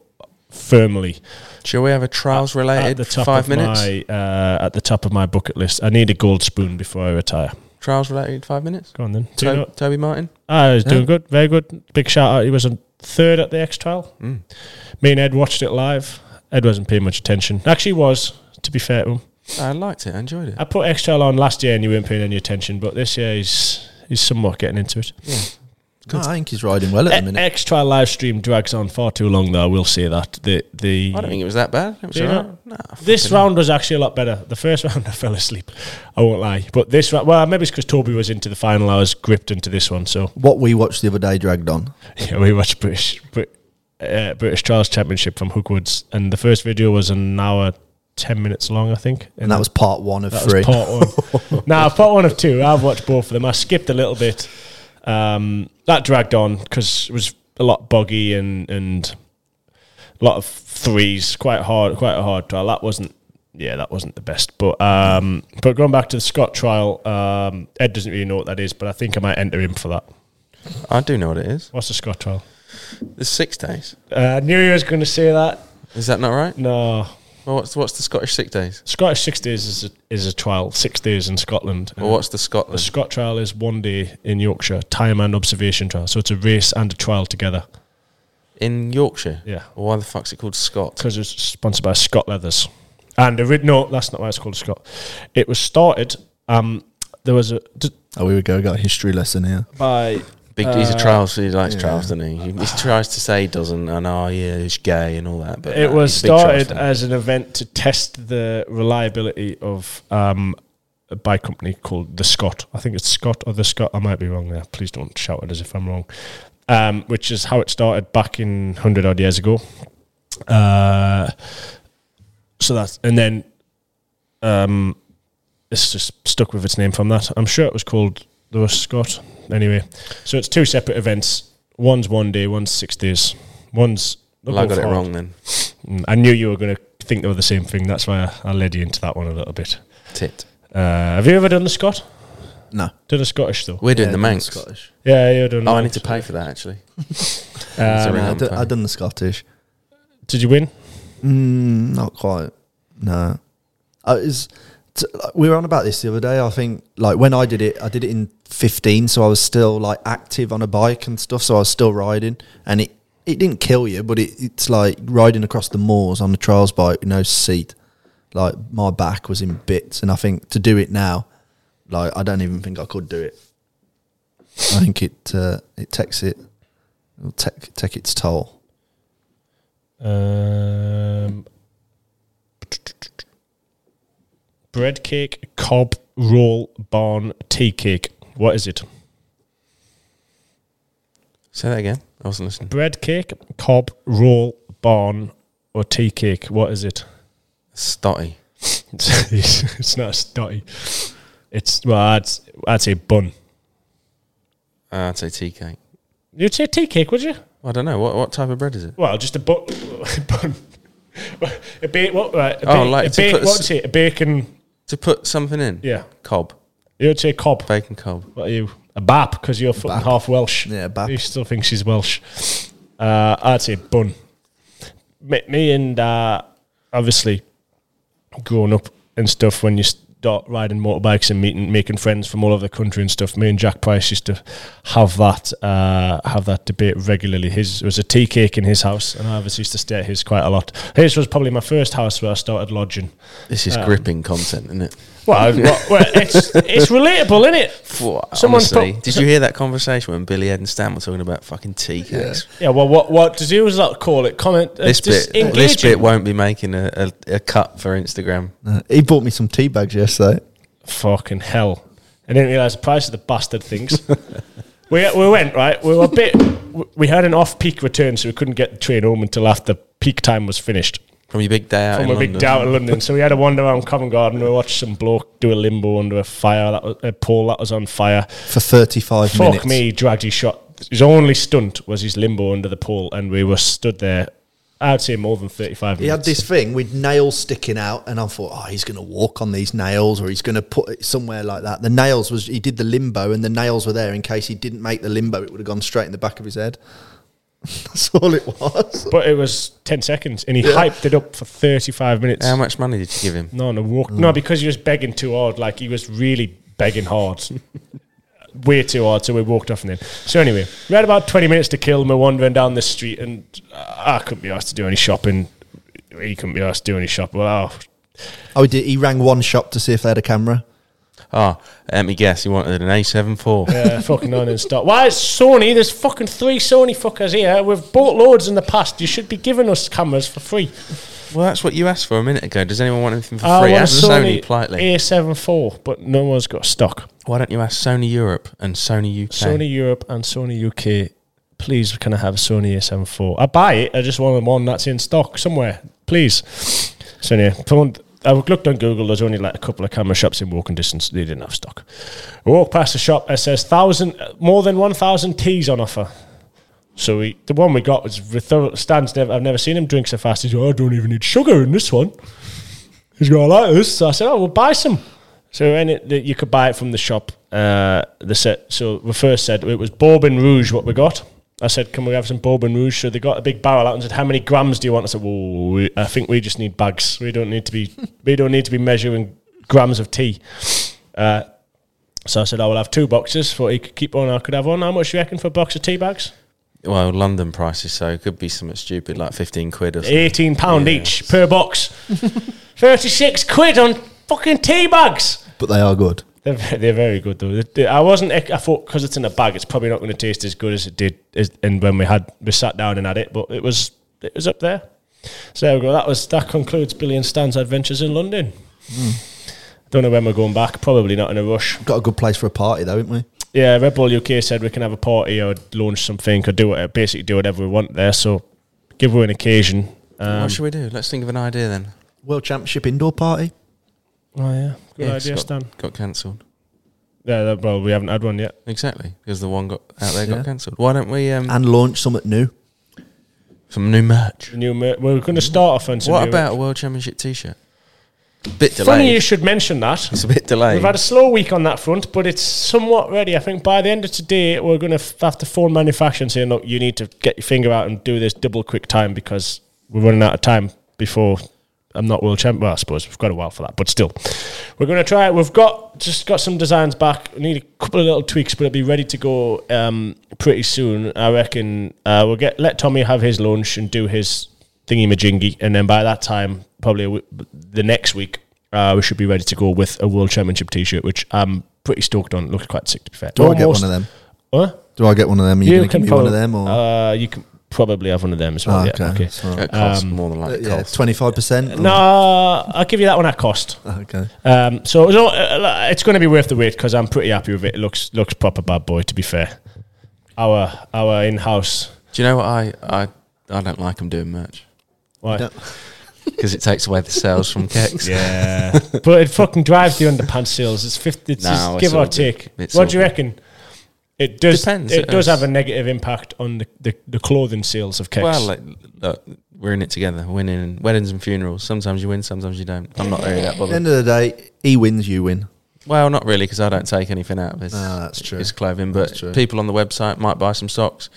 Speaker 4: firmly
Speaker 3: Shall we have a trials
Speaker 4: at
Speaker 3: related
Speaker 4: the top
Speaker 3: five
Speaker 4: of
Speaker 3: minutes?
Speaker 4: my uh, at the top of my bucket list. I need a gold spoon before I retire.
Speaker 3: Trials related five minutes.
Speaker 4: Go on then. Do you
Speaker 3: To-
Speaker 4: know-
Speaker 3: Toby Martin.
Speaker 4: Ah, he was doing good, very good. Big shout out. He was on third at the X trial.
Speaker 3: Mm.
Speaker 4: Me and Ed watched it live. Ed wasn't paying much attention. Actually, he was to be fair to him.
Speaker 3: I liked it. I enjoyed it.
Speaker 4: I put X trial on last year, and you weren't paying any attention. But this year, he's he's somewhat getting into it.
Speaker 5: no I think he's riding well
Speaker 4: Eh,
Speaker 5: at the minute.
Speaker 4: X trial live stream drags on far too long, though. I will say that the the
Speaker 3: I don't think it was that bad. It was
Speaker 4: Do you
Speaker 3: all right.
Speaker 4: not?
Speaker 3: No, I
Speaker 4: This
Speaker 3: fucking-
Speaker 4: round was actually a lot better. The first round, I fell asleep. I won't lie. But this round, well, maybe it's because Toby was into the final. I was gripped into this one. So
Speaker 5: What we watched the other day dragged on.
Speaker 4: Yeah, we watched British Brit, uh, British Trials Championship from Hookwoods, and the first video was an hour ten minutes long, I think.
Speaker 5: And that was part one of
Speaker 4: Eh. that
Speaker 5: three.
Speaker 4: was part one. now part one of two. I've watched both of them. I skipped a little bit. Um, that dragged on because it was a lot boggy and and a lot of threes. Quite hard. Quite a hard trial. That wasn't. Yeah, that wasn't the best. But um, but going back to the Scott trial, um, Ed doesn't really know what that is, but I think I might enter him for that.
Speaker 3: I do know what it is.
Speaker 4: What's the Scott trial?
Speaker 3: There's six days.
Speaker 4: Uh, I knew you was going to say that.
Speaker 3: Is that not right?
Speaker 4: No,
Speaker 3: Well, what's what's the Scottish six days?
Speaker 4: Scottish six days is a, is a trial. Six days in Scotland.
Speaker 3: Or what's the
Speaker 4: the
Speaker 3: Scotland?
Speaker 4: Scott trial is one day in Yorkshire, time and observation trial. So it's a race and a trial together
Speaker 3: In Yorkshire.
Speaker 4: Yeah.
Speaker 3: Well, why the fuck's it called Scott?
Speaker 4: because it's sponsored by Scott Leathers. And ori- no, that's not why it's called Scott. It was started Um, there was a d-
Speaker 5: Oh, we would go. Got a history lesson here.
Speaker 4: by
Speaker 3: Big, he's a
Speaker 4: Uh,
Speaker 3: trials. He likes
Speaker 5: yeah.
Speaker 3: trials, doesn't he? he? He tries to say he doesn't, and oh yeah, he's gay and all that. But
Speaker 4: it
Speaker 3: no,
Speaker 4: was
Speaker 3: he's a big trials
Speaker 4: started
Speaker 3: fan.
Speaker 4: as an event to test the reliability of um, a bike company called the Scott. I think it's Scott or the Scott. I might be wrong there. Please don't shout it as if I'm wrong. Um, which is how it started back in hundred odd years ago. Uh, so that's and then um, it's just stuck with its name from that. I'm sure it was called the Scott. Anyway, so it's two separate events. One's one day, one's six days. One's
Speaker 3: Well, I got it
Speaker 4: Hard.
Speaker 3: wrong then.
Speaker 4: Mm, I knew you were going to think they were the same thing. That's why I, I led you into that one a little bit.
Speaker 3: Tit.
Speaker 4: Uh, have you ever done the Scot?
Speaker 5: No,
Speaker 4: Done a Scottish though?
Speaker 3: We're doing
Speaker 5: Yeah,
Speaker 3: the
Speaker 5: done
Speaker 3: Manx.
Speaker 5: Scottish.
Speaker 4: Yeah, you done.
Speaker 3: Oh, I
Speaker 4: that.
Speaker 3: need to pay for that actually.
Speaker 4: Uh,
Speaker 3: Sorry.
Speaker 5: Yeah, I
Speaker 3: I'm
Speaker 5: done, I
Speaker 3: fine.
Speaker 5: done the Scottish.
Speaker 4: did you win?
Speaker 5: Mm, not quite. No. Uh, is t- like, we were on about this the other day. I think like when I did it, I did it in 15, so I was still like active on a bike and stuff. So I was still riding, and it it didn't kill you, but it, it's like riding across the moors on the trials bike with no seat. Like my back was in bits, and I think to do it now, like I don't even think I could do it. I think it uh, it takes it it'll take take its toll.
Speaker 4: Um, bread cake, cob, roll, barn, tea cake. What is it?
Speaker 3: Say that again. I wasn't listening.
Speaker 4: Bread cake, cob, roll, barn, or tea cake. What is it?
Speaker 3: Stotty.
Speaker 4: it's it's not a stotty. It's well, I'd I'd say bun.
Speaker 3: Uh, I'd say tea cake.
Speaker 4: You'd say tea cake, would you?
Speaker 3: I don't know what what type of bread is it.
Speaker 4: Well, just a bu- bun. a ba- what? Right, a
Speaker 3: Oh,
Speaker 4: ba-
Speaker 3: like
Speaker 4: a
Speaker 3: to
Speaker 4: ba-
Speaker 3: put
Speaker 4: what
Speaker 3: s-
Speaker 4: would you say? A bacon.
Speaker 3: To put something in.
Speaker 4: Yeah,
Speaker 3: Cob.
Speaker 4: you'd say cob.
Speaker 3: Bacon cob.
Speaker 4: What are you? A bap because you're fucking
Speaker 5: Bap.
Speaker 4: half Welsh.
Speaker 5: Yeah, bap.
Speaker 4: You still think she's Welsh? Uh, I'd say bun. Me, me and uh, obviously growing up and stuff when you start riding motorbikes and meeting making friends from all over the country and stuff me and jack price used to have that uh, have that debate regularly his there was a tea cake in his house and i obviously used to stay at his quite a lot his was probably my first house where i started lodging
Speaker 3: This
Speaker 4: Um,
Speaker 3: is gripping content, isn't it?
Speaker 4: well, what- well it's, it's relatable isn't it Someone's
Speaker 3: Honestly,
Speaker 4: put-
Speaker 3: did you hear that conversation when Billy Ed and Stan were talking about fucking tea cakes?
Speaker 4: yeah well what what does he always like to call it comment uh,
Speaker 3: This
Speaker 4: just
Speaker 3: bit, this
Speaker 4: engaging.
Speaker 3: bit won't be making a, a, a cut for Instagram.
Speaker 5: Uh, he bought me some tea bags yesterday.
Speaker 4: fucking hell. I didn't realise the price of the bastard things. we, we went, right? We were a bit, we had an off peak return, so we couldn't get the train home until after peak time was finished.
Speaker 3: From your big day out.
Speaker 4: From
Speaker 3: in
Speaker 4: a big
Speaker 3: London.
Speaker 4: day out in London. So we had a wander around Covent Garden. We watched some bloke do a limbo under a fire, that was, a pole that was on fire.
Speaker 5: for 35
Speaker 4: Fuck
Speaker 5: minutes.
Speaker 4: me, he dragged his shot. His only stunt was his limbo under the pole, and we were stood there, I'd say more than 35 minutes.
Speaker 5: He had this thing with nails sticking out, and I thought, oh, he's going to walk on these nails or he's going to put it somewhere like that. The nails was, he did the limbo, and the nails were there in case he didn't make the limbo, it would have gone straight in the back of his head. That's all it was.
Speaker 4: But it was 10 seconds, and he hyped it up for 35 minutes.
Speaker 3: How much money did you give him?
Speaker 4: No, no, walk. No, because he was begging too hard. Like he was really begging hard, way too hard. So we walked off and then. So anyway, we had about twenty minutes to kill. and We're wandering down the street, and uh, I couldn't be asked to do any shopping. He couldn't be asked to do any shopping. Well, oh,
Speaker 5: Oh, he, did, he rang one shop to see if they had a camera.
Speaker 3: Oh, let me guess. He wanted an A74.
Speaker 4: yeah, fucking on and stop. Why is Sony? There's fucking three Sony fuckers here. We've bought loads in the past. You should be giving us cameras for free.
Speaker 3: Well, that's what you asked for a minute ago. Does anyone want anything for
Speaker 4: I
Speaker 3: free?
Speaker 4: want a
Speaker 3: Ask Sony, politely.
Speaker 4: A7 IV, but no one's got stock.
Speaker 3: Why don't you ask Sony Europe and Sony UK?
Speaker 4: Sony Europe and Sony UK. Please, can I have a Sony A74? I buy it. I just want one that's in stock somewhere, please. So anyway, phone- I looked on Google. There's only like a couple of camera shops in walking distance. They didn't have stock. We walked past the shop. It says thousand, more than one thousand teas on offer. So we, the one we got was with thorough- Stan's. Never, I've never seen him drink so fast. He's like, "Oh, I don't even need sugar in this one. He's going, I like this. So I said, oh, we'll buy some. So and it, that you could buy it from the shop. Uh, the set. So we first said it was Bourbon Rouge what we got. I said, can we have some Bourbon Rouge? So they got a big barrel out and said, how many grams do you want? I said, well, we, I think we just need bags. We don't need to be. we don't need to be measuring grams of tea. Uh, so I said, I will have two boxes. For you could keep one. I could have one. How much do you reckon for a box of tea bags?
Speaker 3: Well, London prices, so it could be something stupid like 15 quid or something.
Speaker 4: 18 pound
Speaker 3: Yeah.
Speaker 4: each per box 36 quid on fucking tea bags
Speaker 5: But they are good.
Speaker 4: They're, ve- they're very good though. They- they- I wasn't. ex- I thought because it's in a bag, it's probably not going to taste as good as it did. As, and when we had we sat down and had it, but it was it was up there. So there we go. That was that concludes Billy and Stan's adventures in London.
Speaker 3: Hmm.
Speaker 4: Don't know when we're going back. Probably not in a rush.
Speaker 5: Got a good place for a party though, haven't we?
Speaker 4: Yeah, Red Bull UK said we can have a party or launch something or do it. Basically, do whatever we want there. So give her an occasion. Um,
Speaker 3: what should we do? Let's think of an idea then.
Speaker 5: World Championship indoor party.
Speaker 4: oh yeah, good
Speaker 3: Yeah, 'cause
Speaker 4: idea,
Speaker 3: got,
Speaker 4: Stan.
Speaker 3: Got cancelled.
Speaker 4: Yeah, that- well, we haven't had one yet.
Speaker 3: Exactly, because the one got out there
Speaker 5: Yeah. Ah.
Speaker 3: got cancelled. Why don't we um,
Speaker 5: And launch something new.
Speaker 3: some new merch?
Speaker 4: The new mer- we're going to start off on some
Speaker 3: What
Speaker 4: new-
Speaker 3: about a world championship T-shirt? Bit delayed.
Speaker 4: Funny you should mention that.
Speaker 3: it's a bit delayed.
Speaker 4: We've had a slow week on that front, but it's somewhat ready. I think by the end of today, we're going to f- have to phone manufacturer and say, look, you need to get your finger out and do this double quick time because we're running out of time before I'm not world champion. Well, I suppose we've got a while for that, but still, we're going to try it. We've got just got some designs back. We need a couple of little tweaks, but it'll be ready to go um, pretty soon. I reckon uh, we'll get let Tommy have his lunch and do his thingy majingy, and then by that time, probably a w- the next week, uh, we should be ready to go with a World Championship T-shirt, which I'm pretty stoked on. Looks quite sick to be fair.
Speaker 5: Do I get one of them?
Speaker 4: Huh?
Speaker 5: Do I get one of them? Are you,
Speaker 4: You
Speaker 5: going to
Speaker 4: can
Speaker 5: give me one of
Speaker 4: probab-
Speaker 5: them or
Speaker 4: Uh, you can probably have one of them as well.
Speaker 5: Oh,
Speaker 4: yeah,
Speaker 5: okay.
Speaker 4: okay.
Speaker 5: So-
Speaker 3: It costs more than like
Speaker 5: Um, uh, yeah,
Speaker 3: cost.
Speaker 5: twenty five percent? Oh,
Speaker 4: No, I'll give you that one at cost.
Speaker 5: Okay.
Speaker 4: Um, so so, uh, it's going to be worth the wait because I'm pretty happy with it. it. Looks looks proper bad boy to be fair. Our our in house.
Speaker 3: Do you know what I I I don't like them doing merch
Speaker 4: Why?
Speaker 5: Don't-
Speaker 3: because it takes away the sales from keks.
Speaker 4: Yeah, but it fucking drives the underpants sales. It's fifty. It's
Speaker 3: No,
Speaker 4: just
Speaker 3: it's
Speaker 4: give
Speaker 3: all
Speaker 4: or
Speaker 3: good.
Speaker 4: take.
Speaker 3: It's all
Speaker 4: what do you
Speaker 3: good.
Speaker 4: reckon? It does.
Speaker 3: Depends,
Speaker 4: It,
Speaker 3: it does.
Speaker 4: does have a negative impact on the, the, the clothing sales of kicks.
Speaker 3: Well, like, look, we're in it together. Winning weddings and funerals. Sometimes you win, sometimes you don't. I'm not really that
Speaker 5: At the
Speaker 3: bothered.
Speaker 5: end of the day, he wins, you win.
Speaker 3: Well, not really, because I don't take anything out of his.
Speaker 5: Ah, that's true.
Speaker 3: His clothing,
Speaker 5: That's
Speaker 3: but
Speaker 5: true.
Speaker 3: people on the website might buy some socks.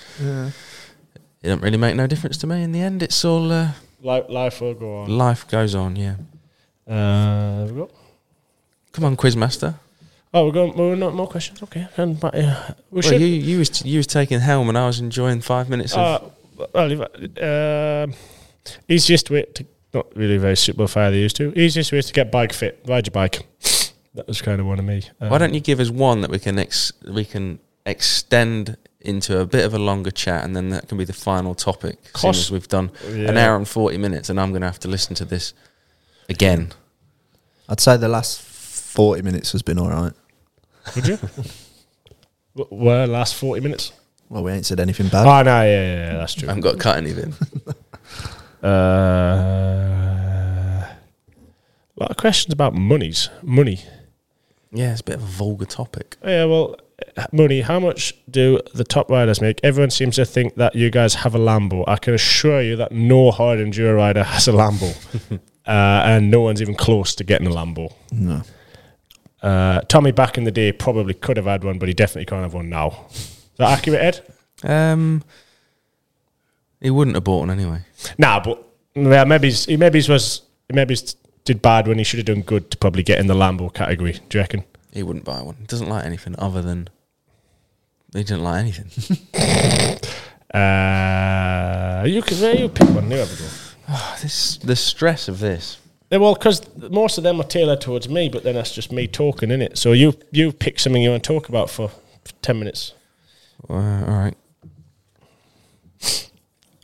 Speaker 3: It don't really make no difference to me. In the end, it's all uh,
Speaker 4: life, life will go on.
Speaker 3: life goes on. Yeah.
Speaker 4: Uh, there we go.
Speaker 3: Come on, Quizmaster.
Speaker 4: Oh, we're going. We're not more questions. Okay, and, but, uh, we
Speaker 3: Well,
Speaker 4: should.
Speaker 3: you you was you was taking helm, and I was enjoying five minutes
Speaker 5: Oh,
Speaker 3: of.
Speaker 4: uh, well, if- um, easiest way to not really very simplified. They used to easiest way is to get bike fit. Ride your bike. That was kind of one of me. Um,
Speaker 3: Why don't you give us one that we can ex- we can extend into a bit of a longer chat, and then that can be the final topic. Seeing
Speaker 4: Cost-
Speaker 3: as we've done an
Speaker 4: Yeah.
Speaker 3: hour and forty minutes, and I'm going to have to listen to this again.
Speaker 5: I'd say the last forty minutes has been all right.
Speaker 4: Would you? W- Were last forty minutes?
Speaker 5: Well, we ain't said anything bad.
Speaker 4: Oh no, yeah, yeah, yeah that's
Speaker 3: I
Speaker 4: true.
Speaker 3: haven't got to cut anything.
Speaker 4: Uh, a lot of questions about monies. Money.
Speaker 3: yeah, it's a bit of a vulgar topic.
Speaker 4: Oh, Yeah, well, money. How much do the top riders make? Everyone seems to think that you guys have a Lambo. I can assure you that no hard enduro rider has a Lambo, uh, and no one's even close to getting a Lambo.
Speaker 5: No.
Speaker 4: Uh, Tommy back in the day probably could have had one, but he definitely can't have one now. Is that accurate, Ed?
Speaker 3: Um, he wouldn't have bought one anyway.
Speaker 4: Nah, but yeah, maybe he's, he maybe he was he maybe he's did bad when he should have done good to probably get in the Lambo category. Do you reckon?
Speaker 3: He wouldn't buy one. He doesn't like anything other than he didn't like anything.
Speaker 4: Uh, you can yeah, you pick one. You have a go.
Speaker 3: this the stress of this.
Speaker 4: Yeah, well, because most of them are tailored towards me, but then that's just me talking in it. So you you pick something you want to talk about for ten minutes.
Speaker 3: Uh, all right.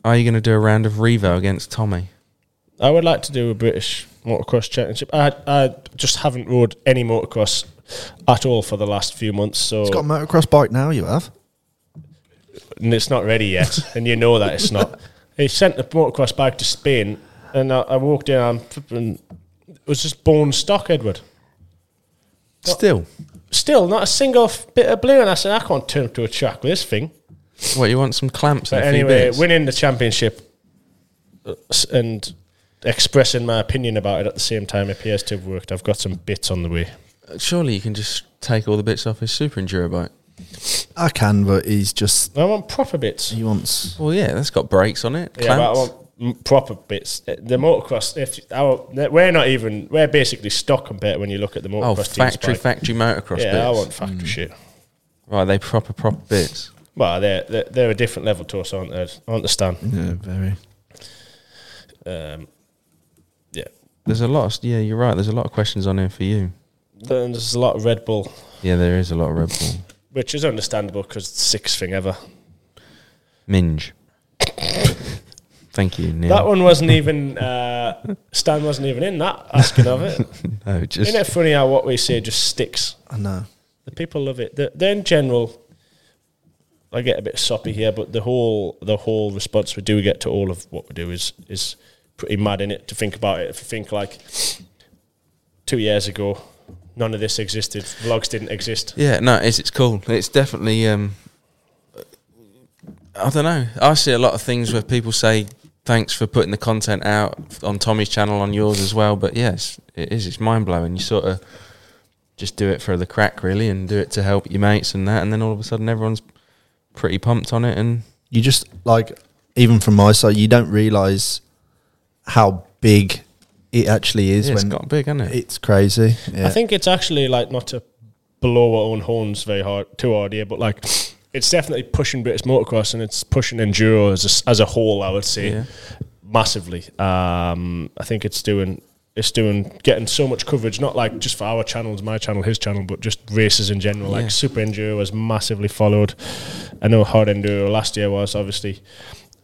Speaker 3: Are you going to do a round of Revo against Tommy?
Speaker 4: I would like to do a British motocross championship. I I just haven't rode any motocross at all for the last few months, so
Speaker 5: It's got a motocross bike now. You have.
Speaker 4: and it's not ready yet, and you know that it's not. He sent the motocross bike to Spain, and I, I walked in. I'm flipping, it was just born stock, Edward.
Speaker 3: Still.
Speaker 4: Still, not a single f- bit of blue, and I said I can't turn up to a track with this thing.
Speaker 3: What you want? Some clamps and
Speaker 4: But
Speaker 3: a few
Speaker 4: anyway,
Speaker 3: bits?
Speaker 4: winning the championship uh, s- and expressing my opinion about it at the same time appears to have worked. I've got some bits on the way.
Speaker 3: Surely you can just take all the bits off his super enduro bike.
Speaker 5: I can, but he's just
Speaker 4: I want proper bits.
Speaker 5: he wants.
Speaker 3: Well, yeah, that's got brakes on it.
Speaker 4: Yeah, but I
Speaker 3: clamps.
Speaker 4: want m- proper bits. Uh, The motocross, if our, we're not even, we're basically stock compared when you look at the
Speaker 3: oh,
Speaker 4: motocross. team's
Speaker 3: factory
Speaker 4: bike.
Speaker 3: factory motocross
Speaker 4: Yeah,
Speaker 3: bits.
Speaker 4: I want factory shit.
Speaker 3: Right, they proper proper bits.
Speaker 4: Well, they're, they're they're a different level to us, aren't they? Aren't they, Stan?
Speaker 5: Yeah, very.
Speaker 4: Um, yeah. Um,
Speaker 3: There's a lot. Of, yeah, you're right. There's a lot of questions on here for you.
Speaker 4: Then There's a lot of Red Bull,
Speaker 3: Yeah, there is a lot of Red Bull.
Speaker 4: which is understandable because it's the sixth thing ever.
Speaker 3: Minge. Thank you, Neil.
Speaker 4: That one wasn't even uh, Stan wasn't even in that asking of it.
Speaker 3: No,
Speaker 4: Isn't it
Speaker 3: just
Speaker 4: funny how what we say just sticks?
Speaker 5: I know.
Speaker 4: The people love it. The, they in general, I get a bit soppy here, but the whole the whole response we do get to all of what we do is is pretty mad in it to think about it. If you think like two years ago, none of this existed. Vlogs didn't exist.
Speaker 3: yeah. No, it's it's cool. It's definitely. Um, I don't know. I see a lot of things where people say thanks for putting the content out on Tommy's channel, on yours as well. But yes, it is. It's mind blowing. You sort of just do it for the crack, really, and do it to help your mates and that. And then all of a sudden, everyone's pretty pumped on it. And
Speaker 5: You just like even from my side, you don't realise how big it actually is
Speaker 3: yeah, it's
Speaker 5: when
Speaker 3: got big, hasn't it?
Speaker 5: it's crazy. Yeah.
Speaker 4: I think it's actually like not to blow our own horns very hard, too hard here, but like it's definitely pushing British motocross and it's pushing enduro as a, s- as a whole. I would say
Speaker 3: Yeah.
Speaker 4: massively. Um, I think it's doing it's doing getting so much coverage, not like just for our channels, my channel, his channel, but just races in general.
Speaker 3: Yeah.
Speaker 4: Like super enduro was massively followed. I know hard enduro last year was obviously.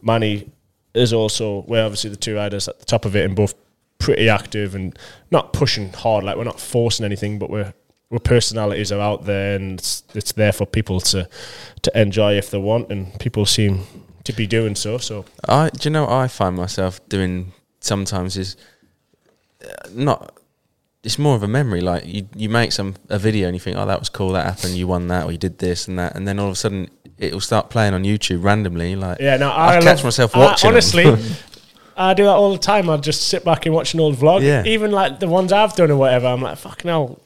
Speaker 4: Manny is also we're obviously the two riders at the top of it and both pretty active and not pushing hard. Like we're not forcing anything, but we're we're personalities are out there and it's, it's there for people to to enjoy if they want, and people seem to be doing so. So
Speaker 3: I do you know what I find myself doing sometimes is uh, not. It's more of a memory. Like you, you make some a video and you think, oh, that was cool, that happened, you won that, or you did this and that, and then all of a sudden it'll start playing on YouTube randomly. Like
Speaker 4: yeah, no, I
Speaker 3: I,
Speaker 4: love-
Speaker 3: catch myself
Speaker 4: I-
Speaker 3: watching. 'em.
Speaker 4: honestly. I do that all the time. I just sit back and watch an old vlog,
Speaker 3: Yeah.
Speaker 4: even like the ones I've done or whatever. I'm like, fucking hell,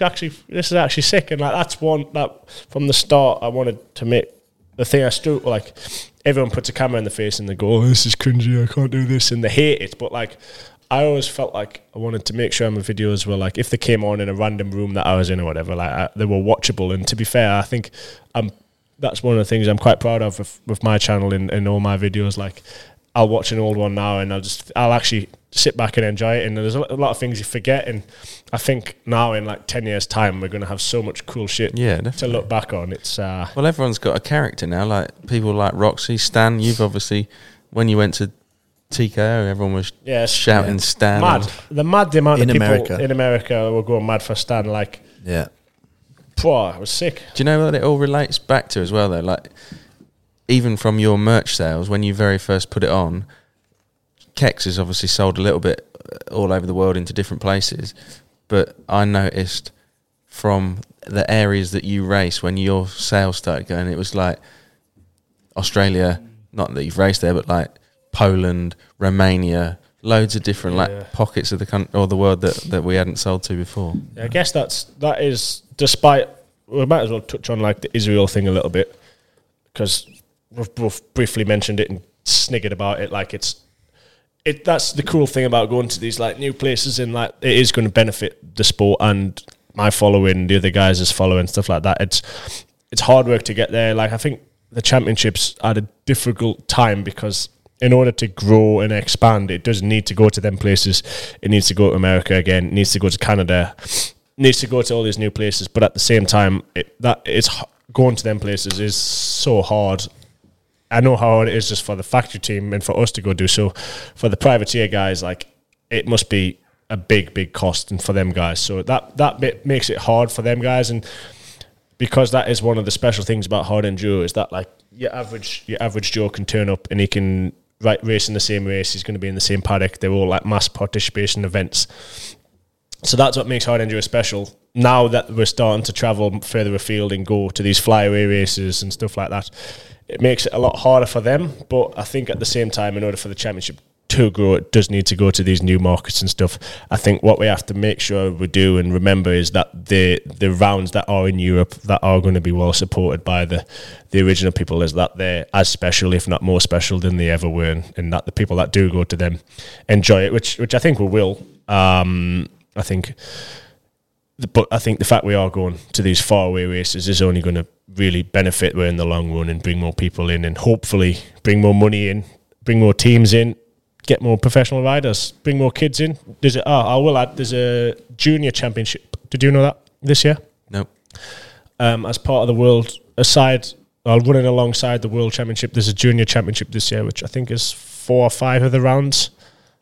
Speaker 4: actually, this is actually sick. And like, that's one that from the start I wanted to make the thing I stood like. Everyone puts a camera in the face and they go, oh, "This is cringy. I can't do this," and they hate it. But like, I always felt like I wanted to make sure my videos were like, if they came on in a random room that I was in or whatever, like I, they were watchable. And to be fair, I think I'm. That's one of the things I'm quite proud of with, with my channel and, and all my videos. Like, I'll watch an old one now and I'll just I'll actually sit back and enjoy it. And there's a lo- a lot of things you forget. And I think now in like ten years' time, we're gonna have so much cool shit
Speaker 3: Yeah,
Speaker 4: to
Speaker 3: definitely.
Speaker 4: look back on. It's uh,
Speaker 3: Well, everyone's got a character now. Like people like Roxy, Stan. You've obviously when you went to TKO, everyone was
Speaker 4: Yes.
Speaker 3: shouting Stan.
Speaker 4: mad.
Speaker 3: and-
Speaker 4: The mad the amount
Speaker 5: In
Speaker 4: of people
Speaker 5: America.
Speaker 4: in America were going mad for Stan. Like,
Speaker 5: yeah.
Speaker 4: poor, I was sick.
Speaker 3: Do you know what it all relates back to as well, though? Like, even from your merch sales, when you very first put it on, Kex has obviously sold a little bit uh, all over the world into different places. But I noticed from the areas that you race when your sales started going, it was like Australia, not that you've raced there, but like Poland, Romania, loads of different
Speaker 4: Yeah.
Speaker 3: like pockets of the country or the world that, that we hadn't sold to before.
Speaker 4: I guess that's that is despite we might as well touch on like the Israel thing a little bit because we've both briefly mentioned it and sniggered about it. Like it's it that's the cool thing about going to these like new places and like it is going to benefit the sport and my following, the other guys is following stuff like that. It's it's hard work to get there. Like I think the championships had a difficult time because in order to grow and expand, it does need to go to them places. It needs to go to America again. It needs to go to Canada. Needs to go to all these new places. But at the same time, it, that it's h- going to them places is so hard I know how hard it is just for the factory team and for us to go do so. For the privateer guys, like it must be a big, big cost, and for them guys, so that that bit makes it hard for them guys, and because that is one of the special things about hard enduro is that like your average your average Joe can turn up and he can right race in the same race. He's going to be in the same paddock. They're all like mass participation events. So that's what makes hard enduro special. Now that we're starting to travel further afield and go to these flyaway races and stuff like that, it makes it a lot harder for them. But I think at the same time, in order for the championship to grow, it does need to go to these new markets and stuff. I think what we have to make sure we do and remember is that the the rounds that are in Europe that are going to be well supported by the the original people is that they're as special, if not more special, than they ever were, and, and that the people that do go to them enjoy it, which which I think we will. Um, I think, the- but I think the fact we are going to these faraway races is only going to really benefit we in the long run and bring more people in and hopefully bring more money in, bring more teams in, get ah, more professional riders, bring more kids in. There's a, oh, I will add, there's a junior championship Did you know that this year?
Speaker 3: No.
Speaker 4: um, as part of the world aside or running alongside the world championship there's a junior championship this year which i think is four or five of the rounds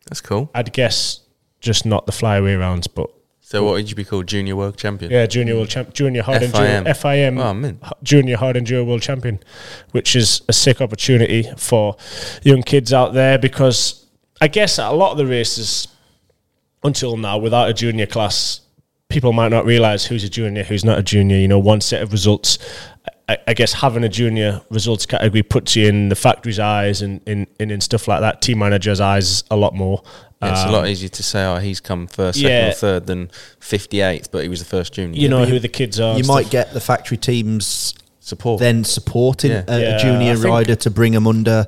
Speaker 3: That's cool.
Speaker 4: i'd guess just not the flyaway rounds but
Speaker 3: So what would you be called? Junior world champion?
Speaker 4: yeah junior world champ junior hard
Speaker 3: FIM.
Speaker 4: enduro fim
Speaker 3: Oh, man.
Speaker 4: h- junior hard enduro world champion which is a sick opportunity for young kids out there because i guess at a lot of the races until now without a junior class people might not realize who's a junior, who's not a junior. You know, one set of results. I, I guess having a junior results category puts you in the factory's eyes and in and, in stuff like that. Team manager's eyes a lot more.
Speaker 3: Yeah, it's
Speaker 4: Um,
Speaker 3: a lot easier to say, oh, he's come first, second,
Speaker 4: Yeah.
Speaker 3: or third than 58th, but he was the first junior.
Speaker 4: you know who the kids are.
Speaker 5: You
Speaker 4: and
Speaker 5: might
Speaker 4: stuff.
Speaker 5: get the factory teams
Speaker 3: Support.
Speaker 5: then supporting
Speaker 3: Yeah.
Speaker 5: a,
Speaker 4: Yeah,
Speaker 5: a junior
Speaker 4: I think-
Speaker 5: rider to bring them under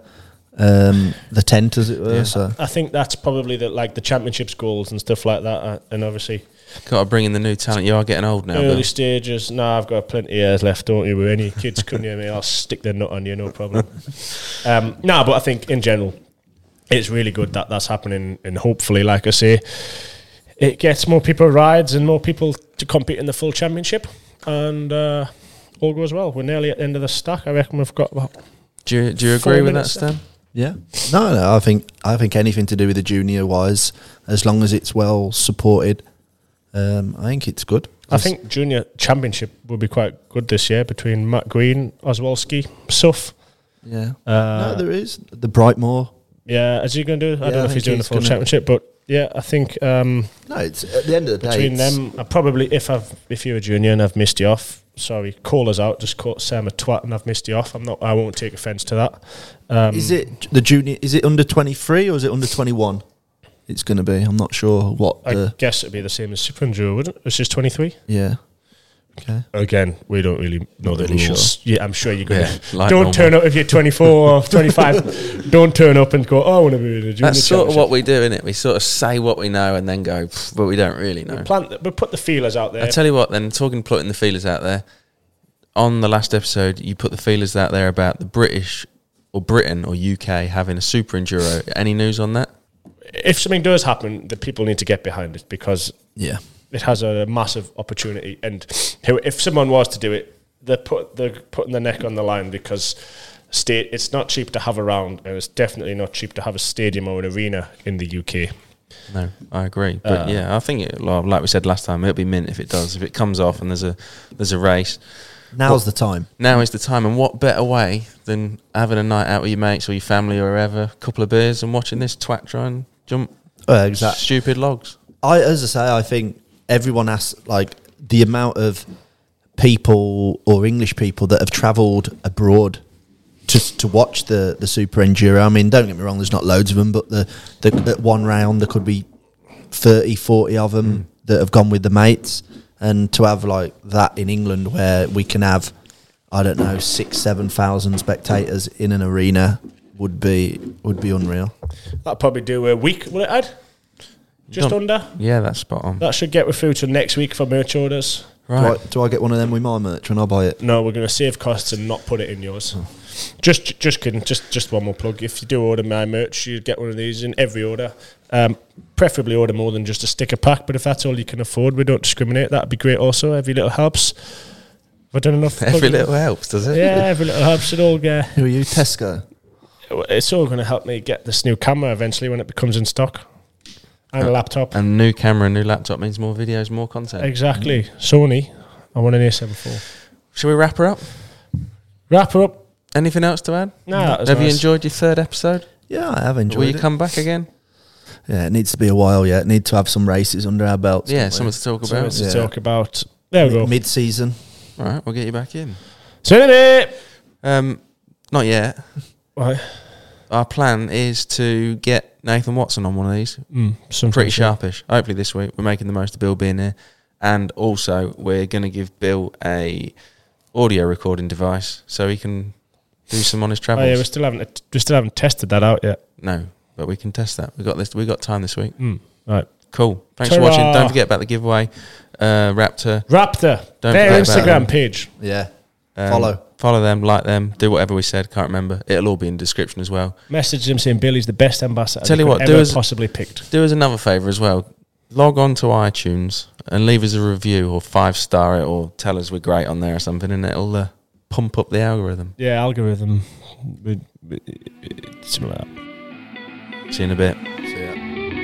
Speaker 5: um, the tent, as it were. So
Speaker 4: I think that's probably the like the championships goals and stuff like that. uh, And obviously
Speaker 3: Got to bring in the new talent. You are getting old now,
Speaker 4: early
Speaker 3: Bill.
Speaker 4: stages. Nah, I've got plenty of years left, don't you? With any kids come near me, I'll stick their nut on you, no problem. um, nah, but I think in general, it's really good that that's happening, and hopefully, like I say, it gets more people rides and more people to compete in the full championship, and uh, all goes well. We're nearly at the end of the stack. I reckon we've got about
Speaker 3: Do you, do you
Speaker 4: Four
Speaker 3: agree with that,
Speaker 4: minutes
Speaker 3: Stan?
Speaker 5: yeah, no, no. I think I think anything to do with the junior wise, as long as it's well supported, um, I think it's good.
Speaker 4: I think junior championship will be quite good this year between Matt Green, Oswalski, Suff.
Speaker 5: Yeah.
Speaker 4: Uh,
Speaker 5: no, there is the Brightmore.
Speaker 4: Yeah, is he going to do? I
Speaker 5: Yeah,
Speaker 4: don't know
Speaker 5: I
Speaker 4: if he's
Speaker 5: think
Speaker 4: doing the
Speaker 5: he's
Speaker 4: full
Speaker 5: gonna-
Speaker 4: championship, but yeah, I think um,
Speaker 5: No, it's at the end of the day.
Speaker 4: between
Speaker 5: it's-
Speaker 4: them, I probably if I've if you're a junior and I've missed you off, sorry, call us out. Just call Sam a twat and I've missed you off. I'm not. I won't take offence to that. Um,
Speaker 5: Is it the junior? Is it under twenty three or is it under twenty one? It's going to be. I'm not sure what
Speaker 4: I
Speaker 5: the
Speaker 4: guess it'd be the same as Super Enduro, wouldn't it? It's just 23.
Speaker 5: yeah. Okay.
Speaker 4: Again, we don't really know the
Speaker 5: really
Speaker 4: rules. Yeah, I'm sure you're gonna.
Speaker 3: Yeah, like
Speaker 4: don't
Speaker 3: normal.
Speaker 4: turn up if you're 24 or 25. don't turn up and go. Oh, I want to be in a junior.
Speaker 3: That's sort of
Speaker 4: championship."
Speaker 3: what we do, isn't it? We sort of say what we know and then go, "Pff, but we don't really know.
Speaker 4: Plant. The, we put the feelers out there.
Speaker 3: I tell you what, then talking, plotting the feelers out there. On the last episode, you put the feelers out there about the British or Britain or UK having a super enduro. Any news on that?
Speaker 4: if something does happen, the people need to get behind it because
Speaker 5: Yeah.
Speaker 4: it has a massive opportunity. And who- if someone was to do it, they're put they're putting their neck on the line because state it's not cheap to have around, and it's definitely not cheap to have a stadium or an arena in the UK.
Speaker 3: No, I agree. But yeah, I think it, like like we said last time, it'll be mint if it does. If it comes off and there's a there's a race,
Speaker 5: Now's the time.
Speaker 3: now is the time. And what better way than having a night out with your mates or your family or whoever, a couple of beers and watching this twat try and jump
Speaker 5: Uh, exactly.
Speaker 3: stupid logs.
Speaker 5: I, as I say, I think everyone has like the amount of people or English people that have travelled abroad to to watch the the super enduro. I mean, don't get me wrong, there's not loads of them, but the, the at one round there could be 30, 40 of them that have gone with the mates, and to have like that in England where we can have. I don't know, six, seven thousand spectators in an arena would be would be unreal.
Speaker 4: That'll probably do a week, will it, Ed? Just
Speaker 3: Done.
Speaker 4: under.
Speaker 3: Yeah, that's spot on.
Speaker 4: That should get us through to next week for merch orders.
Speaker 3: Right.
Speaker 5: Do, I, do I get one of them with my merch when I buy it?
Speaker 4: No, we're going to save costs and not put it in yours. Just, just kidding. Just, just one more plug. If you do order my merch, you get one of these in every order. Um, preferably order more than just a sticker pack. But if that's all you can afford, we don't discriminate. That'd be great. Also, every little helps. Have I done enough?
Speaker 3: Every
Speaker 4: plugging?
Speaker 3: little helps, does it?
Speaker 4: Yeah, every little helps. It all uh,
Speaker 5: Who are you, Tesco?
Speaker 4: It's all going to help me get this new camera eventually when it becomes in stock, and a laptop.
Speaker 3: And new camera, new laptop means more videos, more content.
Speaker 4: exactly. Sony. I want an A74.
Speaker 3: Shall we wrap her up?
Speaker 4: Wrap her up.
Speaker 3: Anything else to add?
Speaker 4: No, that was
Speaker 3: Have you
Speaker 4: nice.
Speaker 3: enjoyed your third episode?
Speaker 5: Yeah, I have enjoyed
Speaker 3: Will you
Speaker 5: it.
Speaker 3: come back again?
Speaker 5: yeah, it needs to be a while yet. Need to have some races under our belts.
Speaker 3: yeah,
Speaker 5: don't
Speaker 3: something
Speaker 5: we?
Speaker 3: to talk
Speaker 4: So
Speaker 3: about.
Speaker 4: it's to
Speaker 5: Yeah.
Speaker 4: talk about. There we go.
Speaker 5: mid-season.
Speaker 3: All right, we'll get you back in.
Speaker 4: So anyway,
Speaker 3: Um, not yet.
Speaker 4: Right.
Speaker 3: Our plan is to get Nathan Watson on one of these.
Speaker 4: Mm-hmm. Some
Speaker 3: Pretty sharpish. Hopefully this week we're making the most of Bill being here, and also we're going to give Bill a audio recording device so he can do some on his
Speaker 4: Oh
Speaker 3: travels.
Speaker 4: yeah, we still haven't we still haven't tested that out yet.
Speaker 3: no, but we can test that. We got this. We got time this week.
Speaker 4: Hmm. Right,
Speaker 3: Cool. Thanks
Speaker 4: Mm. Ta-ra.
Speaker 3: for watching. Don't forget about the giveaway. Uh, Raptor.
Speaker 4: Raptor,
Speaker 3: Don't
Speaker 4: their
Speaker 3: forget about them.
Speaker 4: Instagram page.
Speaker 5: Yeah,
Speaker 3: um,
Speaker 5: follow.
Speaker 3: Follow them. Like them. Do whatever we said. Can't remember. It'll all be in the description as well.
Speaker 4: Message them saying Billy's the best ambassador
Speaker 3: Tell
Speaker 4: they
Speaker 3: you
Speaker 4: could
Speaker 3: what, do
Speaker 4: ever
Speaker 3: us-
Speaker 4: possibly picked.
Speaker 3: Do us another favour as well. Log on to iTunes and leave us a review or five star it or tell us we're great on there or something, and it'll uh, pump up the algorithm.
Speaker 4: Yeah, algorithm. We- we- It's like that.
Speaker 3: See you in a bit.